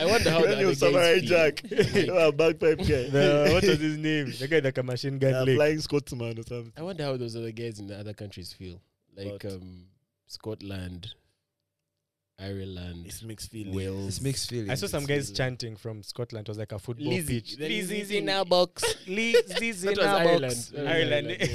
Speaker 3: wonder how the
Speaker 2: When you
Speaker 3: other
Speaker 2: samurai
Speaker 3: guys feel. *laughs*
Speaker 2: *laughs* Jack, you are a bagpipe guy,
Speaker 1: *laughs* The, what was his name? The guy that a machine
Speaker 2: a
Speaker 1: gun lick.
Speaker 2: flying Scotsman or something.
Speaker 3: I wonder how those other guys in the other countries feel, like
Speaker 2: But-
Speaker 3: um, Scotland, Ireland,
Speaker 2: It's mixed feelings.
Speaker 3: Wales.
Speaker 4: It's mixed feelings.
Speaker 1: I saw some guys
Speaker 3: Lizzie.
Speaker 1: chanting from Scotland. It was like a football
Speaker 3: Lizzie.
Speaker 1: pitch.
Speaker 3: The Lizzie's in
Speaker 1: our *laughs* box. Lizzie's
Speaker 3: That
Speaker 1: in
Speaker 3: was
Speaker 1: our box.
Speaker 3: Ireland.
Speaker 1: Ireland.
Speaker 3: That
Speaker 1: *laughs*
Speaker 3: was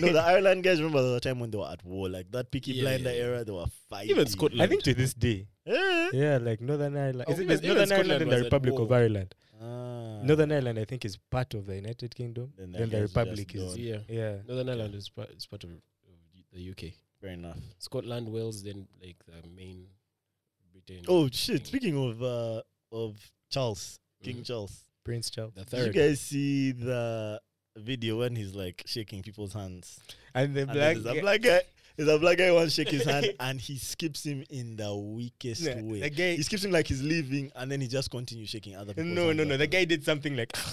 Speaker 2: *laughs*
Speaker 3: *laughs*
Speaker 2: no, *laughs* the Ireland guys remember the time when they were at war, like that Peaky
Speaker 3: Yeah,
Speaker 2: Blinder
Speaker 3: yeah, yeah.
Speaker 2: era. They were fighting.
Speaker 3: Even Scotland.
Speaker 1: I think to this day.
Speaker 2: Eh?
Speaker 1: Yeah, like Northern Ireland.
Speaker 3: Oh,
Speaker 1: is it
Speaker 3: even-
Speaker 1: is Northern Ireland and
Speaker 3: even Scotland
Speaker 1: the
Speaker 3: was at
Speaker 1: Republic
Speaker 3: war.
Speaker 1: of Ireland?
Speaker 2: Ah.
Speaker 1: Northern Ireland, I think, is part of the United Kingdom.
Speaker 2: Then
Speaker 1: Then,
Speaker 2: I
Speaker 1: the
Speaker 2: guess it's
Speaker 1: Republic is.
Speaker 2: just
Speaker 3: Yeah,
Speaker 1: Yeah.
Speaker 3: Northern Ireland is part, is part of, of the UK.
Speaker 2: Fair enough.
Speaker 3: Scotland, Wales, then like the main Britain.
Speaker 2: Oh shit! Speaking of uh, of Charles, King
Speaker 1: Mm.
Speaker 3: Mhm.
Speaker 2: Charles.
Speaker 1: Prince Charles.
Speaker 3: the
Speaker 2: Did you
Speaker 3: third.
Speaker 2: guys see the video when he's like shaking people's hands?
Speaker 1: And the
Speaker 2: And
Speaker 1: black.
Speaker 2: then there's a
Speaker 1: guy-
Speaker 2: black guy. There's a black guy who wants to shake his
Speaker 1: *laughs*
Speaker 2: hand and he skips him in the weakest
Speaker 1: Yeah,
Speaker 2: way.
Speaker 1: the guy.
Speaker 2: he skips him like he's leaving and then he just continues shaking other people.
Speaker 1: No, no, no. The guy did something like. *laughs*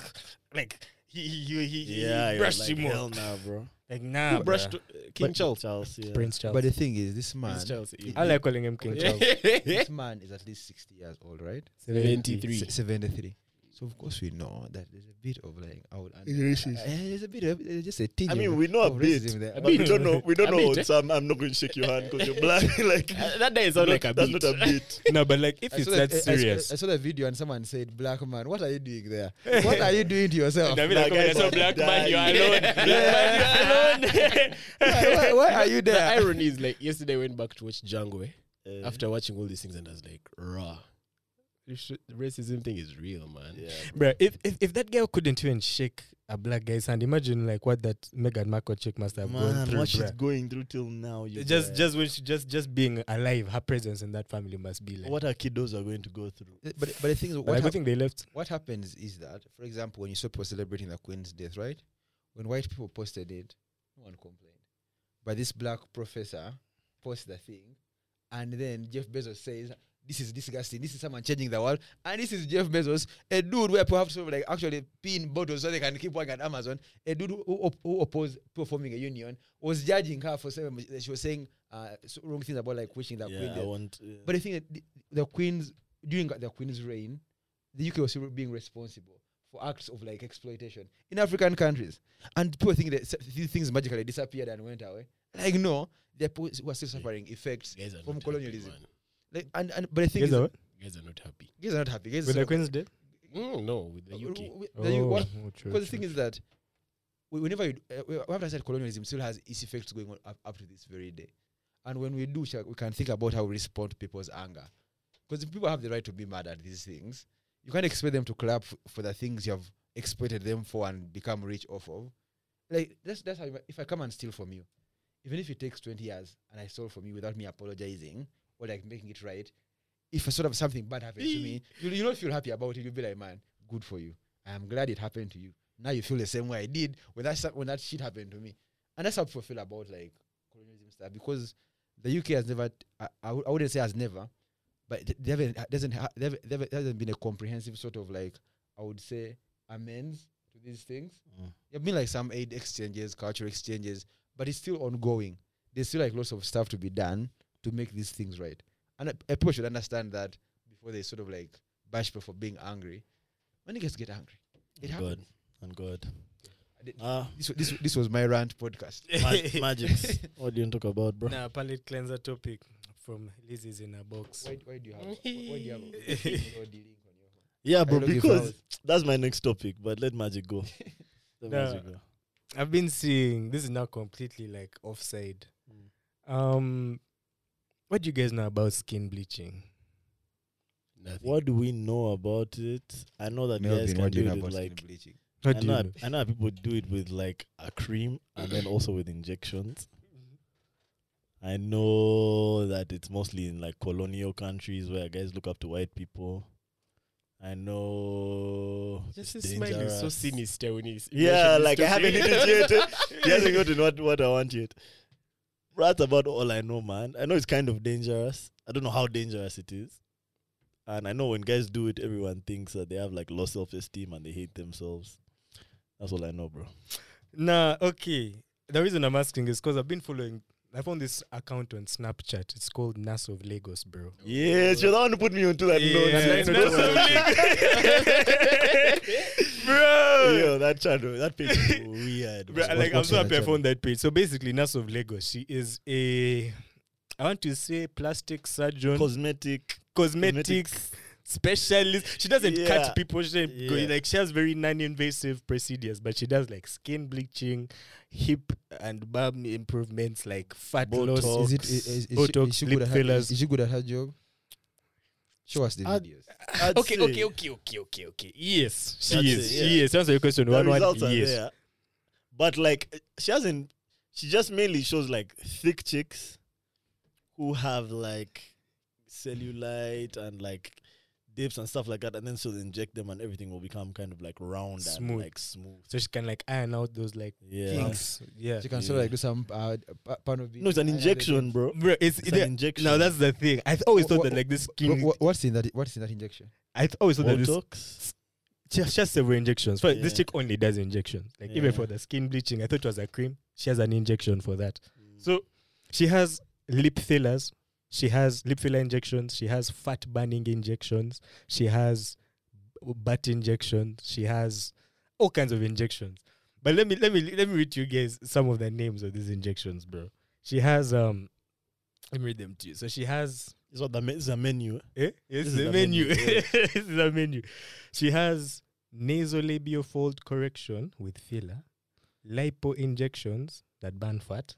Speaker 1: Like, he, he, he, he,
Speaker 2: Yeah,
Speaker 1: he
Speaker 2: he was
Speaker 1: brushed
Speaker 2: like,
Speaker 1: him
Speaker 2: Hell
Speaker 1: off.
Speaker 2: nah,
Speaker 1: *laughs*
Speaker 2: bro.
Speaker 1: Like, nah.
Speaker 3: Who brushed
Speaker 1: bruh.
Speaker 3: uh, King Charles?
Speaker 2: Charles, yeah.
Speaker 1: Prince Charles.
Speaker 4: But the thing is, this man,
Speaker 3: Prince Charles. yeah.
Speaker 1: I like calling him King
Speaker 4: Yeah.
Speaker 1: *laughs* Charles.
Speaker 4: *laughs* this man is at least sixty years old, right?
Speaker 3: 73.
Speaker 4: Se- Seventy-three. So of course we know that there's a bit of like out and
Speaker 2: Racist.
Speaker 4: Uh, there's a bit of uh, just a tinge.
Speaker 2: I mean,
Speaker 4: of-
Speaker 2: we know a
Speaker 4: of
Speaker 2: bit.
Speaker 4: racism there.
Speaker 3: A
Speaker 2: But we
Speaker 3: bit.
Speaker 2: don't know. We don't
Speaker 3: A
Speaker 2: know.
Speaker 3: bit,
Speaker 2: on
Speaker 3: eh?
Speaker 2: Sam, I'm not going to shake your hand because you're black. *laughs* like
Speaker 3: Uh, that does sound like a
Speaker 2: that's
Speaker 3: beat.
Speaker 2: not
Speaker 1: *laughs*
Speaker 2: a bit.
Speaker 1: No, but like, if
Speaker 4: I
Speaker 1: it's
Speaker 4: saw
Speaker 1: that
Speaker 4: I- I saw-
Speaker 1: serious.
Speaker 4: I saw that video and someone said, "Black man, what are you
Speaker 1: *laughs*
Speaker 4: doing there? What are you doing to yourself?
Speaker 1: David,
Speaker 2: That
Speaker 1: I come and I
Speaker 2: guy's
Speaker 1: saw
Speaker 2: a
Speaker 1: black
Speaker 2: guy.
Speaker 1: man, you are *laughs* alone. Black man, *laughs* you are alone.
Speaker 4: why, *laughs* why- why are you
Speaker 3: The
Speaker 4: there?"
Speaker 3: irony is like yesterday I went back to watch Django eh,
Speaker 2: Eh,
Speaker 3: after watching all these things and I was like, raw. This sh- racism thing is real, man.
Speaker 2: yeah,
Speaker 1: Bruh, if, if if that girl couldn't even shake a black guy's hand, imagine like what that Meghan Markle chick must have gone
Speaker 2: man,
Speaker 1: through.
Speaker 2: what she's
Speaker 1: bruh.
Speaker 2: going through till now. You
Speaker 1: Just
Speaker 2: guys.
Speaker 1: just when she just just being alive, her presence in that family must be like.
Speaker 2: what our kiddos are going to go through.
Speaker 4: But but the thing is,
Speaker 1: But
Speaker 4: what
Speaker 1: I don't
Speaker 4: hap-
Speaker 1: think they left.
Speaker 4: what happens is that, for example, when you saw people celebrating the Queen's death, right? When white people posted it, no one complained. But this black professor posted the thing, and then Jeff Bezos says, "This is disgusting. This is someone changing the world." And this is Jeff Bezos, a dude where people have to like actually pin bottles so they can keep working at Amazon. A dude who, who, op- who opposed people forming a union was judging her for saying she was saying uh, s- wrong things about like wishing the Queen
Speaker 2: Yeah, I
Speaker 4: dead.
Speaker 2: want. yeah.
Speaker 4: But I think that the, the Queen's during the Queen's reign, the UK was still being responsible for acts of like exploitation in African countries, and people think that s- these things magically disappeared and went away. Like no, the people who are still suffering effects
Speaker 3: You guys are
Speaker 4: from
Speaker 3: not
Speaker 4: colonialism.
Speaker 3: Happy, man.
Speaker 4: Like and, and but I think
Speaker 1: Guess
Speaker 4: guys are,
Speaker 1: what?
Speaker 3: You guys are not happy.
Speaker 4: guys are not happy. Guys
Speaker 1: With
Speaker 4: are
Speaker 1: the Queen's death.
Speaker 3: Mm, no, with the
Speaker 4: w-
Speaker 3: UK.
Speaker 2: Uh,
Speaker 4: w- w- the U- what-
Speaker 1: true,
Speaker 4: because the
Speaker 1: true.
Speaker 4: thing is that we, whenever you, d- uh, we we have to say colonialism still has its effects going on up, up to this very day. And when we do, shall- we can think about how we respond to people's anger. Because people have the right to be mad at these things. You can't expect them to clap f- for the things you have exploited them for and become rich off of. Like, that's, that's how, if I- if I come and steal from you, even if it takes 20 years and I stole from you without me apologizing or like making it right, if sort of something bad happens to me, you'll, you'll not feel happy about it. You'll be like, man, good for you. I am glad it happened to you. Now you feel the same way I did when that sa- when that shit happened to me, and that's how people feel about like colonialism stuff because the UK has never, I, I, would- I wouldn't say has never, but th- there haven't, doesn't ha- there haven't, there haven't- there hasn't been a comprehensive sort of like I would say amends to these things.
Speaker 2: Mm.
Speaker 4: There have been like some aid exchanges, cultural exchanges, but it's still ongoing. There's still like lots of stuff to be done to make these things right. And uh, uh, people should understand that before they sort of like bash people for being angry. When niggas get angry, it
Speaker 2: I'm
Speaker 4: happens.
Speaker 2: good. I'm good.
Speaker 4: I did-
Speaker 2: Ah,
Speaker 4: This, wa- this, wa- this was my rant podcast.
Speaker 2: mag- magics. What do you want to talk about, bro?
Speaker 1: Now, palate cleanser topic from Lizzie's in a box.
Speaker 4: Why, why do you have? Why, why do you
Speaker 2: *laughs*
Speaker 4: have? a Lord link on your phone?
Speaker 2: Yeah,
Speaker 4: I
Speaker 2: bro.
Speaker 4: love you,
Speaker 2: Because
Speaker 4: Flowers.
Speaker 2: *laughs* that's my next topic. But let magic go. Let
Speaker 1: Nah.
Speaker 2: magic go.
Speaker 1: I've been seeing this is now completely like offside.
Speaker 2: Mm.
Speaker 1: Um, what do you guys know about skin bleaching?
Speaker 3: Nothing.
Speaker 2: What do we know about it? I know that guys can do it with like.
Speaker 4: bleaching?
Speaker 1: What
Speaker 2: I
Speaker 1: do
Speaker 2: know,
Speaker 1: you
Speaker 2: that- I know that people do it with like a cream and then also with injections. I know that it's mostly in like colonial countries where guys look up to white people. I *laughs* know.
Speaker 3: Just
Speaker 2: it's
Speaker 3: his smile is so
Speaker 2: dangerous.
Speaker 3: sinister when he's
Speaker 2: Yeah,
Speaker 3: mentioned
Speaker 2: like I
Speaker 3: this
Speaker 2: haven't
Speaker 3: topic.
Speaker 2: eaten yet.
Speaker 3: *laughs*
Speaker 2: He hasn't gotten what, what I want yet. Bro, That's about all I know, man. I know it's kind of dangerous. I don't know how dangerous it is. And I know when guys do it, everyone thinks that they have like low self esteem and they hate themselves. That's all I know, bro.
Speaker 1: Nah, okay. The reason I'm asking is because I've been following. I found this account on Snapchat. It's called Nas of Lagos, bro.
Speaker 2: Yeah, you're the one who put me onto that
Speaker 1: Yeah,
Speaker 2: note.
Speaker 1: it's Nas of
Speaker 2: bro. *laughs* Yo, that channel, that
Speaker 1: *laughs*
Speaker 2: page is weird.
Speaker 1: Bro,
Speaker 2: man.
Speaker 1: like I'm
Speaker 4: what's
Speaker 1: so
Speaker 4: her
Speaker 1: happy I
Speaker 4: agenda?
Speaker 1: found that page. So basically, Nas of Lagos, she is a, I want to say plastic surgeon,
Speaker 2: Cosmetic.
Speaker 1: cosmetics specialist. She doesn't
Speaker 2: Yeah.
Speaker 1: cut people. She doesn't go,
Speaker 2: Yeah.
Speaker 1: like she has very non-invasive procedures, but she does like skin bleaching, hip and bum improvements, like fat loss.
Speaker 2: Botox.
Speaker 4: Is it is, is, is,
Speaker 1: Botox,
Speaker 4: she, is she
Speaker 1: lip
Speaker 4: good at her,
Speaker 1: fillers.
Speaker 4: is, is she good at her job? Show us the
Speaker 2: I'd-
Speaker 4: videos.
Speaker 2: I'd
Speaker 3: *laughs* okay,
Speaker 2: say
Speaker 3: okay, okay, okay, okay, okay.
Speaker 1: Yes, she
Speaker 2: That's
Speaker 1: is.
Speaker 2: it,
Speaker 1: She
Speaker 2: yeah.
Speaker 1: is. To answer your question,
Speaker 2: The
Speaker 1: one one.
Speaker 2: results are
Speaker 1: yes.
Speaker 2: there. But like uh, she hasn't she just mainly shows like thick chicks who have like cellulite and like dips and stuff like that and then she'll inject them and everything will become kind of like round and
Speaker 1: Smooth.
Speaker 2: like smooth.
Speaker 1: So she can like iron out those like
Speaker 2: Yeah.
Speaker 1: kinks. Yeah.
Speaker 4: She can sort of like do some uh, pa- pan of uh,
Speaker 2: No, it's an injection, bro.
Speaker 1: Bro, it's, *laughs*
Speaker 2: It's
Speaker 1: the-
Speaker 2: an injection.
Speaker 1: now that's the thing. I th- always thought
Speaker 4: Wha-
Speaker 1: that like this
Speaker 4: Wha-
Speaker 1: skin.
Speaker 4: wha- what's in that? What's in that injection?
Speaker 1: I th- always thought that this
Speaker 2: Botox.
Speaker 1: she has, she has several injections. But This
Speaker 2: Yeah.
Speaker 1: chick only does injections. Like even
Speaker 2: Yeah.
Speaker 1: for the skin bleaching, I thought it was a cream. She has an injection for that. So she has lip fillers. She has lip filler injections. She has fat burning injections. She has b- butt injections. She has all kinds of injections. But let me let me let me read to you guys some of the names of these injections, bro. She has um. Let me read them to you. So she has
Speaker 2: It's not the me- it's
Speaker 1: *laughs*
Speaker 2: a menu.
Speaker 1: Eh? This
Speaker 2: This
Speaker 1: is
Speaker 2: is
Speaker 1: the
Speaker 2: a
Speaker 1: menu.
Speaker 2: menu, yeah.
Speaker 1: *laughs* this is the menu. She has nasolabial fold correction with filler, lipo injections that burn fat.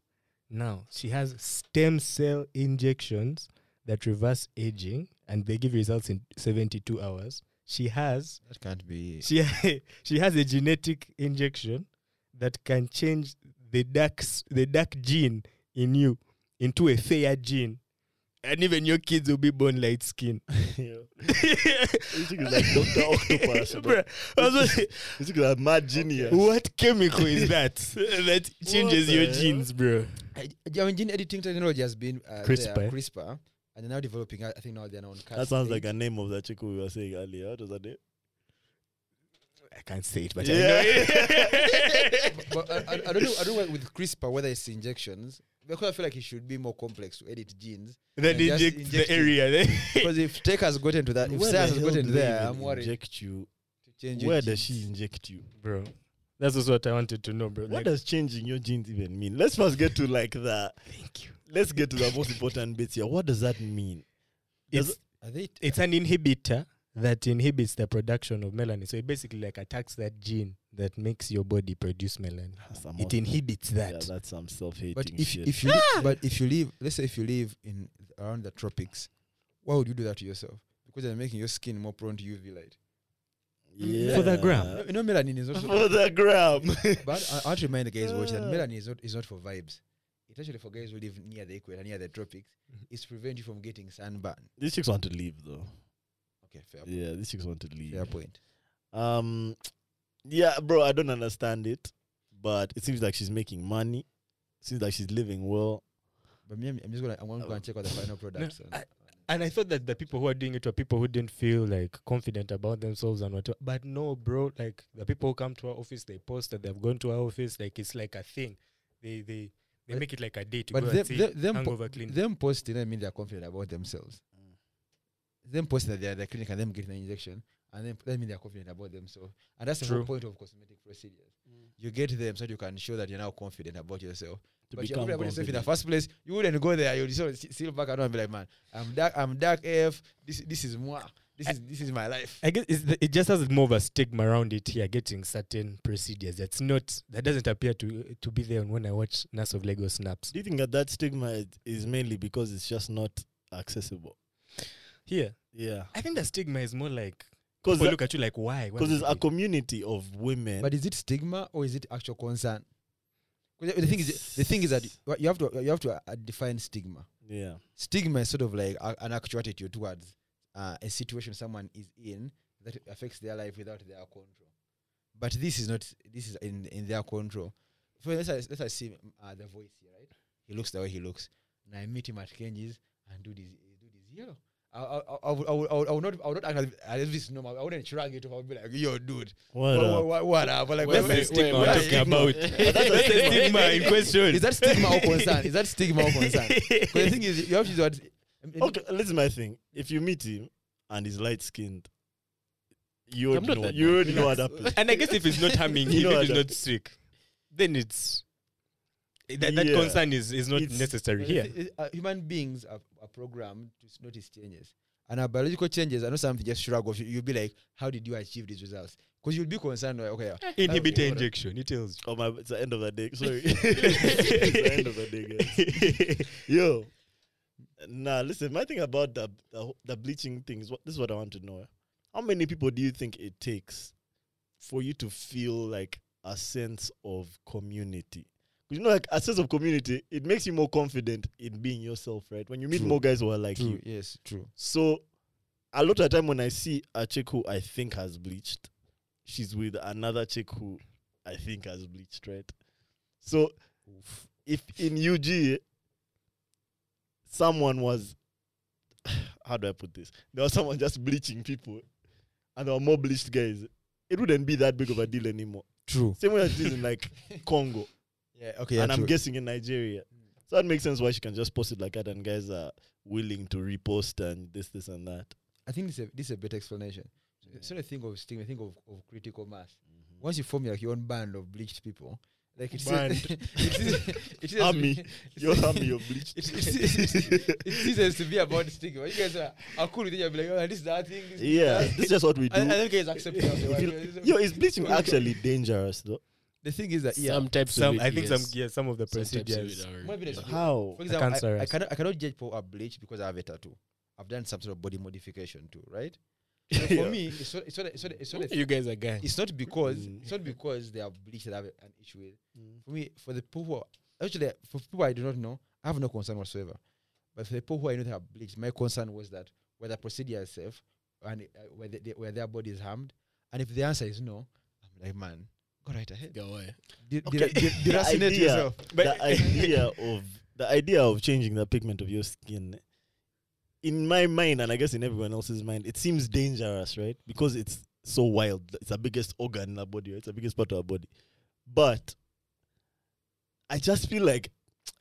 Speaker 1: Now she has stem cell injections that reverse aging and they give results in 72 hours. She has
Speaker 4: That can't be.
Speaker 1: she *laughs* she has a genetic injection that can change the dark s- the dark gene in you into a fair gene, and even your kids will be born light skin.
Speaker 2: Yeah. This chick is like Dr.
Speaker 1: *laughs*
Speaker 2: Octopus, bro.
Speaker 1: Bruh, I was like,
Speaker 2: This chick is a mad genius.
Speaker 1: what chemical is that *laughs* that changes
Speaker 2: the
Speaker 1: your
Speaker 2: hell?
Speaker 1: genes, bro?
Speaker 4: I, I mean, gene editing technology has been uh, CRISPR,
Speaker 1: CRISPR.
Speaker 4: there, CRISPR, and they're now developing. I I think now they're now on.
Speaker 2: That sounds like a name of that chick who we were saying earlier. What was that name?
Speaker 1: I can't say it, but I know it.
Speaker 2: *laughs* Yeah.
Speaker 4: *laughs* but I, I, I don't know. I don't know with CRISPR whether it's injections because I feel like it should be more complex to edit
Speaker 2: *laughs*
Speaker 4: genes.
Speaker 1: Then
Speaker 4: And just
Speaker 1: inject,
Speaker 4: inject
Speaker 1: the area. *laughs*
Speaker 4: Because if tech has gotten to that, if
Speaker 2: Where the
Speaker 4: science has
Speaker 2: hell do
Speaker 4: gotten
Speaker 2: they
Speaker 4: there,
Speaker 2: even
Speaker 4: I'm worried.
Speaker 2: Inject you.
Speaker 4: to change your
Speaker 2: Where does
Speaker 4: genes.
Speaker 2: she inject you?
Speaker 1: bro, that's just what I wanted to know, bro.
Speaker 2: What does changing your genes even mean? Let's first get to like the.
Speaker 1: thank you.
Speaker 2: Let's get to the most important bits here. What does that mean? Does-
Speaker 1: It's,
Speaker 4: Are they?
Speaker 1: it's an inhibitor that inhibits the production of melanin. So it basically like attacks that gene that makes your body produce melanin.
Speaker 2: That's some
Speaker 1: It
Speaker 2: awesome-
Speaker 1: inhibits
Speaker 2: Yeah,
Speaker 1: that.
Speaker 2: that's some self-hating
Speaker 4: But if
Speaker 2: shit.
Speaker 4: if you li- but if you live, let's say if you live in around the tropics, why would you do that to yourself? Because they're making your skin more prone to UV light.
Speaker 2: yeah.
Speaker 1: For the gram.
Speaker 4: No, you know,
Speaker 2: *laughs*
Speaker 4: melanin is not.
Speaker 2: Uh, For
Speaker 4: So,
Speaker 2: the gram.
Speaker 4: but I, I want to remind the guys
Speaker 2: *laughs*
Speaker 4: watching that
Speaker 2: Ah.
Speaker 4: melanin is not is not for vibes. It's actually for guys who live near the equator, near the tropics.
Speaker 2: Mm-hmm.
Speaker 4: It's to prevent you from getting sunburn.
Speaker 2: these chicks want to leave though.
Speaker 4: Okay, fair.
Speaker 2: Yeah, these chicks want to leave.
Speaker 4: Fair point.
Speaker 2: Um, yeah, bro, I don't understand it, but it seems like she's making money. Seems like she's living well. Oh. *laughs*
Speaker 4: But me, I'm I'm just gonna I'm gonna go and check out the final product.
Speaker 1: I- And I thought that the people who are doing it were people who didn't feel like confident about themselves and whatever. But no, bro, like the people who come to our office, they post that they've gone to our office, like it's like a thing. They they they
Speaker 4: But-
Speaker 1: make it like a day to go
Speaker 4: But them,
Speaker 1: and see
Speaker 4: them, them, po-
Speaker 1: hangover clinic.
Speaker 4: them post didn't mean they're confident about themselves.
Speaker 2: Mm.
Speaker 4: Them posting that they're at the clinic and them getting an injection, and then that mean they're confident about themselves. And that's the whole
Speaker 1: True.
Speaker 4: point of cosmetic procedures. You get them so you can show that you're now confident about yourself.
Speaker 2: To
Speaker 4: but you're
Speaker 2: become
Speaker 4: confident about yourself in the
Speaker 2: confident.
Speaker 4: first place, you wouldn't go there. You'd sort of sit sit back and be like, man, I'm dark, I'm dark AF. This this is moi. This is this is my life.
Speaker 1: I guess it's the, it just has more of a stigma around it here, getting certain procedures. That's not that doesn't appear to to be there when I watch Nurse of Lego snaps.
Speaker 2: Do you think that that stigma is- is mainly because it's just not accessible?
Speaker 1: Here,
Speaker 2: Yeah,
Speaker 1: I think the stigma is more like
Speaker 2: because
Speaker 1: people look at you like why? Why
Speaker 2: because
Speaker 1: would
Speaker 2: it's
Speaker 1: you
Speaker 2: a
Speaker 1: do
Speaker 2: community of women.
Speaker 4: But is it stigma or is it actual concern? 'Cause The the thing is, the thing is that you- you have to you have to uh, define stigma.
Speaker 2: yeah,
Speaker 4: stigma is sort of like a, an actual attitude towards uh, a situation someone is in that affects their life without their control. But this is not. This is in in their control. For let's us- let's us see mm, uh, the voice here, right? He looks the way he looks. And I meet him at Kenji's and do this do this yellow. I I I, I, would, I, would, I would not I would not act as, as if this is normal. I wouldn't shrug it off. I would be like, yo, dude,
Speaker 2: what?
Speaker 4: what
Speaker 2: up?
Speaker 4: what, what, what up? Like,
Speaker 3: Where-
Speaker 4: what-
Speaker 3: where-
Speaker 4: is
Speaker 3: where am I
Speaker 4: where-
Speaker 3: talking
Speaker 4: *laughs*
Speaker 1: about?
Speaker 4: the
Speaker 1: stigma in question.
Speaker 4: that stigma or concern? Is that stigma or concern? 'Cause the thing is, you have to use what.
Speaker 2: Okay, this is my thing. If you meet him and he's light skinned, you would
Speaker 3: I'm not
Speaker 2: know.
Speaker 3: that
Speaker 2: You
Speaker 3: dark.
Speaker 2: would know what
Speaker 3: Relax.
Speaker 2: happened.
Speaker 1: *laughs* and I guess if it's not harming
Speaker 2: You
Speaker 1: him,
Speaker 2: know
Speaker 1: if it's
Speaker 2: what I-
Speaker 1: not sick, then it's that, that
Speaker 2: Yeah.
Speaker 1: concern is, is not
Speaker 2: It's-
Speaker 1: necessary
Speaker 4: But
Speaker 1: here.
Speaker 4: it's- it's- uh, human beings are, are programmed to s- notice changes. And our biological changes are not something just shrug off. You- You'll be like, how did you achieve these results? Because you'll be concerned, like, okay, uh,
Speaker 2: *laughs*
Speaker 1: Inhibitor
Speaker 4: Okay.
Speaker 1: injection, it tells
Speaker 2: Oh my! It's the end of the day. Sorry, *laughs* it's the end of the day, guys. *laughs* Yo, nah. Listen, my thing about the the, the bleaching things. What this is what I want to know. How many people do you think it takes for you to feel like a sense of community? 'Cause You know, like a sense of community, it makes you more confident in being yourself, right? When you meet
Speaker 4: True.
Speaker 2: more guys who are like you,
Speaker 4: yes, true.
Speaker 2: so a lot of the time when I see a chick who I think has bleached, she's with another chick who I think has bleached, right? So if in UG someone was *sighs* how do I put this? There was someone just bleaching people and there were more bleached guys, it wouldn't be that big of a deal anymore.
Speaker 4: True.
Speaker 2: Same way as it is in
Speaker 4: *laughs*
Speaker 2: like Congo
Speaker 4: Yeah, okay, yeah,
Speaker 2: and I'm
Speaker 4: true.
Speaker 2: guessing in Nigeria. So that makes sense why she can just post it like that, and guys are willing to repost and this, this, and that.
Speaker 4: I think this is, a, this is a better explanation.
Speaker 2: Yeah. Mm-hmm.
Speaker 4: It's not a thing of stigma, think of, of critical mass. Once you form like, your own band of bleached people, like *laughs* it's
Speaker 1: Band.
Speaker 4: it is- it is-
Speaker 2: Army. Your army of
Speaker 4: *laughs*
Speaker 2: bleached.
Speaker 4: It ceases to be about stigma. You guys are, are cool with it. You'll be like, oh, this is that thing. This, is
Speaker 2: yeah,
Speaker 4: that.
Speaker 2: this is just what we
Speaker 4: And, and
Speaker 2: do.
Speaker 4: then guys accept it. after a while.
Speaker 2: Yo, is bleaching actually dangerous though?
Speaker 4: The thing is that yeah,
Speaker 3: Some types
Speaker 1: Some,
Speaker 3: of it,
Speaker 1: I think
Speaker 3: yes.
Speaker 1: some yeah, some of the
Speaker 3: Some types of uh,
Speaker 1: procedures.
Speaker 3: it are-
Speaker 4: Might be
Speaker 3: yeah.
Speaker 4: the-
Speaker 2: How?
Speaker 4: for example, I, I
Speaker 1: cancerous.
Speaker 4: cannot I cannot judge people who are bleached because I have a tattoo. I've done some sort of body modification too,
Speaker 2: *laughs*
Speaker 4: right? So
Speaker 2: Yeah.
Speaker 4: For me, it's not it's not it's not, it's not,
Speaker 3: You guys are gang.
Speaker 4: it's not because
Speaker 2: Mm.
Speaker 4: it's not because they are bleached that I have a- an issue with. For me, for the people who are, actually for people I do not know, I have no concern whatsoever. But for the people who I know that are bleached, my concern was that whether procedure is safe and uh, whether they, where their body is harmed, and if the answer is no, I'm like man, go right ahead.
Speaker 3: Go away.
Speaker 4: Did,
Speaker 2: Okay.
Speaker 4: did, did, did I
Speaker 2: *laughs* The idea-
Speaker 4: yourself?
Speaker 2: the idea of the idea of changing the pigment of your skin, in my mind, and I guess in everyone else's mind, it seems dangerous, right? Because it's so wild. It's the biggest organ in our body. Right? It's the biggest part of our body. But I just feel like,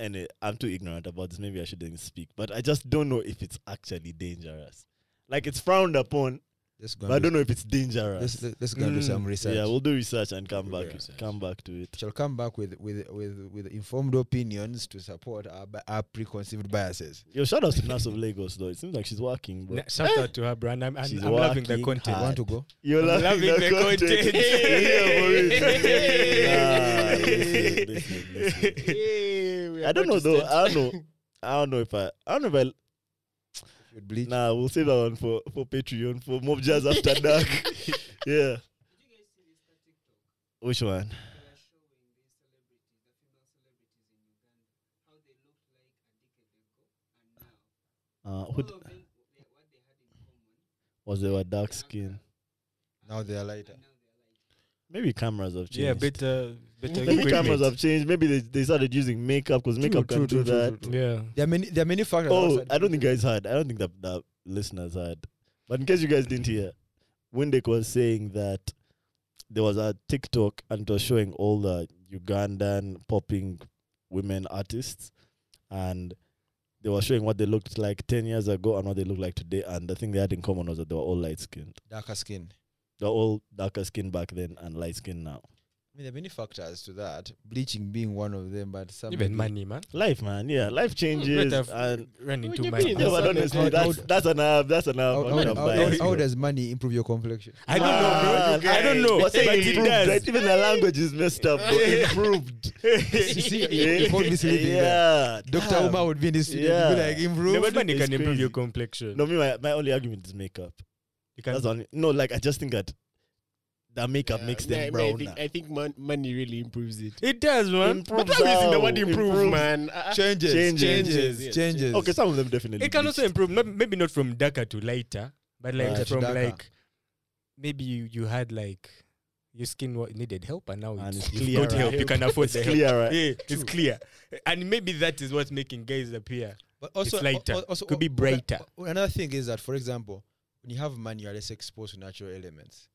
Speaker 2: and uh, I'm too ignorant about this. Maybe I shouldn't speak, but I just don't know if it's actually dangerous. Like it's frowned upon,
Speaker 4: *laughs* Let's go.
Speaker 2: but I don't know if it's dangerous.
Speaker 4: Let's, let's go and do
Speaker 1: Mm.
Speaker 4: some research.
Speaker 2: Yeah, we'll do research and come
Speaker 3: We'll do
Speaker 2: back.
Speaker 3: research.
Speaker 2: Come back to it.
Speaker 4: shall come back with with with, with informed opinions to support our, bi- our preconceived biases.
Speaker 2: Yo, shout out to Nurse of Lagos though. It seems like she's working, bro.
Speaker 1: Na- Shout out to her, bro. And I'm, and
Speaker 2: She's
Speaker 1: I'm loving the
Speaker 2: working
Speaker 4: Do
Speaker 1: content.
Speaker 4: you
Speaker 2: hard.
Speaker 4: want to go?
Speaker 2: You're
Speaker 1: I'm loving the
Speaker 2: *laughs*
Speaker 1: content. *laughs*
Speaker 2: yeah, for real. Nah, listen, listen, listen.
Speaker 1: Hey,
Speaker 2: I don't know though. I don't know. I don't know if I. I don't know if I.
Speaker 4: You'd bleach.
Speaker 2: Nah, we'll save that one for for Patreon for Mob Jazz after dark. yeah. Which one? Uh, who d- was they were dark skin.
Speaker 4: Now they are lighter.
Speaker 2: Maybe cameras have changed.
Speaker 1: Yeah, better, better
Speaker 2: Maybe cameras
Speaker 1: equipment.
Speaker 2: have changed. Maybe they, they started using makeup because makeup
Speaker 4: true,
Speaker 2: can do
Speaker 4: true, true,
Speaker 2: that.
Speaker 4: true, true.
Speaker 1: Yeah.
Speaker 4: There are many. There are many factors.
Speaker 2: Oh,
Speaker 4: outside
Speaker 2: I don't think
Speaker 4: people.
Speaker 2: guys heard. I don't think that the listeners heard. But in case you guys didn't hear, Windek was saying that there was a TikTok and it was showing all the Ugandan popping women artists, and they were showing what they looked like ten years ago and what they look like today. And the thing they had in common was that they were all light skinned.
Speaker 4: darker skin.
Speaker 2: They were all darker skinned back then and light skinned now.
Speaker 4: I mean, there are many factors to that. Bleaching being one of them, but some
Speaker 1: Even
Speaker 4: people-
Speaker 1: money, man.
Speaker 2: Life, man, yeah, life changes.
Speaker 1: Better
Speaker 2: And
Speaker 1: f- run
Speaker 3: Would
Speaker 1: into
Speaker 3: you
Speaker 1: money.
Speaker 3: mean
Speaker 2: no, but
Speaker 3: That's
Speaker 2: honestly,
Speaker 3: how-
Speaker 2: that's that's enough. That's
Speaker 4: How,
Speaker 2: enough.
Speaker 4: how,
Speaker 2: I'm not
Speaker 4: how-
Speaker 2: biased,
Speaker 4: how
Speaker 2: bro.
Speaker 4: does money improve your complexion?
Speaker 1: I don't know, bro. You
Speaker 2: Ah, I don't know.
Speaker 1: guys.
Speaker 2: But
Speaker 1: But
Speaker 2: it
Speaker 1: it
Speaker 2: improved,
Speaker 1: does.
Speaker 2: right? Even the language is messed
Speaker 1: *laughs*
Speaker 2: up. Bro. Improved.
Speaker 4: you see, you found this lady there.
Speaker 2: yeah.
Speaker 4: Doctor
Speaker 2: damn.
Speaker 4: Uma would be in the studio and be
Speaker 2: Yeah.
Speaker 4: like,
Speaker 1: No,
Speaker 4: improve.
Speaker 1: but money
Speaker 2: It's
Speaker 1: can improve
Speaker 2: crazy.
Speaker 1: your complexion.
Speaker 2: No, me, my, my only argument is makeup.
Speaker 1: you can
Speaker 2: That's the only. No, like I just think that the makeup
Speaker 3: Yeah,
Speaker 2: makes
Speaker 3: me-
Speaker 2: them
Speaker 3: I mean, I
Speaker 2: browner.
Speaker 3: think, I think mon- money really improves it. uh,
Speaker 1: It does, man.
Speaker 2: Improves
Speaker 1: but that is in the
Speaker 2: how?
Speaker 1: word improve,
Speaker 2: Improves.
Speaker 1: man.
Speaker 4: changes,
Speaker 2: Changes.
Speaker 4: changes,
Speaker 3: Yes.
Speaker 4: changes.
Speaker 2: okay, some of them definitely.
Speaker 1: It can also improve, not maybe not from darker to lighter, but like
Speaker 2: Lighter
Speaker 4: to
Speaker 1: from
Speaker 4: darker.
Speaker 1: like maybe you, you had like your skin wa- needed help and now
Speaker 2: And
Speaker 1: it's,
Speaker 2: it's
Speaker 1: you've
Speaker 2: clearer.
Speaker 1: got help. You can afford the
Speaker 2: It's
Speaker 1: help.
Speaker 2: clear, right?
Speaker 1: Yeah, it's clear, and maybe that is what's making guys appear.
Speaker 4: But also,
Speaker 1: It's lighter.
Speaker 4: al- al- also
Speaker 1: Could be
Speaker 4: al- al-
Speaker 1: brighter.
Speaker 4: al- another thing is that, for example, when you have money, you're less exposed to natural elements.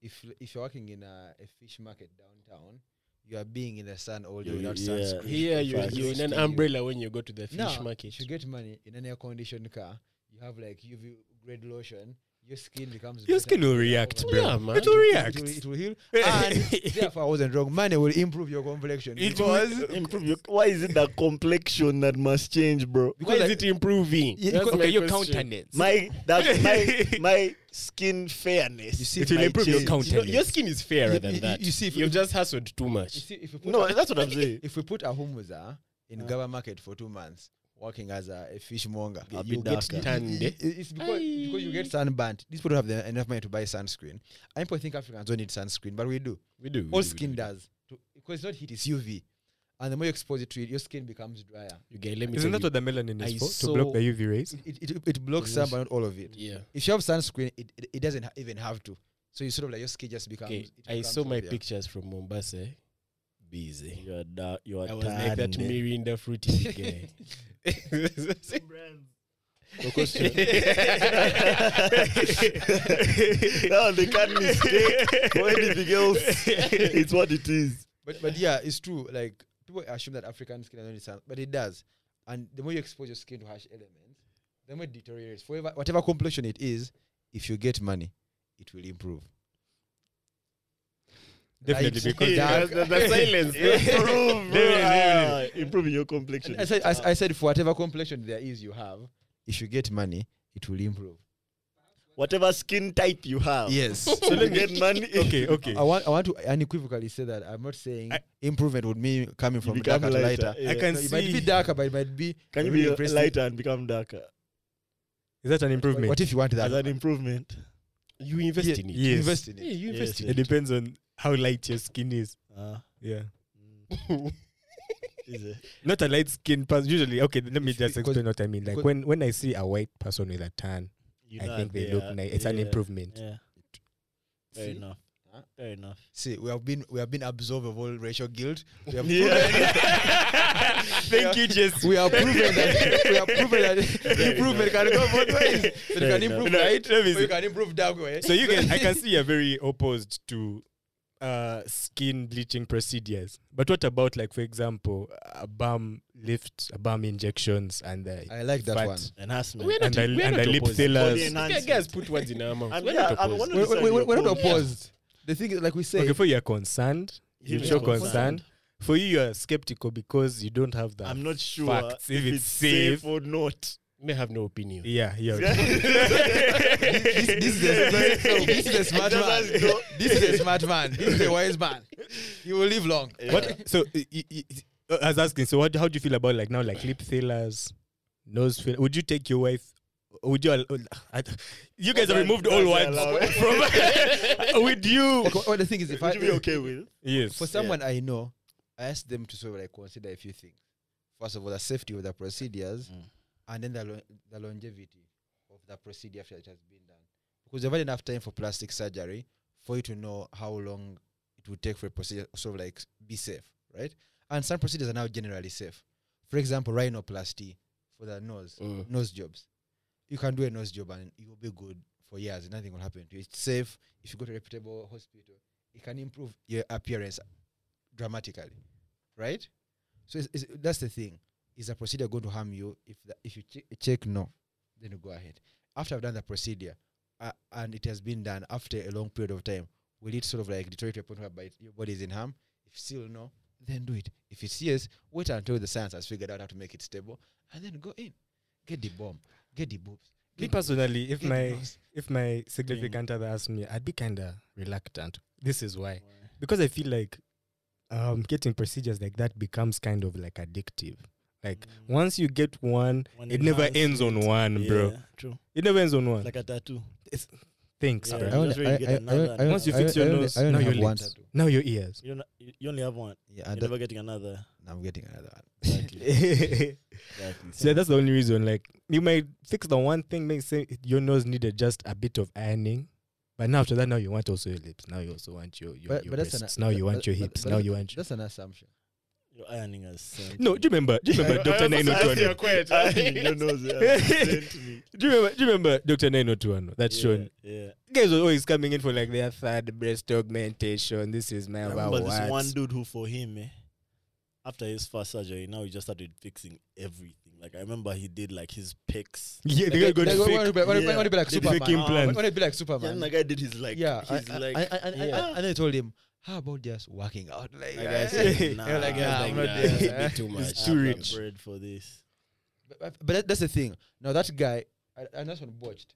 Speaker 4: If l- if you're working in a, a fish market downtown, you are being in the sun all day
Speaker 2: You-
Speaker 4: without
Speaker 2: yeah.
Speaker 4: sunscreen.
Speaker 3: Here you
Speaker 2: Facts.
Speaker 3: you're in an
Speaker 4: Still you.
Speaker 3: umbrella when you go to the fish
Speaker 4: Now,
Speaker 3: market.
Speaker 4: if you get money in an air-conditioned car, you have like UV grade lotion. Your skin becomes
Speaker 1: Your
Speaker 4: better.
Speaker 1: skin will react,
Speaker 4: Yeah,
Speaker 1: bro.
Speaker 3: man.
Speaker 1: It will
Speaker 4: It will,
Speaker 1: react.
Speaker 4: it will
Speaker 1: *laughs*
Speaker 4: heal. And therefore, I wasn't wrong. Money will improve your complexion.
Speaker 1: It
Speaker 4: because-
Speaker 1: was.
Speaker 2: Improve your, why is it the complexion that must change, bro?
Speaker 3: Why
Speaker 4: because
Speaker 3: is
Speaker 4: like-
Speaker 3: it improving?
Speaker 4: Yeah,
Speaker 3: That's
Speaker 4: because-
Speaker 3: my
Speaker 1: Okay, your
Speaker 3: question.
Speaker 1: countenance.
Speaker 2: My that
Speaker 1: *laughs*
Speaker 2: my my skin fairness.
Speaker 4: You see,
Speaker 1: it will
Speaker 2: might
Speaker 1: improve your
Speaker 2: change.
Speaker 3: You know,
Speaker 1: countenance.
Speaker 3: your skin is fairer
Speaker 4: You-
Speaker 3: than
Speaker 4: you-
Speaker 3: that.
Speaker 4: you see, if
Speaker 3: you've
Speaker 4: you-
Speaker 3: just hustled too
Speaker 4: you
Speaker 3: much.
Speaker 4: see, if we put
Speaker 2: No,
Speaker 4: a-
Speaker 2: that's what I'm saying.
Speaker 4: if we put a homeowner in
Speaker 2: Uh.
Speaker 4: Gaba market for two months working as a, a fishmonger,
Speaker 2: I'll be
Speaker 4: you get
Speaker 2: darker.
Speaker 4: you-
Speaker 3: Tanned, eh?
Speaker 4: you- you- it's because, because you get sunburnt. These people don't have the, enough money to buy sunscreen. And people think Africans don't need sunscreen, but we do.
Speaker 3: We do.
Speaker 4: All
Speaker 3: we do, we
Speaker 4: skin
Speaker 3: do.
Speaker 4: does. To- because it's not heat, it's UV. And the more you expose it to it, your skin becomes drier.
Speaker 3: You guys, let me
Speaker 1: Isn't
Speaker 3: tell
Speaker 1: that
Speaker 3: you.
Speaker 1: what the melanin
Speaker 3: I
Speaker 1: is for?
Speaker 3: saw-
Speaker 1: to block the UV rays.
Speaker 4: It, it, it, it blocks some, but not all of it.
Speaker 3: Yeah.
Speaker 4: If you have sunscreen, it, it, it doesn't ha- even have to. So you sort of like your skin just becomes.
Speaker 3: Okay.
Speaker 4: it
Speaker 3: I
Speaker 4: becomes
Speaker 3: saw my
Speaker 4: healthier.
Speaker 3: pictures from Mombasa. eh? Busy.
Speaker 2: You're dark. You're
Speaker 3: I was like that
Speaker 2: tanned.
Speaker 3: Mirinda
Speaker 4: *laughs*
Speaker 3: fruity guy. *laughs*
Speaker 2: no, they can't mistake for anything else. *laughs*
Speaker 3: *laughs*
Speaker 2: it's what it is.
Speaker 4: But but yeah, it's true. Like people assume that African skin doesn't sun, but it does. And the more you expose your skin to harsh elements, the more it deteriorates. Forever, whatever complexion it is, if you get money, it will improve.
Speaker 1: Definitely
Speaker 4: Light,
Speaker 1: because
Speaker 4: dark.
Speaker 2: *laughs*
Speaker 3: silence.
Speaker 4: *laughs*
Speaker 2: Improve, bro. Ah, improving your complexion.
Speaker 4: And I said, I, s- I said, for whatever complexion there is, you have. If you get money, it will improve.
Speaker 2: Whatever skin type you have. *laughs*
Speaker 4: Yes.
Speaker 2: So let me get *laughs* money.
Speaker 1: okay, okay.
Speaker 4: I want I want to unequivocally say that I'm not saying
Speaker 1: I-
Speaker 4: improvement would mean coming
Speaker 2: You
Speaker 4: from
Speaker 2: become
Speaker 4: darker to
Speaker 2: lighter.
Speaker 4: lighter.
Speaker 2: Yeah.
Speaker 1: I can
Speaker 4: So it might
Speaker 1: see.
Speaker 4: be darker, but it might be
Speaker 2: Can you
Speaker 4: really
Speaker 2: be
Speaker 4: impressive.
Speaker 2: lighter and become darker?
Speaker 1: Is that an
Speaker 4: What,
Speaker 1: improvement?
Speaker 4: what if you want that?
Speaker 2: As an improvement.
Speaker 3: You invest in it.
Speaker 1: Yeah. *laughs* Yes.
Speaker 4: Invest in
Speaker 3: Yeah,
Speaker 4: it.
Speaker 3: you
Speaker 2: Yes,
Speaker 3: invest
Speaker 1: It depends on how light your skin is.
Speaker 2: Ah,
Speaker 1: Yeah.
Speaker 3: in it.
Speaker 2: Mm, is it?
Speaker 1: *laughs* Not a light skinned person. Usually, okay, let me
Speaker 4: If-
Speaker 1: just
Speaker 4: because-
Speaker 1: explain what I mean. Like
Speaker 4: because-
Speaker 1: when, when I see a white person with a tan,
Speaker 2: You
Speaker 1: I
Speaker 2: know
Speaker 1: think they
Speaker 2: are-
Speaker 1: look nice. It's an
Speaker 2: yeah,
Speaker 1: improvement.
Speaker 2: Yeah. Fair
Speaker 4: See?
Speaker 2: enough.
Speaker 4: Huh?
Speaker 2: Fair enough.
Speaker 4: See, we have been we have been absolved of all racial guilt. We
Speaker 1: *laughs*
Speaker 4: have
Speaker 2: Yeah.
Speaker 1: Thank you, Jess.
Speaker 4: we are
Speaker 1: *laughs*
Speaker 4: proven that we are proven that improvement can go both ways. So
Speaker 2: Fair
Speaker 4: you can
Speaker 2: enough.
Speaker 4: improve
Speaker 1: No, let
Speaker 4: light,
Speaker 1: me
Speaker 4: or you
Speaker 1: see.
Speaker 4: can improve dark way.
Speaker 1: So you guys, I
Speaker 2: *laughs*
Speaker 1: can see you're very opposed to uh, skin bleaching procedures. But what about, like, for example, a balm lift, a balm injections, and the
Speaker 4: *laughs* I like that
Speaker 1: fat?
Speaker 4: one.
Speaker 2: Enhancement.
Speaker 3: We're not,
Speaker 1: And I-
Speaker 3: we're
Speaker 1: and
Speaker 3: not
Speaker 1: I lip
Speaker 3: opposed.
Speaker 1: fillers.
Speaker 2: Body
Speaker 3: Guys,
Speaker 2: enhancement.
Speaker 3: guys put words in our mouth.
Speaker 2: And
Speaker 3: We're
Speaker 2: yeah,
Speaker 3: not
Speaker 2: and
Speaker 3: opposed.
Speaker 2: one of
Speaker 4: We,
Speaker 2: Understand
Speaker 4: we, we,
Speaker 2: your
Speaker 4: we're not
Speaker 2: point.
Speaker 4: opposed. The thing is, like we say,
Speaker 1: Okay, for you are concerned, you
Speaker 2: Yeah.
Speaker 1: show
Speaker 2: Concerned.
Speaker 1: concern. For you, you are skeptical because you don't have the
Speaker 2: I'm not sure
Speaker 1: facts, if it's safe.
Speaker 2: or not.
Speaker 3: may have no opinion.
Speaker 1: Yeah, yeah.
Speaker 4: this, this, is a, this is a smart
Speaker 2: Just ask
Speaker 4: man.
Speaker 2: God.
Speaker 4: This is a smart man. This is a wise man. You will
Speaker 1: *laughs*
Speaker 4: live long.
Speaker 1: What? So i- i- i- uh, I was asking. So what? How do you feel about like now, like lip fillers, nose fillers? Would you take your wife? Would you? al- I- You guys have
Speaker 2: That's-
Speaker 1: removed all
Speaker 2: that's
Speaker 1: words
Speaker 2: allowed. *laughs*
Speaker 1: from. *laughs* Would you?
Speaker 4: Okay, well, the thing is, if
Speaker 2: Would
Speaker 4: I
Speaker 2: you be okay with?
Speaker 1: Yes.
Speaker 4: for someone I know, I ask them to sort of like consider a few things. First of all, the safety of the procedures,
Speaker 2: Mm.
Speaker 4: and then the, lo- the longevity of the procedure after it has been done. Because they've had enough time for plastic surgery for you to know how long it to take for a procedure, sort of like be safe, right? And some procedures are now generally safe. For example, rhinoplasty for the nose,
Speaker 3: *laughs* Mm.
Speaker 4: nose jobs. You can do a nose job and you'll be good for years. Nothing will happen to you. It's safe. If you go to a reputable hospital, it can improve your appearance dramatically, right? So it's, it's, that's the thing. Is the procedure going to harm you? If the, if you che- check no, then you go ahead. After I've done the procedure, uh, and it has been done after a long period of time, will it sort of like deteriorate to a point whereby it- your body is in harm? If still no, then do it. If it's yes, wait until the science has figured out how to make it stable, and then go in, get the bomb, get the boobs.
Speaker 1: Me
Speaker 4: get
Speaker 1: personally, if
Speaker 4: get the
Speaker 1: my
Speaker 4: nose.
Speaker 1: if my significant other asked me, I'd be kinda reluctant. This is why. Because I feel like um getting procedures like that becomes kind of like addictive. Like once you get one,
Speaker 2: One
Speaker 1: it never ends
Speaker 2: enhanced
Speaker 1: on
Speaker 2: it.
Speaker 1: one, bro.
Speaker 2: Yeah, True.
Speaker 1: It never ends on one.
Speaker 2: Like a tattoo.
Speaker 1: Thanks,
Speaker 2: yeah.
Speaker 1: bro.
Speaker 2: I only- That's where you I- get I- I- another I- one.
Speaker 1: Once you fix your nose, now your lips. Now your ears.
Speaker 2: You, don't, you you only have one.
Speaker 4: Yeah, I
Speaker 2: You're
Speaker 4: don't-
Speaker 2: never getting another.
Speaker 4: I'm getting another one.
Speaker 1: *laughs*
Speaker 2: Exactly. exactly.
Speaker 1: So that's the only reason. Like you might fix the one thing, make say your nose needed just a bit of ironing, but now after that, now you want also your lips. Now you also want your your,
Speaker 4: But-
Speaker 1: your
Speaker 4: but that's an-
Speaker 1: breasts. Now you
Speaker 4: but-
Speaker 1: want your
Speaker 4: but-
Speaker 1: hips.
Speaker 4: but
Speaker 1: now
Speaker 4: that-
Speaker 1: you want your.
Speaker 4: That's an assumption.
Speaker 2: You're ironing us. same
Speaker 1: *laughs* No,
Speaker 2: thing.
Speaker 1: do you remember? Do you
Speaker 4: *laughs*
Speaker 1: remember Doctor Nine Otuano?
Speaker 2: Ironing your nose. *laughs* Yeah. Same to me.
Speaker 1: *laughs* Do you remember? Do you remember Doctor Nine Otuano? That
Speaker 2: Yeah,
Speaker 1: shown
Speaker 2: Yeah.
Speaker 1: guys were always coming in for like their third breast augmentation. This is my
Speaker 2: I
Speaker 1: wow.
Speaker 2: remember this one
Speaker 1: what?
Speaker 2: dude who, for him, eh, after his first surgery, now he just started fixing everything. Like I remember he did like his pecs.
Speaker 1: Yeah, the guy got
Speaker 4: Like,
Speaker 1: fake.
Speaker 4: wanna be- wanna be-
Speaker 2: Yeah.
Speaker 4: wanna be like
Speaker 2: Did
Speaker 4: Superman.
Speaker 1: fake implant.
Speaker 4: Wanna be like
Speaker 2: Yeah,
Speaker 4: Superman.
Speaker 2: and the guy did his like.
Speaker 4: Yeah, I-
Speaker 2: his
Speaker 4: I-
Speaker 2: like.
Speaker 4: I- I- I-
Speaker 2: yeah.
Speaker 4: I- and I told him, how about just working out? Like,
Speaker 2: Like
Speaker 4: *laughs*
Speaker 2: I
Speaker 1: said,
Speaker 4: They were
Speaker 2: nah.
Speaker 4: like,
Speaker 2: Yeah,
Speaker 4: "Yeah,
Speaker 2: like,
Speaker 4: I'm
Speaker 2: nah,
Speaker 4: not
Speaker 2: it's *laughs*
Speaker 4: there."
Speaker 3: a bit too much.
Speaker 1: It's
Speaker 2: I'm
Speaker 1: too
Speaker 2: not
Speaker 1: rich.
Speaker 2: bred for this.
Speaker 4: But- But, but that, that's the thing. Now that guy, I- and that's one botched.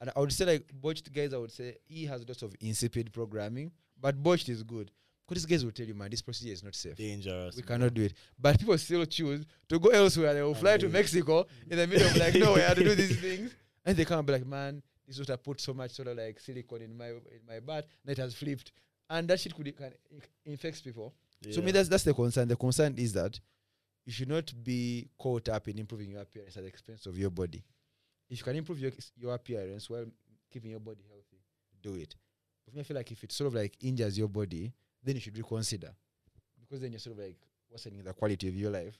Speaker 4: And I would say like botched guys, I would say he has lots of insipid programming, but botched is good because these guys will tell you, man, this procedure is not safe.
Speaker 2: Dangerous.
Speaker 4: we
Speaker 2: bro.
Speaker 4: cannot do it. But people still choose to go elsewhere. They will fly to
Speaker 2: Amazing.
Speaker 4: Mexico in the middle of like nowhere to do these things, and they come and be like, "Man, this is what I put so much sort of like silicone in my in my butt, and it has flipped." And that shit could can infects people. So
Speaker 2: Yeah.
Speaker 4: me, that's that's the concern. The concern is that you should not be caught up in improving your appearance at the expense of your body. If you can improve your your appearance while keeping your body healthy, do it. But I feel like if it sort of like injures your body, then you should reconsider because then you're sort of like worsening the quality of your life.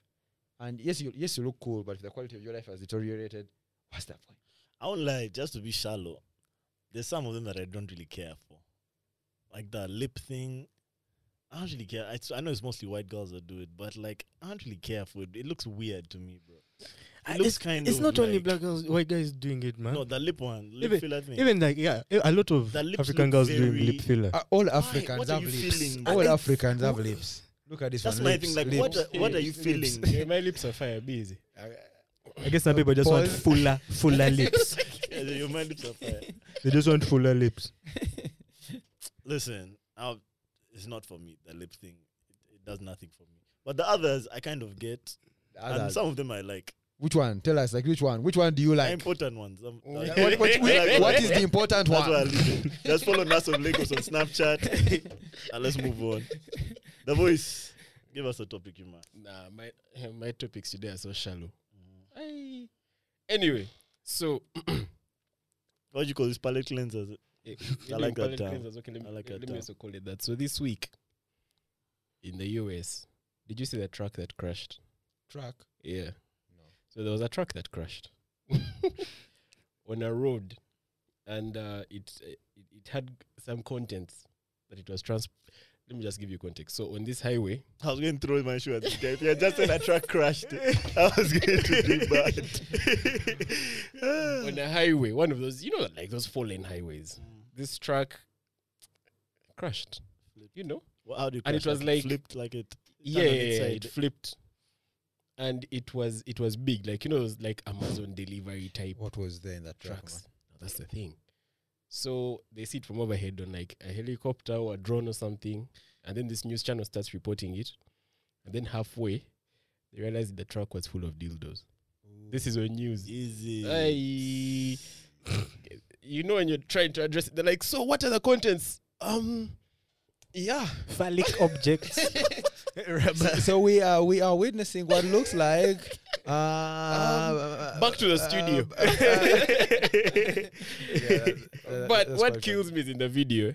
Speaker 4: And yes, you yes you look cool, but if the quality of your life has deteriorated, what's the point?
Speaker 2: I won't lie, just to be shallow, there's some of them that I don't really care for. Like the lip thing. I don't really care. I, I know it's mostly white girls that do it, but like, I don't really care for it. It looks weird to me, bro.
Speaker 1: Ah,
Speaker 2: It looks kind
Speaker 1: It's
Speaker 2: of
Speaker 1: not only
Speaker 2: like-
Speaker 1: black girls, white guys doing it, man.
Speaker 2: No, the lip one. Lip
Speaker 1: Even-
Speaker 2: filler thing.
Speaker 1: Even like yeah, a a lot of
Speaker 2: The lips
Speaker 1: African
Speaker 2: look
Speaker 1: girls doing
Speaker 2: very-
Speaker 1: lip filler.
Speaker 4: Uh, all
Speaker 2: what
Speaker 4: Africans
Speaker 2: are
Speaker 4: have
Speaker 2: you
Speaker 4: lips.
Speaker 2: feeling?
Speaker 4: All
Speaker 2: I-
Speaker 4: Africans have lips. Look at this
Speaker 2: That's
Speaker 4: one.
Speaker 2: my
Speaker 4: lips,
Speaker 2: thing. Like,
Speaker 4: lips.
Speaker 2: what are, what are you
Speaker 4: Lips.
Speaker 2: feeling?
Speaker 3: my lips are fire busy.
Speaker 1: I guess some people just want
Speaker 4: Pause.
Speaker 1: fuller, fuller lips.
Speaker 2: Yeah, Your mind lips are fire.
Speaker 1: They just want fuller lips.
Speaker 2: Listen, I'll, it's not for me, the lip thing. It, it does nothing for me. But the others, I kind of get.
Speaker 4: Others.
Speaker 2: And some of them I like.
Speaker 4: Which one? Tell us, like, which one? Which one do you like?
Speaker 2: important ones. Um,
Speaker 4: Uh,
Speaker 2: like-
Speaker 4: what,
Speaker 2: *laughs*
Speaker 4: what-
Speaker 2: I like
Speaker 4: what
Speaker 2: that
Speaker 4: is
Speaker 2: one.
Speaker 4: the important
Speaker 2: That's why I
Speaker 4: one?
Speaker 2: leave it. Just follow Nas of Lagos on Snapchat.
Speaker 4: *laughs*
Speaker 3: *laughs*
Speaker 2: and let's move on. The voice. Give us a topic, you man.
Speaker 3: Nah, my my topics today are so shallow. Aye. Anyway, so *clears throat*
Speaker 2: What do you call this palette cleansers?
Speaker 3: Eh,
Speaker 2: I
Speaker 3: maybe
Speaker 2: like
Speaker 3: we'll
Speaker 2: that
Speaker 3: call it
Speaker 2: term.
Speaker 3: cleansers. Okay, let
Speaker 2: I
Speaker 3: me,
Speaker 2: like that
Speaker 3: let me
Speaker 2: term.
Speaker 3: also call it that. So this week in the US, did you see the truck that crashed?
Speaker 4: Track.
Speaker 3: Yeah. So there was a truck
Speaker 2: *laughs*
Speaker 3: that crashed on a road, and uh, it, uh, it it had some contents that it was trans. Let me just give you context. So on
Speaker 2: *sighs*
Speaker 3: this highway,
Speaker 2: I was going to throw my shoe at this guy. If you had just said a truck crashed, I was going to be
Speaker 4: *laughs*
Speaker 2: bad.
Speaker 3: on a highway, one of those you know like those four lane highways,
Speaker 2: Mm.
Speaker 3: this truck crashed. You know,
Speaker 2: Well, how do you
Speaker 3: And it
Speaker 2: crash?
Speaker 3: was like-
Speaker 2: flipped like it.
Speaker 3: yeah,
Speaker 2: on
Speaker 3: yeah,
Speaker 2: its
Speaker 3: yeah,
Speaker 2: side.
Speaker 3: it flipped, and it was it was big, like you know, it was like Amazon delivery type
Speaker 4: What was there in that track?
Speaker 3: trucks. That's the thing. So they see it from overhead on like a helicopter or a drone or something, and then this news channel starts reporting it, and then halfway, they realize the truck was full of dildos. This is on news.
Speaker 2: Easy.
Speaker 4: *laughs*
Speaker 3: *laughs* Aye. you know when you're trying to address it, they're like, so what are the contents? Um, yeah.
Speaker 1: Phallic objects.
Speaker 4: So, *laughs* so we are we are witnessing *laughs* what looks like. *laughs* Um, Uh,
Speaker 3: back to the studio.
Speaker 4: uh, *laughs* yeah, that- that-
Speaker 3: but
Speaker 4: that's quite *laughs*
Speaker 3: what
Speaker 4: funny.
Speaker 3: kills me is in the video,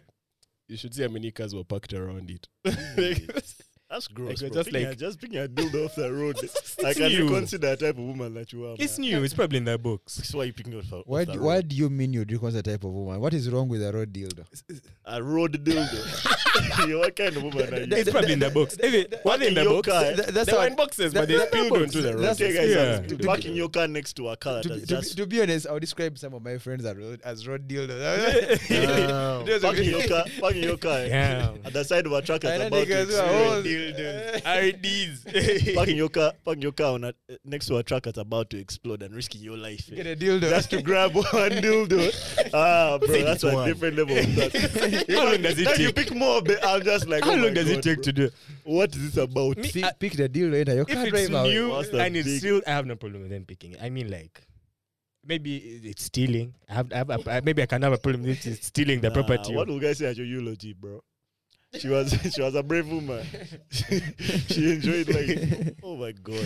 Speaker 3: you should see how many cars were parked around it.
Speaker 2: That's
Speaker 3: Like,
Speaker 2: gross.
Speaker 3: you're
Speaker 2: bro.
Speaker 3: just
Speaker 2: Picking
Speaker 3: like-
Speaker 2: a- just picking a dildo off the road.
Speaker 1: I
Speaker 2: like, can you consider the type of woman that you are?
Speaker 1: It's
Speaker 2: man?
Speaker 1: new. It's probably in their books.
Speaker 2: That's why you picking it off the,
Speaker 4: Why
Speaker 2: off the
Speaker 4: do,
Speaker 2: road.
Speaker 4: why do you mean you drink was a type of woman? What is wrong with a road dildo?
Speaker 2: A road dildo. *laughs* what kind of woman are you?
Speaker 1: It's probably in their books. If it- Were they in their
Speaker 2: your
Speaker 1: books?
Speaker 2: car,
Speaker 4: Th- that's
Speaker 3: they
Speaker 4: how
Speaker 3: were
Speaker 4: I-
Speaker 3: in boxes,
Speaker 4: that-
Speaker 3: but they
Speaker 4: that-
Speaker 3: spilled
Speaker 4: that-
Speaker 3: onto the road.
Speaker 4: that's-
Speaker 2: Okay, guys,
Speaker 1: Yeah.
Speaker 2: that's-
Speaker 1: To
Speaker 4: be-
Speaker 2: parking your car next to a car
Speaker 4: to,
Speaker 2: that's
Speaker 4: be- to, be-
Speaker 2: just
Speaker 4: to be honest, I'll describe some of my friends as road, as road dildos. *laughs*
Speaker 2: No.
Speaker 4: It doesn't
Speaker 2: parking
Speaker 4: *laughs* really-
Speaker 2: your car, parking your car *laughs*
Speaker 1: Damn.
Speaker 2: at the side of a truck
Speaker 4: I
Speaker 2: that's
Speaker 4: know
Speaker 2: about to
Speaker 4: niggas who are hoes.
Speaker 2: explode.
Speaker 4: *laughs*
Speaker 1: IDs.
Speaker 2: E
Speaker 1: *laughs*
Speaker 2: Parking your car, parking your car on a, next to a truck that's about to explode and risking your life. eh.
Speaker 4: Get a dildo.
Speaker 2: Just to grab
Speaker 4: *laughs*
Speaker 2: one dildo. Ah, bro, that's a
Speaker 1: one.
Speaker 2: different level. Of that.
Speaker 1: *laughs* How long does it
Speaker 2: Now You
Speaker 1: take?
Speaker 2: pick more, but I'm just like,
Speaker 1: How
Speaker 2: oh my
Speaker 1: long does
Speaker 2: God,
Speaker 1: it take
Speaker 2: bro.
Speaker 1: to do?
Speaker 2: What is this about?
Speaker 1: Me-
Speaker 4: See,
Speaker 1: I-
Speaker 4: pick the dildo into your
Speaker 1: If
Speaker 4: car
Speaker 1: it's
Speaker 4: drive away.
Speaker 1: new
Speaker 2: What's the
Speaker 1: and it's
Speaker 2: big-
Speaker 1: still, I have no problem with them picking it. I mean, like maybe it's stealing. I have, I have a- I- maybe I can have a problem with it stealing the
Speaker 2: Nah,
Speaker 1: property.
Speaker 2: What
Speaker 1: of-
Speaker 2: will guys say at your eulogy, bro? *laughs* oh. She was she was a brave woman. *laughs* she enjoyed
Speaker 1: *laughs*
Speaker 2: like, oh my god,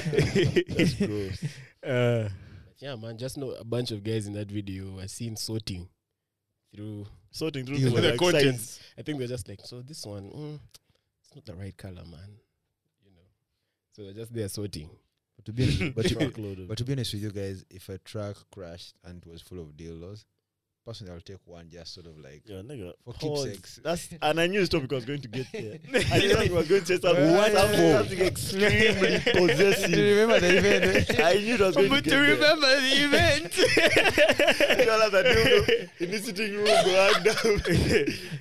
Speaker 2: that's gross.
Speaker 1: uh,
Speaker 3: yeah, man, just know a bunch of guys in that video were seen sorting through.
Speaker 2: Sorting through
Speaker 4: Ew.
Speaker 2: the,
Speaker 3: The
Speaker 2: like,
Speaker 3: contents.
Speaker 2: sides.
Speaker 3: I think they're just like, so this one, mm, it's not the right color, man. You know, so they're just there sorting.
Speaker 4: To be honest,
Speaker 3: *laughs*
Speaker 2: *laughs*
Speaker 4: but, to,
Speaker 2: Truckload of-
Speaker 4: but to be honest with you guys, if a truck crashed and was full of dildos, personally, I'll take one just sort of like
Speaker 2: Yeah, nigga.
Speaker 4: for
Speaker 2: Pause.
Speaker 4: keepsakes.
Speaker 2: That's and I knew this topic was going to get there. I knew we was going to say something,
Speaker 4: What
Speaker 2: something,
Speaker 4: for?
Speaker 2: something *laughs*
Speaker 4: *laughs*
Speaker 2: extremely possessive.
Speaker 4: remember the event? *laughs*
Speaker 2: I knew it was going to get there.
Speaker 1: the
Speaker 2: You know, like a dildo in the sitting room, bro, hanged up.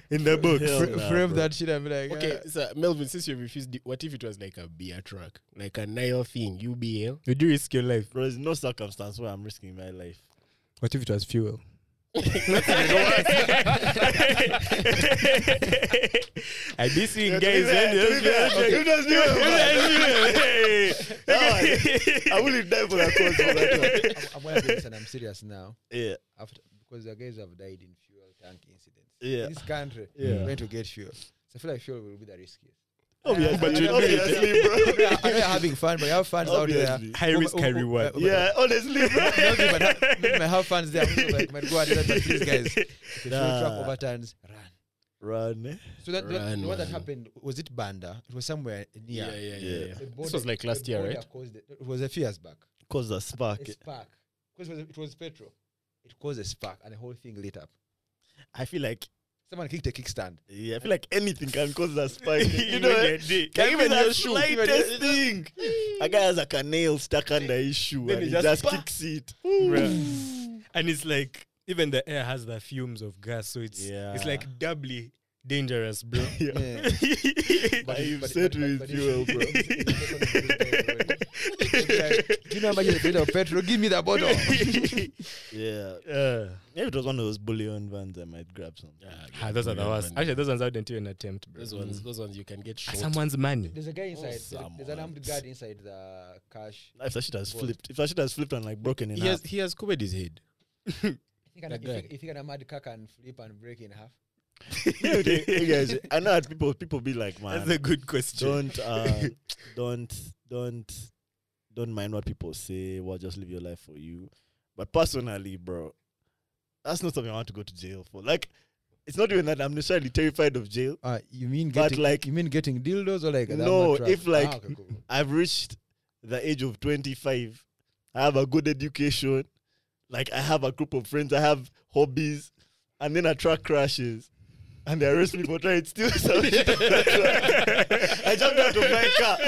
Speaker 1: in the books.
Speaker 2: Hell
Speaker 4: Fr-
Speaker 2: nah,
Speaker 4: frame
Speaker 2: bro.
Speaker 4: that shit and be like,
Speaker 3: Okay,
Speaker 4: ah.
Speaker 3: so Melvin, since you refused, the- what if it was like a beer truck, like a Nile thing, UBL?
Speaker 1: Would you risk your life?
Speaker 2: Bro, there's no circumstance where I'm risking my life.
Speaker 1: What if it was fuel? I be seeing guys. eh, just-
Speaker 2: You just knew it, bro. That one, I wouldn't die for that cause. For that one.
Speaker 4: "Ah, I'm, I'm gonna be honest and I'm serious now.
Speaker 2: Yeah,
Speaker 4: After because the guys have died in fuel tank incidents.
Speaker 2: yeah.
Speaker 4: In this country,
Speaker 2: Yeah.
Speaker 4: we're going to get fuel. So I feel like fuel will be the
Speaker 3: *laughs*
Speaker 4: riskiest.
Speaker 2: Obviously,
Speaker 1: But you do it.
Speaker 2: obviously, bro.
Speaker 4: I know you're having fun, but you have fans out *laughs*
Speaker 2: Obviously.
Speaker 4: there.
Speaker 1: High
Speaker 3: Oh,
Speaker 1: risk, high reward.
Speaker 2: Yeah, honestly, bro.
Speaker 4: Not me, but ha- me, my have fans there. I'm sort of like, man, go and do that, but
Speaker 3: *laughs*
Speaker 4: these guys. If the fuel truck
Speaker 2: Nah.
Speaker 4: overturns, run.
Speaker 2: Run. eh?
Speaker 4: So that, that
Speaker 3: Run,
Speaker 4: the one that
Speaker 3: man.
Speaker 4: happened was it Banda? It was somewhere near.
Speaker 3: Yeah, yeah,
Speaker 2: Yeah.
Speaker 3: yeah. yeah,
Speaker 4: The
Speaker 3: This
Speaker 4: border-
Speaker 3: was like
Speaker 4: the
Speaker 3: last year,
Speaker 4: border
Speaker 3: right?
Speaker 4: caused it. It was a few years back.
Speaker 2: Cause a spark.
Speaker 4: A spark. Because it was, it was petrol. It caused a spark and the whole thing lit up.
Speaker 2: I feel like,
Speaker 4: Someone kicked
Speaker 3: *laughs*
Speaker 4: a kickstand.
Speaker 2: yeah, I feel like anything can cause a spark. you
Speaker 1: Even
Speaker 2: know,
Speaker 1: your
Speaker 2: eh?
Speaker 1: day.
Speaker 2: can
Speaker 3: even
Speaker 2: even
Speaker 3: your
Speaker 2: the
Speaker 3: shoe.
Speaker 2: slightest thing. A guy has like a nail stuck under his shoe,
Speaker 1: Then
Speaker 2: and
Speaker 1: he
Speaker 2: he
Speaker 1: just
Speaker 2: just
Speaker 1: spark.
Speaker 2: kicks it.
Speaker 1: Bruh. and it's like even the air has the fumes of gas, so it's it's
Speaker 2: Yeah.
Speaker 1: like doubly dangerous,
Speaker 3: *laughs*
Speaker 1: bro.
Speaker 2: Yeah. *laughs*
Speaker 4: Yeah.
Speaker 2: But
Speaker 4: it-
Speaker 2: you've
Speaker 4: it-
Speaker 2: said
Speaker 4: it-
Speaker 2: with
Speaker 4: but
Speaker 2: fuel,
Speaker 4: it-
Speaker 2: bro.
Speaker 4: it's- it's-
Speaker 2: *laughs*
Speaker 4: it's like, Do you know how much is the price of petrol? Give me that bottle.
Speaker 3: *laughs*
Speaker 2: Yeah.
Speaker 1: Uh,
Speaker 2: Maybe it was one of those bullion vans I might grab some.
Speaker 1: ah, those are the worst. Actually, those ones I wouldn't even attempt, bro.
Speaker 3: Those ones, those ones you can
Speaker 1: Ah,
Speaker 3: get shot. *laughs*
Speaker 1: Someone's money.
Speaker 4: There's a guy inside.
Speaker 3: Oh,
Speaker 2: someone.
Speaker 4: there's an armed guard inside the cash.
Speaker 2: If that shit has
Speaker 4: What?
Speaker 2: flipped, if that shit has flipped and like broken in
Speaker 1: *laughs*
Speaker 3: He has,
Speaker 2: half,
Speaker 3: he has covered his head.
Speaker 4: If you can,
Speaker 3: That
Speaker 4: if you-
Speaker 3: guy.
Speaker 4: if you can a mad car can flip and break in half.
Speaker 2: you *laughs* guys, I know that people people be like, man,
Speaker 1: That's a good question.
Speaker 2: don't uh, don't don't don't mind what people say well just live your life for you but personally bro that's not something i want to go to jail for like it's not even that i'm necessarily terrified of jail
Speaker 4: Uh, you mean
Speaker 2: But
Speaker 4: getting,
Speaker 2: like-
Speaker 4: you mean getting dildos or like the
Speaker 2: No,
Speaker 4: armored truck?
Speaker 2: if like-
Speaker 4: Ah, okay, cool.
Speaker 2: *laughs* i've reached the age of 25 i have a good education like i have a group of friends i have hobbies and then a truck crashes and they arrest me for trying to steal some shit off the truck. I jumped out of my car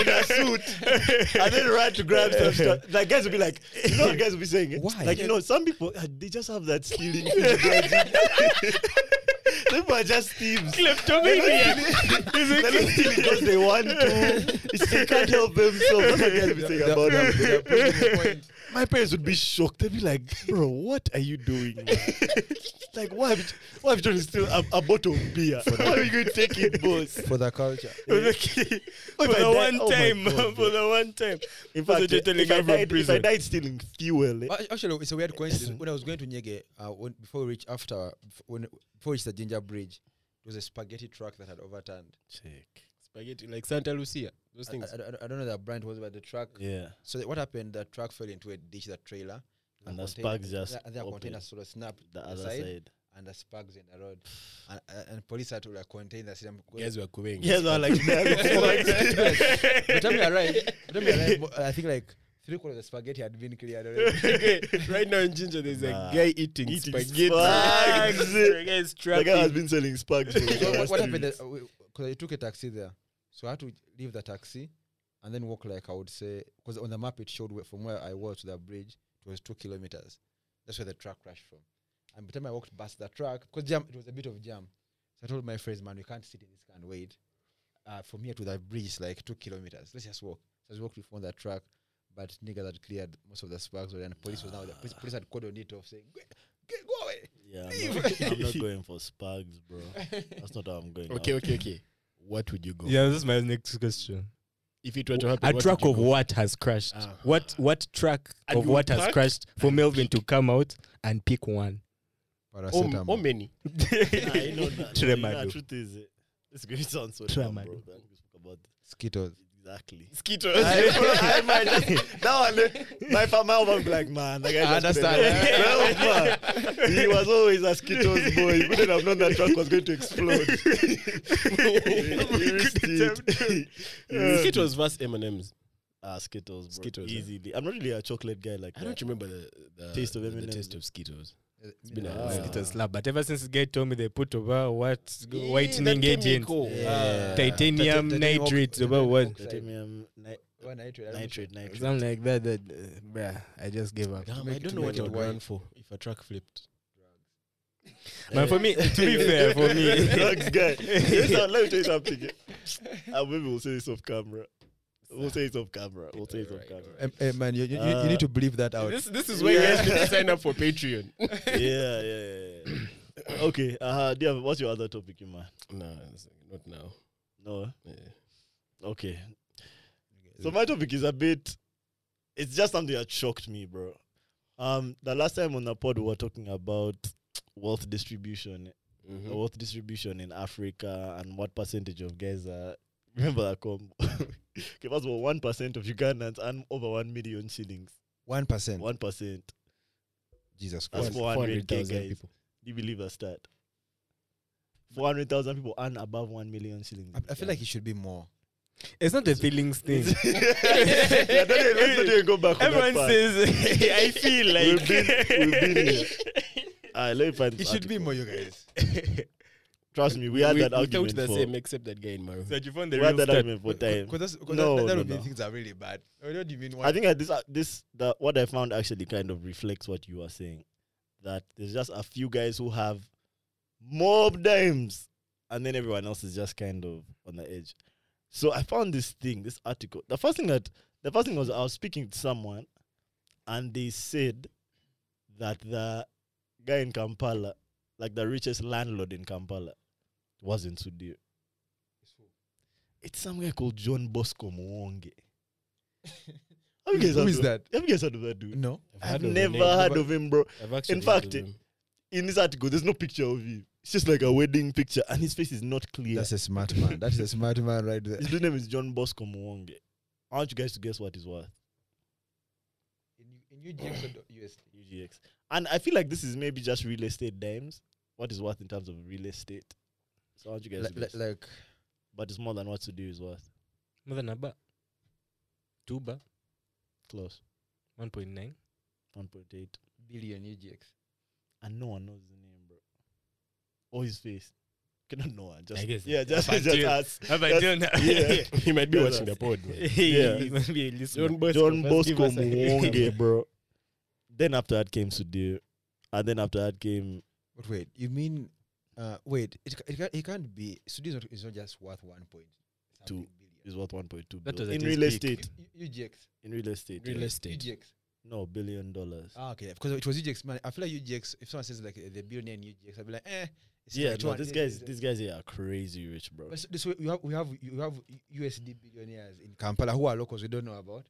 Speaker 2: in a suit and then ran to grab some stuff. The guys will be like, you know, what guys will be saying it.
Speaker 4: Why?
Speaker 2: Like, you know, some people uh, they just have that stealing. mentality. some *laughs* people are just thieves.
Speaker 1: Kleptomania.
Speaker 2: They don't steal because they want to. It's they can't help themselves. That's what guys will be saying
Speaker 4: They're-
Speaker 2: about
Speaker 4: they're-
Speaker 2: them.
Speaker 4: they're proving a *laughs* point.
Speaker 2: My parents would be shocked. They'd be like, bro, what are you doing? man?" like, why have you, why have you tried to steal a, a bottle of beer? Why are you going to take it, boss?
Speaker 4: for the culture.
Speaker 1: for the, ki- for
Speaker 2: If I
Speaker 1: the
Speaker 2: die-
Speaker 1: one
Speaker 2: oh my
Speaker 1: time,
Speaker 2: God,
Speaker 1: for
Speaker 2: bro.
Speaker 1: the one time.
Speaker 2: In
Speaker 1: Because
Speaker 2: fact,
Speaker 1: they're telling
Speaker 2: if I,
Speaker 1: I'm from
Speaker 2: died, if I
Speaker 1: prison.
Speaker 2: died stealing fuel, eh,
Speaker 4: Well, Actually, it's a weird coincidence. When I was going to Nyege, uh, when, before we reach after, bef- when before we reached the Ginger Bridge, it was a spaghetti truck that had overturned.
Speaker 3: Spaghetti, like Santa Lucia. Those
Speaker 4: I, I,
Speaker 3: things.
Speaker 4: I don't- I don't know the brand was, but the truck.
Speaker 2: yeah,
Speaker 4: So what happened? The truck fell into a ditch, the trailer,
Speaker 2: And
Speaker 4: the
Speaker 2: the
Speaker 4: container-
Speaker 2: sparks just
Speaker 4: and the
Speaker 2: opened
Speaker 4: container sort of snapped
Speaker 2: the
Speaker 4: the
Speaker 2: other
Speaker 4: side.
Speaker 2: side.
Speaker 4: under sparks in the road, and, and- and police had to like contain the system. *laughs*
Speaker 3: Guys were cooing.
Speaker 2: Yes, I like *laughs* that.
Speaker 4: By the time we arrived, by the time we arrived, mo- I think like three quarters of the spaghetti had been cleared already.
Speaker 3: *laughs* right now in Ginger, there's
Speaker 2: Nah.
Speaker 3: a guy eating,
Speaker 2: Eating
Speaker 3: spaghetti.
Speaker 2: sparks.
Speaker 3: the guy is
Speaker 2: The guy has
Speaker 3: trapping.
Speaker 2: been selling sparks. for the
Speaker 4: so what,
Speaker 2: last
Speaker 4: what
Speaker 2: three
Speaker 4: happened?
Speaker 2: weeks.
Speaker 4: Because I took a taxi there, so I had to leave the taxi and then walk like I would say because on the map it showed where, from where I was to the bridge it was two kilometers. That's where the truck crashed from. And by the time I walked past the truck, because jam it was a bit of jam, so I told my friends, man, we can't sit in this car and wait. Uh, from here to the bridge is like two kilometers. Let's just walk. So I just walked before the truck. But niggas had cleared most of the sparks already, and police was now police, police had called on it off saying, "Go- get, go away.
Speaker 2: Yeah,
Speaker 3: *laughs*
Speaker 2: I'm not, I'm not going for sparks, bro. That's not how I'm going.
Speaker 3: Okay,
Speaker 2: out.
Speaker 3: okay, okay. What would you go?
Speaker 1: *laughs* Yeah, this is my next question.
Speaker 3: If it were to happen,
Speaker 1: a
Speaker 3: what
Speaker 1: truck
Speaker 3: would you
Speaker 1: of
Speaker 3: go?
Speaker 1: what has crashed?
Speaker 3: Ah.
Speaker 1: What what truck
Speaker 3: And
Speaker 1: of
Speaker 3: we'll
Speaker 1: what
Speaker 3: *laughs*
Speaker 1: has
Speaker 3: pack
Speaker 1: crashed for Melvin to come out and pick one?
Speaker 3: Or,
Speaker 4: Paracetamol.
Speaker 3: or many.
Speaker 2: Nah, you know, nah, nah, you know,
Speaker 1: Tremado.
Speaker 2: the truth is, eh, this going to sound so dumb, bro.
Speaker 1: Tremado.
Speaker 2: but I'm just talking about
Speaker 4: Skittles.
Speaker 2: exactly.
Speaker 3: Mosquitoes.
Speaker 2: *laughs* I, I
Speaker 3: *laughs*
Speaker 2: might just, now I know- eh? my family will be like, man, the guy
Speaker 4: I
Speaker 2: just
Speaker 4: understand.
Speaker 2: played around." Well, man, he was always a Skittles boy. He wouldn't have known that truck was going to explode. *laughs* he risked it.
Speaker 3: Mosquitoes versus M&Ms.
Speaker 2: Ah, Skittles, bro.
Speaker 3: Skittles, eh?
Speaker 2: Easily. I'm not really a chocolate guy like
Speaker 3: I don't
Speaker 2: that.
Speaker 3: remember the, the
Speaker 2: Taste of
Speaker 3: the
Speaker 2: M&Ms.
Speaker 3: taste of Skittles.
Speaker 4: It's
Speaker 3: been a
Speaker 2: while.
Speaker 1: It's a slab. But ever since this guy told me they put over what whitening
Speaker 3: that
Speaker 1: agent,
Speaker 3: chemical.
Speaker 4: Yeah.
Speaker 1: titanium
Speaker 4: Titanium
Speaker 1: nitrates,
Speaker 4: oxide.
Speaker 1: over what,
Speaker 2: Titanium, ni-
Speaker 4: What nitrate? I don't
Speaker 2: nitrate, nitrate.
Speaker 1: something like that. That uh, bruh, I just gave up.
Speaker 3: Damn,
Speaker 4: make
Speaker 3: I
Speaker 4: it-
Speaker 3: don't
Speaker 4: to
Speaker 3: know
Speaker 4: make
Speaker 3: what
Speaker 4: it
Speaker 3: it would
Speaker 4: white.
Speaker 3: run for if a truck flipped.
Speaker 1: But
Speaker 2: *laughs*
Speaker 1: for me, to be fair, for me,
Speaker 2: drugs guy. Here's how- let me tell you something. Uh, maybe we'll say this off camera. We'll say it off camera. We'll say it off
Speaker 3: Alright,
Speaker 2: camera.
Speaker 4: Um, eh, man, you, you, you-
Speaker 2: Uh,
Speaker 4: you need to bleep that out.
Speaker 3: This, this is where you guys need to sign *laughs* up for Patreon.
Speaker 2: *laughs* Yeah, yeah, yeah. yeah. *coughs* okay. Uh, do you have, what's your other topic, man?
Speaker 3: no, it's not now.
Speaker 2: No.
Speaker 3: Yeah.
Speaker 2: Okay. So my topic is a bit. It's just something that shocked me, bro. Um, the last time on the pod we were talking about wealth distribution,
Speaker 4: Mm-hmm.
Speaker 3: Mhm.
Speaker 2: wealth distribution in Africa, and what percentage of guys are. *laughs* Remember that combo. *laughs* okay, first of all, one percent of Ugandans earn over one million shillings.
Speaker 4: One percent.
Speaker 2: One percent.
Speaker 4: Jesus
Speaker 2: That's
Speaker 4: Christ.
Speaker 2: 400,000
Speaker 3: guys.
Speaker 2: people. Do you believe us that? Four hundred thousand people earn above one million shillings.
Speaker 4: I, I feel like it should be more.
Speaker 2: *laughs*
Speaker 1: it's not a *laughs* feelings thing.
Speaker 2: yeah, don't, even- let's not even go back. on that
Speaker 1: Everyone
Speaker 2: part.
Speaker 1: says, *laughs*
Speaker 2: *laughs*
Speaker 1: I feel
Speaker 2: we've
Speaker 1: like
Speaker 2: been, we've been *laughs* here.
Speaker 1: *laughs*
Speaker 2: Alright, let me find
Speaker 4: It
Speaker 2: this
Speaker 4: should be
Speaker 2: article.
Speaker 4: more, you guys.
Speaker 2: Trust me, we had that
Speaker 3: we thought
Speaker 2: argument
Speaker 3: the
Speaker 2: for.
Speaker 3: same, except that guy in my room.
Speaker 1: that you found
Speaker 2: We
Speaker 1: the
Speaker 2: had
Speaker 1: real
Speaker 2: that
Speaker 1: stat.
Speaker 2: argument for
Speaker 4: *laughs*
Speaker 2: time.
Speaker 4: Because that,
Speaker 2: No,
Speaker 4: that,
Speaker 2: no,
Speaker 4: would mean
Speaker 2: no.
Speaker 4: things are really bad. I don't even want.
Speaker 2: I
Speaker 4: *laughs*
Speaker 2: think that this uh, this the what I found actually kind of reflects what you are saying. That there's just a few guys who have mob dimes, and then everyone else is just kind of on the edge. So I found this thing, this article. The first thing that the first thing was I was speaking to someone, and they said that the guy in Kampala, like the richest landlord in Kampala, wasn't Sudir. It's some guy called John Bosco Mwonge. Have you guys
Speaker 4: Who
Speaker 2: heard
Speaker 4: is
Speaker 2: of-
Speaker 4: that?
Speaker 2: Have you guys heard of that dude?
Speaker 4: no.
Speaker 2: I've
Speaker 3: heard of the
Speaker 2: never
Speaker 3: name.
Speaker 2: heard
Speaker 4: Never-
Speaker 2: of him, bro.
Speaker 3: I've actually
Speaker 2: In
Speaker 3: heard of
Speaker 2: fact,
Speaker 3: him.
Speaker 2: In this article, there's no picture of him. It's just like a wedding picture, and his face is not clear.
Speaker 4: That's a smart man. That is a smart man right there.
Speaker 2: his real name is John Bosco Mwonge. I want you guys to guess what he's worth.
Speaker 4: In UGX or USD?
Speaker 2: UGX. And I feel like this is maybe just real estate dimes. What is worth in terms of real estate? So I want you guys to
Speaker 4: Like,
Speaker 2: guess.
Speaker 4: like
Speaker 2: but it's more than what to do is worth.
Speaker 1: More than a bar. Two bar,
Speaker 2: Close.
Speaker 1: 1.9.
Speaker 2: 1.8.
Speaker 4: billion UGX.
Speaker 2: And no one knows his name, bro. Or his face. Cannot know one. Just,
Speaker 1: I guess-
Speaker 2: yeah, just,
Speaker 1: Up
Speaker 2: just
Speaker 1: until-
Speaker 2: us.
Speaker 1: *laughs* Have I
Speaker 2: That's-
Speaker 1: done that?
Speaker 2: *laughs*
Speaker 1: *laughs*
Speaker 2: Yeah.
Speaker 3: he might be
Speaker 2: Yeah,
Speaker 3: watching the pod. man. *laughs*
Speaker 1: He must be a listener.
Speaker 3: John Bosco,
Speaker 2: John
Speaker 3: first give
Speaker 2: Bosco
Speaker 3: us a-
Speaker 2: Mwonge, *laughs* bro. Then after that came Sudir. And then after that came
Speaker 4: But wait, you mean. Uh, wait, it, ca- it, can't, it can't be. So this is not, it's not just worth one point. something
Speaker 2: is worth 1.2
Speaker 1: *laughs* That was at
Speaker 2: billion. In
Speaker 1: his
Speaker 2: real
Speaker 1: peak.
Speaker 2: estate.
Speaker 4: billion. U- UGX.
Speaker 2: In real estate. yeah.
Speaker 3: Real estate.
Speaker 4: UGX.
Speaker 2: No, billion dollars.
Speaker 4: Ah, okay. Because it was UGX, man. I feel like UGX, if someone says like uh, the billionaire in UGX, I'd be like, eh. It's
Speaker 2: yeah,
Speaker 4: like
Speaker 2: no,
Speaker 4: 200
Speaker 2: these guys,
Speaker 4: it's-
Speaker 2: these guys here are crazy rich, bro.
Speaker 4: But so, so we have we have you have USD billionaires in Kampala who are locals we don't know about.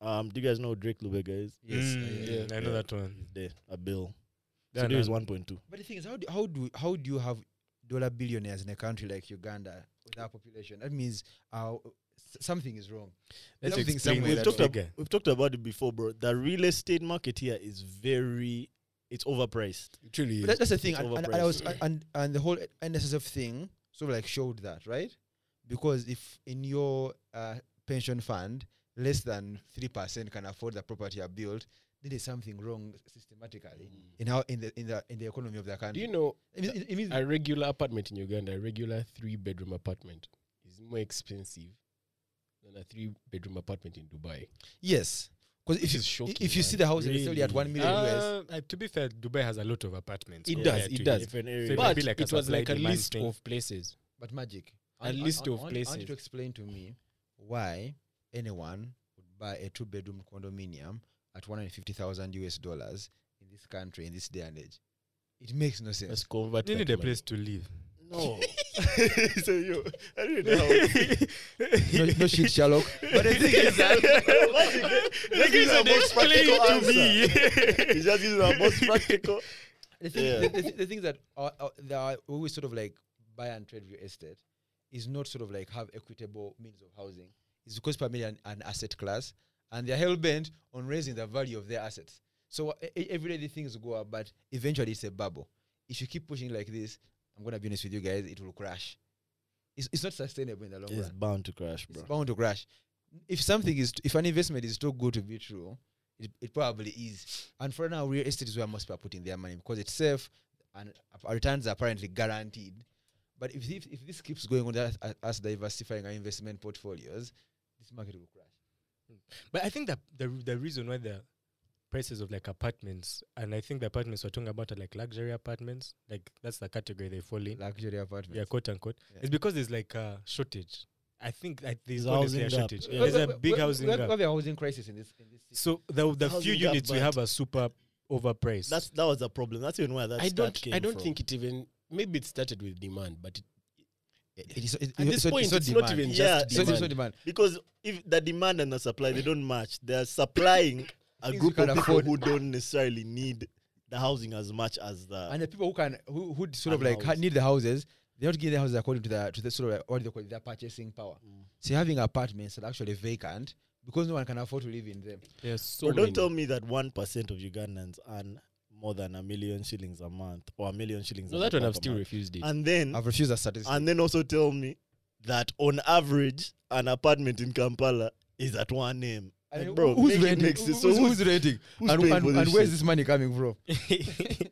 Speaker 2: Um, do you guys know who Drake Lubega is?
Speaker 4: Yes,
Speaker 1: Mm,
Speaker 4: uh,
Speaker 3: yeah.
Speaker 1: I know that one.
Speaker 2: He's there, a bill.
Speaker 1: Yeah,
Speaker 2: so there is
Speaker 1: no.
Speaker 2: 1.2.
Speaker 4: But the thing is, how do how do how do you have dollar billionaires in a country like Uganda with our population? That means uh, s- something is wrong.
Speaker 1: Let's
Speaker 4: Something
Speaker 1: explain
Speaker 4: somewhere
Speaker 1: that
Speaker 2: We've talked,
Speaker 1: figure.
Speaker 2: ab- we've talked about it before, bro. The real estate market here is very it's overpriced.
Speaker 3: It really
Speaker 4: But
Speaker 3: is.
Speaker 4: that- that's the thing,
Speaker 2: it's
Speaker 4: and, and, and I was and- and and the whole NSSF thing sort of like showed that, right? Because if in your uh, pension fund less than three percent can afford the property you built, then there's something wrong systematically in how in the in the in the economy of the
Speaker 3: Mm. Do
Speaker 4: country.
Speaker 3: you know
Speaker 4: it means, it means
Speaker 3: a regular apartment in Uganda, a regular three bedroom apartment is more expensive than a three bedroom apartment in Dubai.
Speaker 4: yes, because
Speaker 3: This
Speaker 4: if you
Speaker 3: is shocking,
Speaker 4: if you see the house really? necessarily at
Speaker 1: Really?
Speaker 4: one million US,
Speaker 1: Uh, uh, to be fair, Dubai has a lot of apartments.
Speaker 3: It
Speaker 1: compared
Speaker 3: does, it
Speaker 1: to
Speaker 3: does.
Speaker 1: here.
Speaker 2: Different
Speaker 1: It
Speaker 2: areas.
Speaker 1: might
Speaker 3: But
Speaker 1: be like a
Speaker 3: it was
Speaker 1: supply
Speaker 3: like a
Speaker 1: demand
Speaker 3: list
Speaker 1: thing.
Speaker 3: of places.
Speaker 4: but magic.
Speaker 3: A list of
Speaker 4: I want you
Speaker 3: places.
Speaker 4: to explain to me why anyone would buy a two-bedroom condominium at one hundred fifty thousand US dollars in this country in this day and age. It makes no sense.
Speaker 3: Let's convert
Speaker 1: You
Speaker 3: that
Speaker 1: need a
Speaker 3: money.
Speaker 1: place to live. *laughs*
Speaker 2: No. *laughs* so you, I don't know. how-
Speaker 1: *laughs*
Speaker 4: no, no shit, Sherlock.
Speaker 3: *laughs*
Speaker 2: But the thing is that *laughs* like it's the most practical *laughs* answer. He's just giving the
Speaker 3: *laughs*
Speaker 2: most practical.
Speaker 4: The thing,
Speaker 2: Yeah.
Speaker 4: the, the, the thing that are, are, that are always sort of like buy and trade real estate is not sort of like have equitable means of housing. It's because primarily an, an asset class, and they're hell bent on raising the value of their assets. So e- e- every day the things go up, but eventually it's a bubble. If you keep pushing like this, I'm gonna be honest with you guys, it will crash. It's, it's not sustainable in the long
Speaker 2: It's
Speaker 4: run.
Speaker 2: bound to crash,
Speaker 4: It's
Speaker 2: bro.
Speaker 4: bound to crash. If something is, if an investment is too good to be true, it, it probably is. And for now, real estate is where most people are putting their money because it's safe and our returns are apparently guaranteed. But if this, if this keeps going on, us- uh, us diversifying our investment portfolios, this market will crash.
Speaker 1: But I think that the the reason why the prices of like apartments, and I think the apartments we're talking about are like luxury apartments, like that's the category they fall in,
Speaker 4: Luxury apartment.
Speaker 1: yeah, quote unquote.
Speaker 4: Yeah.
Speaker 1: It's because there's like a shortage. I think that there's
Speaker 2: There's
Speaker 1: honestly a
Speaker 2: housing gap,
Speaker 1: shortage.
Speaker 2: yeah.
Speaker 1: There's a big
Speaker 4: we,
Speaker 1: housing
Speaker 4: we have, We
Speaker 1: gap.
Speaker 4: have a housing crisis in this. In this city.
Speaker 1: So the the few
Speaker 2: housing gap,
Speaker 1: units we
Speaker 2: but-
Speaker 1: have are super overpriced.
Speaker 2: That's that was the problem. That's even where that
Speaker 3: I
Speaker 2: stat
Speaker 3: don't
Speaker 2: came
Speaker 3: I don't
Speaker 2: from.
Speaker 3: think it even maybe it started with demand, but it,
Speaker 4: It is- it-
Speaker 3: at
Speaker 4: *laughs*
Speaker 3: this
Speaker 4: not-
Speaker 3: point
Speaker 4: not
Speaker 3: it's not
Speaker 4: demand.
Speaker 3: even
Speaker 2: Yeah,
Speaker 3: just
Speaker 4: So it's
Speaker 3: demand.
Speaker 4: not demand.
Speaker 2: because if the demand and the supply they don't match, they're supplying a
Speaker 4: Things
Speaker 2: group
Speaker 4: you
Speaker 2: of
Speaker 4: can't
Speaker 2: people
Speaker 4: afford.
Speaker 2: who don't necessarily need the housing as much as the.
Speaker 4: and the people who can who who sort of like ha-
Speaker 2: Unhoused.
Speaker 4: need the houses, they don't get the houses according to the to the sort of like, what do they call it, their purchasing power.
Speaker 2: Mm.
Speaker 4: So you're having apartments that are actually vacant because no one can afford to live in them.
Speaker 3: there's so
Speaker 2: But
Speaker 3: many.
Speaker 2: don't tell me that one percent of Ugandans earn more than a million shillings a month or a million shillings.
Speaker 3: no,
Speaker 2: and
Speaker 3: that
Speaker 2: a
Speaker 3: one
Speaker 2: half a
Speaker 3: I've still
Speaker 2: month. *laughs*
Speaker 3: refused it.
Speaker 2: And then
Speaker 4: I've refused a statistic.
Speaker 2: Mm. and then also tell me that on average an apartment in Kampala is at one M.
Speaker 4: I mean,
Speaker 2: Like, bro,
Speaker 4: who's
Speaker 2: make it
Speaker 4: renting?
Speaker 2: make sense.
Speaker 4: Who's,
Speaker 2: So who's,
Speaker 4: who's renting?
Speaker 2: who's
Speaker 4: and
Speaker 2: paying
Speaker 4: and,
Speaker 2: for this
Speaker 4: and where's
Speaker 2: shit?
Speaker 4: this money coming from? May-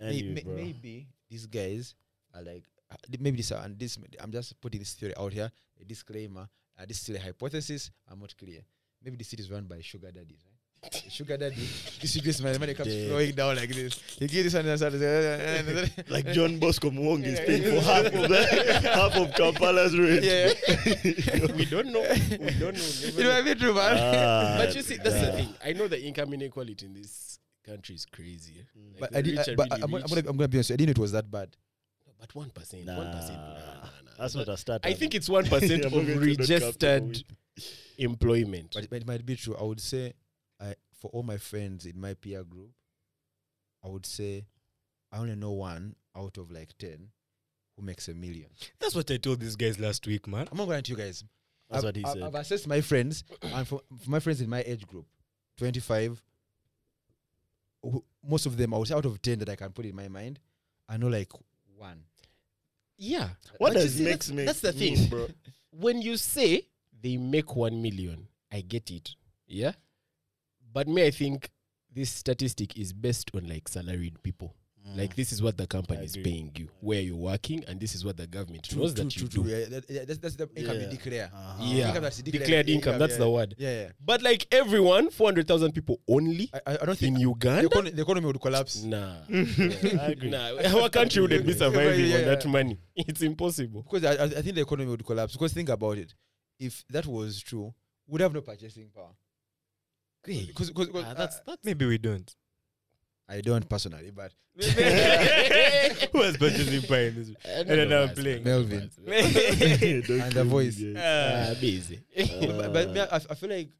Speaker 2: Anyway,
Speaker 4: may-
Speaker 2: bro.
Speaker 4: maybe these guys are like uh, th- maybe this and this i'm just putting this theory out here a disclaimer uh, this is still a hypothesis i'm not clear maybe the city is run by sugar daddies right The sugar *laughs* daddy distributes money money comes
Speaker 2: Dead.
Speaker 4: flowing down like this you give this one and that *laughs* one.
Speaker 2: Like John Bosco Mwong is paying
Speaker 3: *laughs*
Speaker 2: for half of the, half of Kampala's rent.
Speaker 4: yeah *laughs*
Speaker 3: we don't know. We don't know. Never know.
Speaker 4: you know what i mean true man
Speaker 2: Ah,
Speaker 3: *laughs* but you see, that's the
Speaker 2: nah.
Speaker 3: thing. I know the income inequality in this country is crazy. Like
Speaker 4: but,
Speaker 3: the
Speaker 4: I did,
Speaker 3: rich
Speaker 4: I,
Speaker 3: are
Speaker 4: but
Speaker 3: really
Speaker 4: I'm, gonna-
Speaker 3: rich.
Speaker 4: I'm, gonna, I'm gonna be honest i didn't know it was that bad
Speaker 3: But one percent,
Speaker 2: Nah,
Speaker 3: one percent.
Speaker 2: That's not a start.
Speaker 3: I think it's one
Speaker 2: *laughs*
Speaker 3: percent
Speaker 2: I'm
Speaker 3: of
Speaker 2: not going to look up
Speaker 3: registered employment.
Speaker 4: but it, might- it might be true. I would say, I for all my friends in my peer group, I would say, I only know one out of like ten who makes a million.
Speaker 1: That's what I told these guys last week, man.
Speaker 4: I'm not going to you guys.
Speaker 2: That's
Speaker 4: I've,
Speaker 3: Um,
Speaker 2: what he
Speaker 3: uh,
Speaker 4: I've-
Speaker 2: said.
Speaker 4: I've assessed my friends, and for, for my friends in my age group, twenty-five. who- Most of them, I would say, out of ten that I can put in my mind, I know like one.
Speaker 3: yeah,
Speaker 2: What
Speaker 3: But you
Speaker 2: does
Speaker 3: see,
Speaker 2: mix
Speaker 3: that's,
Speaker 2: make
Speaker 3: That's the
Speaker 2: mean,
Speaker 3: thing,
Speaker 2: bro?
Speaker 3: When you say they make one million, I get it. Yeah, but me, I think this statistic is based on like salaried people.
Speaker 4: Mm.
Speaker 3: Like this is what the company
Speaker 2: I
Speaker 3: is
Speaker 2: agree.
Speaker 3: paying you, where you're working, and this is what the government knows that you do.
Speaker 4: Yeah, that- yeah, that's, that's the income you
Speaker 2: Yeah.
Speaker 4: declare.
Speaker 2: Uh-huh.
Speaker 3: Yeah,
Speaker 4: Income that's
Speaker 3: declared,
Speaker 4: declared
Speaker 3: income.
Speaker 4: income,
Speaker 3: that's
Speaker 4: yeah.
Speaker 3: the word.
Speaker 4: Yeah, yeah.
Speaker 3: But like everyone, four hundred thousand people only
Speaker 4: I- I, I don't
Speaker 3: in
Speaker 4: think the,
Speaker 3: Uganda.
Speaker 4: econ- the economy would collapse.
Speaker 3: Nah.
Speaker 2: *laughs*
Speaker 3: Mm-hmm.
Speaker 4: *laughs*
Speaker 2: I agree.
Speaker 3: Nah, our country wouldn't be
Speaker 4: Yeah,
Speaker 3: surviving
Speaker 4: yeah,
Speaker 3: on that
Speaker 4: yeah.
Speaker 3: money. It's impossible.
Speaker 4: because I, I I think the economy would collapse. Because think about it, if that was true, we'd have no purchasing power. Because, because,
Speaker 3: Ah, that's that's
Speaker 1: Maybe we don't.
Speaker 4: I don't personally, but
Speaker 1: Who has purchasing power in this?
Speaker 3: I
Speaker 1: And then
Speaker 3: know,
Speaker 1: I'm
Speaker 3: man.
Speaker 1: playing.
Speaker 4: Melvin.
Speaker 1: *laughs*
Speaker 2: Don't
Speaker 4: And the
Speaker 2: kill me,
Speaker 4: voice.
Speaker 2: guys.
Speaker 3: *laughs* Ah, busy. *laughs*
Speaker 4: but, but me, I, I feel like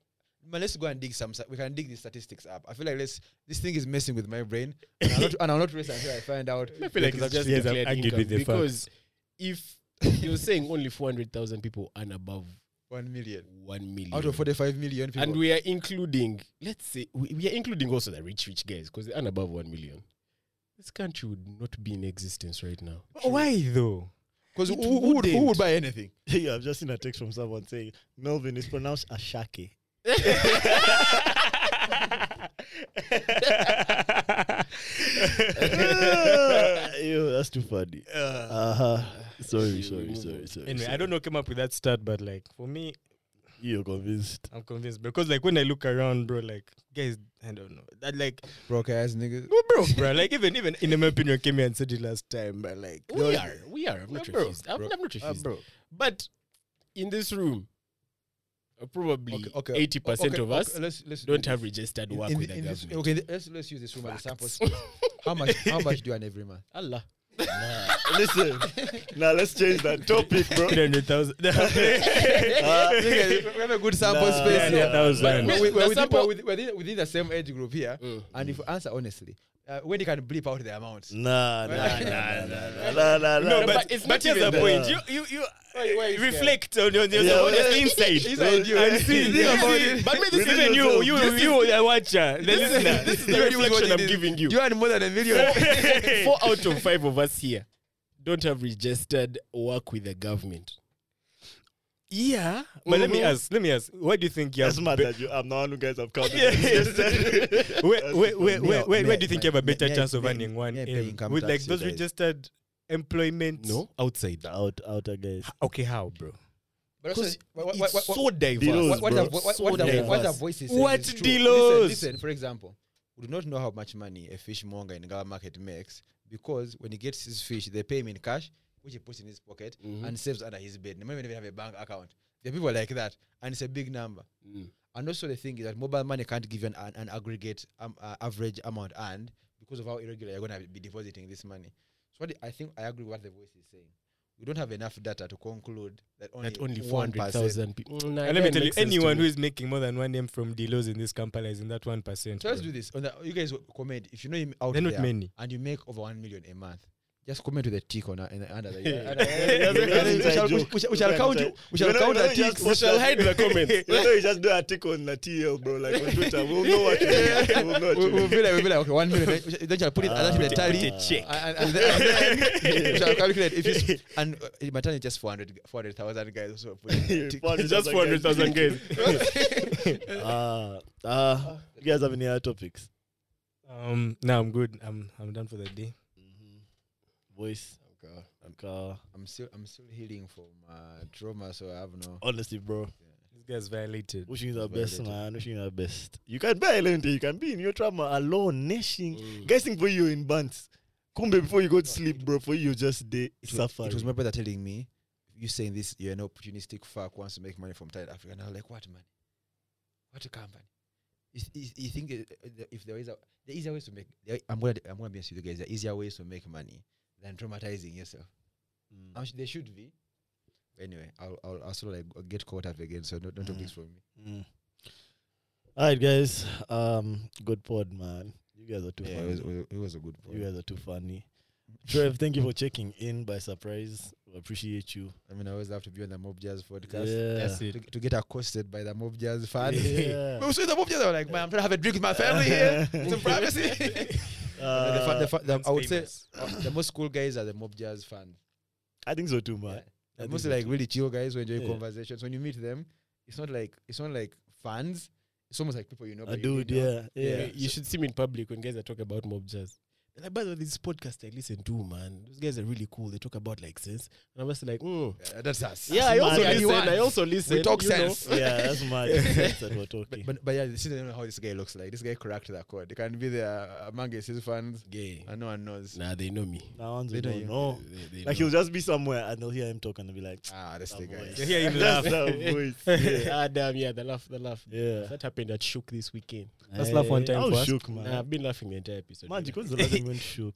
Speaker 4: man, let's go and dig some. sta- We can dig these statistics up. I feel like let's this thing is messing with my brain, and I'll not, and I'll not rest until I
Speaker 3: *laughs*
Speaker 4: find out.
Speaker 3: I feel like it's just
Speaker 1: actually has
Speaker 3: declared
Speaker 1: argued
Speaker 3: income
Speaker 1: with the
Speaker 3: because if you're saying only four hundred thousand people earn above
Speaker 4: One million.
Speaker 3: one million
Speaker 4: Out of 45 million people.
Speaker 3: and we are including let's say we, we are including also the rich rich guys because they earn above one million this country would not be in existence right now
Speaker 1: Why though?
Speaker 4: Because who,
Speaker 3: It
Speaker 4: who would, who would
Speaker 3: wouldn't.
Speaker 4: buy anything?
Speaker 2: *laughs* yeah, I've just seen a text from someone saying Melvin is pronounced
Speaker 4: *laughs*
Speaker 2: Ashake. Ew, that's too funny.
Speaker 4: Uh,
Speaker 2: Uh-huh. Sorry, sorry, sorry, sorry.
Speaker 1: Anyway,
Speaker 2: sorry.
Speaker 1: I don't know came up with that stat, but like for me,
Speaker 2: You're
Speaker 1: *laughs*
Speaker 2: convinced. *laughs*
Speaker 1: I'm convinced because like when I look around, bro, like guys, I don't know that like
Speaker 4: Broke ass niggas.
Speaker 1: no, bro, bro, like even even in my opinion, came here and said it last time, but like
Speaker 3: we are we are i'm
Speaker 1: Yeah,
Speaker 3: not
Speaker 1: bro,
Speaker 3: refused i'm,
Speaker 4: bro.
Speaker 3: I'm not
Speaker 1: uh,
Speaker 3: refused
Speaker 1: bro,
Speaker 3: but in this room uh, probably
Speaker 4: Okay, okay.
Speaker 3: 80%
Speaker 4: Okay,
Speaker 3: of
Speaker 4: okay,
Speaker 3: us
Speaker 4: let's, let's do
Speaker 3: don't have
Speaker 4: this.
Speaker 3: registered
Speaker 4: In-
Speaker 3: work
Speaker 4: in
Speaker 3: with
Speaker 4: the-
Speaker 3: the
Speaker 4: in this-
Speaker 3: government
Speaker 4: Okay, th- let's let's use this room as a
Speaker 3: *laughs*
Speaker 4: sample.
Speaker 3: Facts.
Speaker 4: size. How much? How much do you earn every month?
Speaker 3: allah *laughs*
Speaker 2: Listen, now let's change that topic, bro.
Speaker 1: three hundred thousand. *laughs*
Speaker 2: Uh,
Speaker 4: *laughs* we have a good sample
Speaker 2: Nah.
Speaker 4: space.
Speaker 2: Yeah,
Speaker 4: here.
Speaker 2: yeah, that was
Speaker 4: We're-
Speaker 1: mine.
Speaker 4: we're- we're
Speaker 3: The
Speaker 4: within-
Speaker 3: sample-
Speaker 4: we're within- within- within the same age group here,
Speaker 3: Mm.
Speaker 4: and if you answer honestly, uh, when you can bleep out the amounts.
Speaker 2: Nah, nah, nah,
Speaker 4: *laughs*
Speaker 2: nah, nah, nah, nah, nah.
Speaker 1: No,
Speaker 3: but
Speaker 1: but,
Speaker 3: it's
Speaker 1: but
Speaker 3: not
Speaker 1: here's the
Speaker 3: even
Speaker 1: point.
Speaker 2: that.
Speaker 1: You you you
Speaker 3: Why- why is
Speaker 1: reflect on your, your,
Speaker 2: Yeah,
Speaker 1: on your
Speaker 2: well,
Speaker 1: inside.
Speaker 4: These are you.
Speaker 1: And see,
Speaker 4: Think about
Speaker 1: see,
Speaker 4: it.
Speaker 1: but me, this
Speaker 2: Within
Speaker 1: even you,
Speaker 2: yourself.
Speaker 1: you,
Speaker 2: This
Speaker 1: you, the watcher, the listener.
Speaker 3: this is the
Speaker 1: You
Speaker 4: This is what
Speaker 3: reflection
Speaker 4: it
Speaker 3: I'm
Speaker 4: is.
Speaker 3: giving you
Speaker 4: You earn more than a million.
Speaker 3: *laughs* four out of five of us here don't have registered work with the government.
Speaker 1: Yeah, but let me
Speaker 3: Mhm.
Speaker 1: ask. Let me ask. Why do you think you have?
Speaker 2: That's mad
Speaker 1: be-
Speaker 2: that you, I'm the one who guys have counted.
Speaker 1: Yeah. where,
Speaker 2: *laughs* That's
Speaker 1: where, where,
Speaker 4: Me-
Speaker 1: where, where, where do
Speaker 4: me-
Speaker 1: you think you have a
Speaker 4: me-
Speaker 1: better
Speaker 4: me-
Speaker 1: chance of
Speaker 4: me-
Speaker 1: earning one
Speaker 4: me
Speaker 1: M?
Speaker 4: paying income
Speaker 1: with like
Speaker 4: tax,
Speaker 1: those
Speaker 4: you guys.
Speaker 1: registered employment?
Speaker 3: No, outside.
Speaker 2: The out, outer guys.
Speaker 1: Okay, how, bro?
Speaker 4: But also,
Speaker 3: Because
Speaker 4: wha- wha-
Speaker 3: it's
Speaker 4: wha- wha-
Speaker 3: so diverse.
Speaker 2: Delos,
Speaker 4: what, what,
Speaker 2: bro.
Speaker 4: the, vo- what,
Speaker 3: So
Speaker 4: what, the, what the
Speaker 3: diverse.
Speaker 4: voices
Speaker 1: What
Speaker 4: is true.
Speaker 1: dealers?
Speaker 4: Listen, listen, for example, we do not know how much money a fishmonger in Gawa market makes because when he gets his fish, they pay him in cash, which he puts in his pocket
Speaker 3: Mhm.
Speaker 4: and saves under his bed. They might even have a bank account. There are people like that, and it's a big number.
Speaker 3: Mm.
Speaker 4: And also, the thing is that mobile money can't give you an, an, an aggregate um, uh, average amount, and because of how irregular you're going to be depositing this money. So, what I think I agree with what the voice is saying. We don't have enough data to conclude that only,
Speaker 3: That only
Speaker 4: 400,000
Speaker 3: 400,000 people. Mm, nah,
Speaker 1: And let me
Speaker 3: that
Speaker 1: tell you,
Speaker 3: makes sense to
Speaker 1: anyone who
Speaker 3: me.
Speaker 1: is making more than one M from Delos in this Kampala is in that one percent.
Speaker 4: So let's do this. On the, you guys comment if you know him out
Speaker 1: They're not
Speaker 4: there
Speaker 1: many.
Speaker 4: and you make over one million a month. Just comment with a tick on and under the.
Speaker 2: *laughs* That's an inside
Speaker 4: We shall- we
Speaker 2: joke.
Speaker 4: shall count. you- We shall
Speaker 2: You know-
Speaker 4: count
Speaker 2: you know
Speaker 4: the
Speaker 2: you just put
Speaker 4: ticks.
Speaker 2: that- *laughs*
Speaker 4: comments.
Speaker 2: You know, you just do a tick on the TL, bro, like on Twitter. We'll know what you
Speaker 4: *laughs*
Speaker 2: mean. We'll know what
Speaker 4: We-
Speaker 2: you
Speaker 4: We'll
Speaker 2: mean.
Speaker 4: be like, we'll be like, okay, one million. Then- Then shall put it. That should be
Speaker 2: Ah.
Speaker 4: the tally.
Speaker 2: Ah.
Speaker 1: check.
Speaker 4: And, and then, and
Speaker 2: *laughs*
Speaker 4: then we shall calculate if it's and uh, it might turn it just 400 400,000 guys. So put it
Speaker 2: *laughs*
Speaker 4: in a tick.
Speaker 1: Just four hundred thousand guys.
Speaker 2: Ah, ah. You guys have any other topics?
Speaker 1: Um, no, I'm good. I'm I'm done for the day.
Speaker 2: Mm-hmm. Voice. Okay.
Speaker 4: I'm still I'm still healing from uh, trauma, so I have no.
Speaker 2: Honestly, bro.
Speaker 1: This guy's violated.
Speaker 2: Wishing you the
Speaker 4: Violated.
Speaker 2: best, man. Wishing you the best. You can buy anything. You can be in your trauma alone, nashing.
Speaker 3: Mm.
Speaker 2: Guessing for you in bands. Come before you go to sleep, bro. For you just day
Speaker 4: It wa-
Speaker 2: suffer.
Speaker 4: It was my brother telling me, "You saying this? You're an opportunistic fuck wants to make money from Tired Africa." And I was like, "What man? What company? You, th- you, th- you think uh, uh, the- if there is a the easier ways to make? there- I'm gonna I'm gonna be honest with you guys. There are easier ways to make money than traumatizing yourself.
Speaker 2: Mm.
Speaker 4: I'm su- there should be. Anyway, I'll I'll, I'll sort of like uh, get caught up again. So no, no topics from me.
Speaker 2: All right, guys. Um, good pod, man. You guys are too
Speaker 4: Yeah, it
Speaker 2: funny.
Speaker 4: was, it was- it was a good
Speaker 2: You
Speaker 4: point.
Speaker 2: guys are too funny. Trev, thank you for checking in by surprise. We appreciate you.
Speaker 4: I mean, I always have to be on the Mob Jazz podcast.
Speaker 1: That's
Speaker 2: Yeah.
Speaker 1: it.
Speaker 4: To, to get accosted by the Mob Jazz fan.
Speaker 2: Yeah.
Speaker 4: *laughs* We were so in the Mob Jazz. I was like, man, I'm trying to have a drink with my family here.
Speaker 2: *laughs*
Speaker 4: Some privacy. *laughs*
Speaker 2: Uh,
Speaker 4: the fa- the fa- the- I would say
Speaker 1: Famous.
Speaker 4: uh, the most cool guys are the mob jazz fans.
Speaker 2: I think so too, man.
Speaker 4: Yeah.
Speaker 2: I think
Speaker 4: Mostly
Speaker 2: so
Speaker 4: like really chill guys who enjoy
Speaker 2: Yeah.
Speaker 4: conversations. When you meet them, it's not like it's not like fans. It's almost like people you know.
Speaker 2: too. a
Speaker 4: but you
Speaker 2: dude,
Speaker 4: really don't.
Speaker 2: yeah, yeah.
Speaker 3: You- You should see me in public when guys are talking about mob jazz. And I, by the way, this podcast I listen to, man, those guys are really cool. They talk about like sense. And I'm just like, mm.
Speaker 4: Yeah, that's us.
Speaker 3: yeah, I
Speaker 2: mad.
Speaker 3: also
Speaker 2: Yeah,
Speaker 4: you
Speaker 3: listen.
Speaker 4: are.
Speaker 3: I also listen.
Speaker 4: we talk
Speaker 3: you know.
Speaker 4: sense.
Speaker 2: yeah, that's
Speaker 4: *laughs*
Speaker 2: mad. That's what we're talking.
Speaker 4: But, but but yeah, this is I don't know how this guy looks like. This guy cracked that code. They can be there among his fans,
Speaker 3: Gay.
Speaker 4: and no one knows.
Speaker 3: Nah, they know me.
Speaker 2: Now ones
Speaker 4: They
Speaker 2: who
Speaker 4: know
Speaker 2: don't
Speaker 4: you.
Speaker 2: know.
Speaker 3: They- they
Speaker 2: Like
Speaker 3: know. *laughs*
Speaker 2: he'll just be somewhere and they'll hear him talk and they'll be like,
Speaker 4: Ah, that's the
Speaker 2: that
Speaker 4: guy.
Speaker 2: voice.
Speaker 1: You hear him
Speaker 2: *laughs* That's
Speaker 1: laugh.
Speaker 2: that voice. Yeah.
Speaker 3: *laughs* ah, damn, yeah, the laugh, the laugh.
Speaker 2: yeah.
Speaker 3: That happened at Shook this weekend.
Speaker 1: Let's laugh one
Speaker 2: Hey,
Speaker 1: time
Speaker 2: I was
Speaker 1: first.
Speaker 2: shook, man.
Speaker 3: Nah, I've been laughing the entire episode.
Speaker 2: man, because the last time we *laughs* went shook.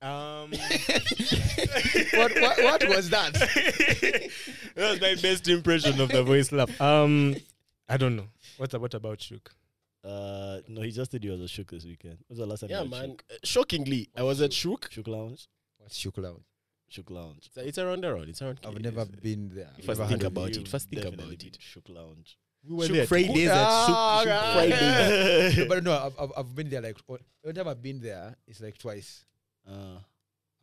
Speaker 1: Um,
Speaker 4: *laughs* *laughs*
Speaker 3: *laughs*
Speaker 4: what, what what
Speaker 2: *laughs*
Speaker 4: was that?
Speaker 1: *laughs* that was my best impression of the voice laugh. Um, I don't know. What about about Shook?
Speaker 2: Uh, no, he just said he was a shook this weekend. What was the last time?
Speaker 3: yeah,
Speaker 2: you were at
Speaker 3: man. Uh, shockingly, I was at Shook.
Speaker 2: Shook, shook lounge.
Speaker 4: What's Shukula?
Speaker 2: Shook Lounge.
Speaker 3: It's, it's around around. It's around.
Speaker 4: I've never been there. I've
Speaker 3: If I
Speaker 4: never
Speaker 3: think
Speaker 4: heard of
Speaker 3: about
Speaker 4: it.
Speaker 3: it,
Speaker 2: You've
Speaker 3: first think
Speaker 2: definitely
Speaker 3: about
Speaker 2: been
Speaker 3: it.
Speaker 2: Shook Lounge.
Speaker 1: We were
Speaker 3: Shook
Speaker 1: there.
Speaker 3: Fridays at Shook-
Speaker 4: Ah,
Speaker 3: Shook
Speaker 4: guys.
Speaker 3: Fridays.
Speaker 4: No, but no, I've, I've, I've been there like o- only time I've been there is like twice.
Speaker 2: Uh,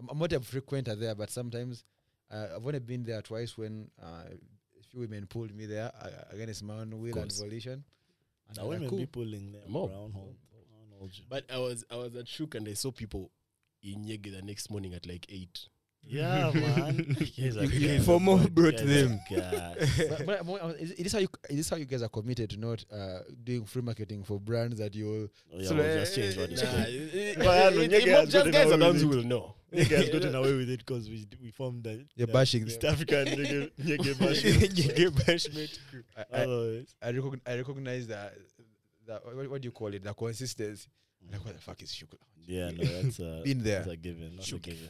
Speaker 4: I'm, I'm not a frequenter there, but sometimes uh, I've only been there twice when uh, a few women pulled me there uh, against my own will and
Speaker 3: course. *laughs*
Speaker 4: volition. And
Speaker 2: now
Speaker 4: I'm like,
Speaker 2: women
Speaker 4: cool.
Speaker 2: be pulling them
Speaker 3: Mob.
Speaker 2: brown hole. brown hole.
Speaker 3: But I was I was at Shook and I saw people in Yege the next morning at like eight.
Speaker 2: *laughs* Yeah, *laughs*
Speaker 3: *laughs*
Speaker 2: man.
Speaker 1: You- you
Speaker 2: *laughs*
Speaker 1: FOMO brought them.
Speaker 4: But- but I'm- I'm- is, is this how you is this how you guys are committed to not uh, doing free marketing for brands that you'll
Speaker 2: Yeah,
Speaker 4: So,
Speaker 2: we'll
Speaker 4: eh,
Speaker 2: just change what
Speaker 3: Nah, eh,
Speaker 2: it's
Speaker 3: it-
Speaker 2: called.
Speaker 3: it-
Speaker 2: But, uh,
Speaker 3: it-
Speaker 2: Nyege
Speaker 3: it-
Speaker 2: has gotten
Speaker 3: just guys
Speaker 2: away
Speaker 3: around
Speaker 2: with
Speaker 3: who
Speaker 2: it.
Speaker 3: will *laughs* know.
Speaker 2: You guys gotten away with it because we d- we formed the
Speaker 4: you're
Speaker 2: the
Speaker 4: bashing
Speaker 2: East
Speaker 4: them.
Speaker 2: African nigga nigga bashment.
Speaker 1: Nyege bashment crew.
Speaker 4: I, I,
Speaker 2: Otherwise,
Speaker 4: I, recogn- I recognize that that what, what do you call it? The consistency.
Speaker 3: Mm.
Speaker 4: Like what the fuck is sugar?
Speaker 2: yeah, no, that's
Speaker 4: *laughs*
Speaker 2: a
Speaker 4: Been there.
Speaker 2: that's a given. That's a
Speaker 3: Shook.
Speaker 2: given.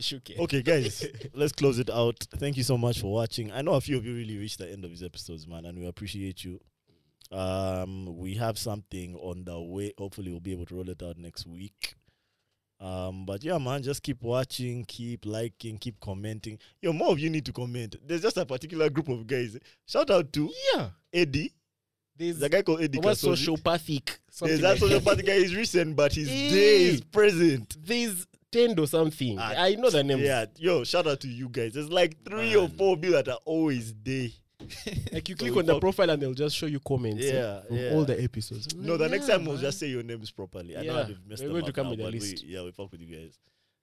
Speaker 3: Shook it.
Speaker 2: Okay, guys, *laughs* let's close it out. Thank you so much for watching. I know a few of you really reached the end of these episodes, man, and we appreciate you. Um, we have something on the way. Hopefully, we'll be able to roll it out next week. Um, but yeah, man, just keep watching, keep liking, keep commenting. Yo, more of you need to comment. There's just a particular group of guys. Shout out to
Speaker 3: Yeah.
Speaker 2: Eddie.
Speaker 3: There's
Speaker 2: There's a guy called Eddie.
Speaker 3: what
Speaker 2: Kasozi.
Speaker 3: sociopathic.
Speaker 2: There's
Speaker 3: something
Speaker 2: that
Speaker 3: like *laughs*
Speaker 2: sociopathic guy. He's recent, but his
Speaker 3: Eh.
Speaker 2: day is present.
Speaker 3: There's Tendo something.
Speaker 2: Ah,
Speaker 3: I know the names.
Speaker 2: Yeah, yo, shout out to you guys. There's like three or
Speaker 3: Man.
Speaker 2: four people that are always there. *laughs*
Speaker 3: Like you
Speaker 2: So
Speaker 3: click
Speaker 2: we
Speaker 3: on the
Speaker 2: pop-
Speaker 3: profile and they'll just show you comments. eh,
Speaker 2: Yeah,
Speaker 3: From
Speaker 2: yeah.
Speaker 3: all the episodes.
Speaker 2: No, the next
Speaker 3: Yeah,
Speaker 2: time we'll
Speaker 3: man.
Speaker 2: just say your names properly. I know
Speaker 3: Yeah,
Speaker 2: how they've messed
Speaker 3: we're
Speaker 2: them
Speaker 3: going to
Speaker 2: up
Speaker 3: come
Speaker 2: now,
Speaker 3: with a
Speaker 2: but
Speaker 3: list.
Speaker 2: We, yeah, we fuck with you guys.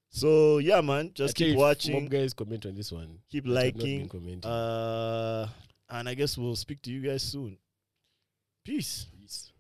Speaker 2: So yeah, man, just
Speaker 3: Actually,
Speaker 2: keep
Speaker 3: if
Speaker 2: watching,
Speaker 3: Mob guys comment on this one.
Speaker 2: keep
Speaker 3: that have not been
Speaker 2: liking,
Speaker 3: commenting.
Speaker 2: uh, and I guess we'll speak to you guys soon. Peace.
Speaker 3: Peace.